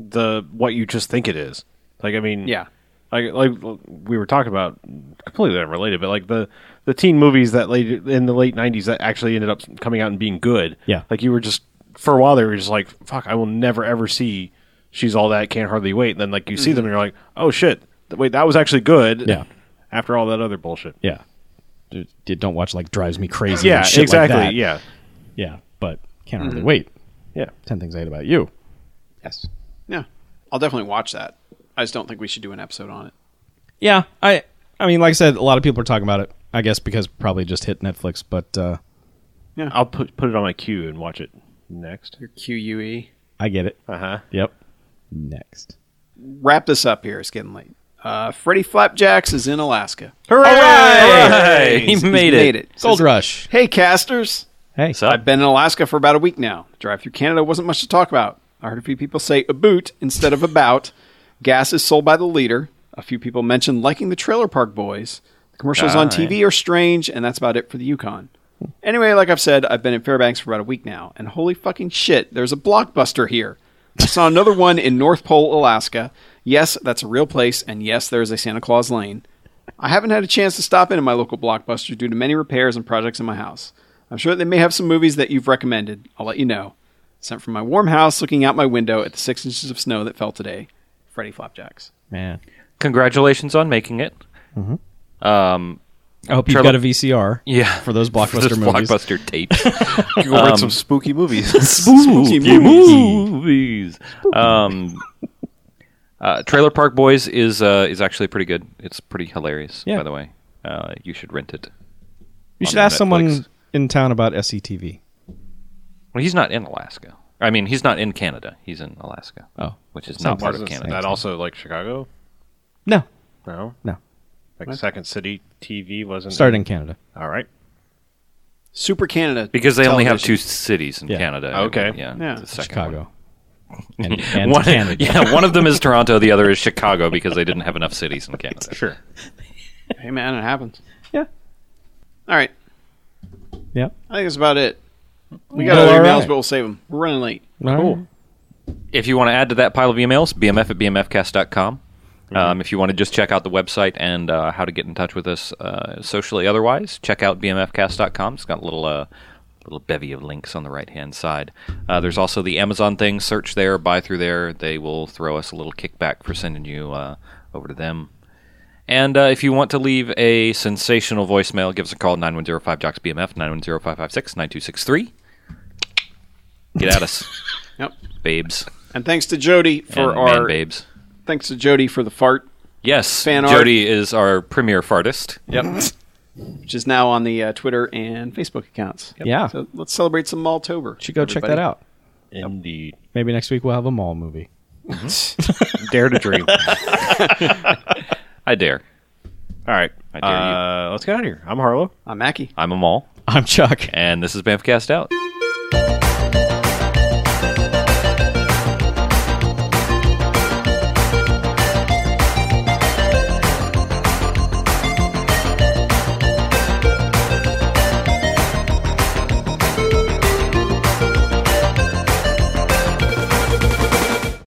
S2: the what you just think it is. Like I mean,
S3: Yeah.
S2: like like we were talking about completely unrelated, but like the the teen movies that late in the late '90s that actually ended up coming out and being good.
S4: Yeah.
S2: like you were just for a while they were just like, "Fuck, I will never ever see." She's all that can't hardly wait, and then like you see them and you're like, "Oh shit, th- wait, that was actually good."
S4: Yeah.
S2: after all that other bullshit.
S4: yeah. Dude, Don't watch like drives me crazy.
S2: Yeah,
S4: and shit like
S2: exactly.
S4: that.
S2: yeah,
S4: yeah, but can't hardly wait.
S2: yeah.
S4: Ten things I hate about you.
S3: Yes. Yeah, I'll definitely watch that. I just don't think we should do an episode on it.
S4: Yeah, I I mean, like I said, a lot of people are talking about it. I guess because probably just hit Netflix, but uh,
S2: I'll put put it on my queue and watch it next.
S3: QUE.
S4: I get it.
S2: Uh huh.
S4: Yep. Next.
S3: Wrap this up here. It's getting late. Uh, Freddie Flapjacks is in Alaska.
S1: Hooray! He made
S3: He's Made
S1: it.
S3: it.
S4: Gold Rush.
S3: Hey, casters.
S4: Hey.
S1: What's up?
S3: I've been in Alaska for about a week now. Drive through Canada wasn't much to talk about. I heard a few people say a boot instead of about. Gas is sold by the leader. A few people mentioned liking the Trailer Park Boys. The commercials on TV are strange, and that's about it for the Yukon. Anyway, like I've said, I've been in Fairbanks for about a week now, and holy fucking shit, there's a blockbuster here. I saw another one in North Pole, Alaska. Yes, that's a real place, and yes, there is a Santa Claus Lane. I haven't had a chance to stop into my local blockbuster due to many repairs and projects in my house. I'm sure they may have some movies that you've recommended. I'll let you know. Sent from my warm house, looking out my window at the six inches of snow that fell today. Freddy Flapjacks.
S4: Man.
S1: Congratulations on making it. Um,
S4: I hope you've
S1: Trevor-
S4: got a VCR.
S1: yeah,
S4: For those blockbuster
S1: [LAUGHS] those
S4: movies.
S1: blockbuster tape.
S2: You can go
S4: Um,
S2: rent some spooky
S4: [LAUGHS]
S2: movies.
S1: spooky
S3: movies.
S1: movies. Um, uh, Trailer Park Boys is uh, is actually pretty good. It's pretty hilarious,
S4: Yeah.
S1: by the way. Uh, you should rent it.
S4: You
S1: on
S4: should ask
S1: Netflix.
S4: someone in town about SCTV.
S1: Well, he's not in Alaska. I mean, he's not in Canada. He's in Alaska.
S4: Oh.
S1: which is not part of
S2: Isn't
S1: Canada.
S2: That also like Chicago?
S4: No.
S2: No,
S4: No.
S2: like Second City TV wasn't
S4: Started in Canada.
S2: All right,
S3: Super Canada.
S1: because they only have two
S3: Television.
S1: cities in
S4: Yeah.
S1: Canada.
S2: Okay.
S1: yeah,
S3: Yeah.
S1: the second one.
S4: Chicago. And, and
S1: one,
S4: Canada.
S1: [LAUGHS] Yeah, one of them is Toronto. The other is Chicago because they didn't have enough cities in Canada.
S2: sure.
S3: Hey, man, it happens.
S4: Yeah.
S3: All right.
S4: Yep.
S3: I think that's about it. We got
S4: Well,
S3: other
S4: all
S3: emails,
S4: right.
S3: but we'll save them. We're running late.
S4: Cool.
S1: If you want to add to that pile of emails, bmf at bmfcast.com. Um, if you want to just check out the website and uh, how to get in touch with us uh, socially otherwise, check out bmfcast.com. It's got a little, uh, little bevy of links on the right hand side. Uh, there's also the Amazon thing. Search there, buy through there. They will throw us a little kickback for sending you uh, over to them. And uh, if you want to leave a sensational voicemail, give us a call 9105 Jocks BMF 910 556 9263. Get at us,
S3: Yep.
S1: babes
S3: And thanks to Jody for
S1: and man
S3: our
S1: babes.
S3: thanks to Jody for the fart,
S1: Yes,
S3: fan art.
S1: Jody is our premier fartist.
S3: [LAUGHS] which is now on the uh, Twitter and Facebook accounts.
S4: Yeah.
S3: So Uh, let's celebrate some Maltober.
S4: should go check that out.
S2: Indeed,
S4: Maybe next week we'll have a mall movie.
S2: dare to dream. [LAUGHS] All
S1: I dare.
S2: right,
S1: I dare you.
S2: uh, let's get out of here. I'm Harlow.
S3: I'm Mackie.
S1: I'm a mall,
S4: I'm Chuck.
S1: and this is Banffcast out.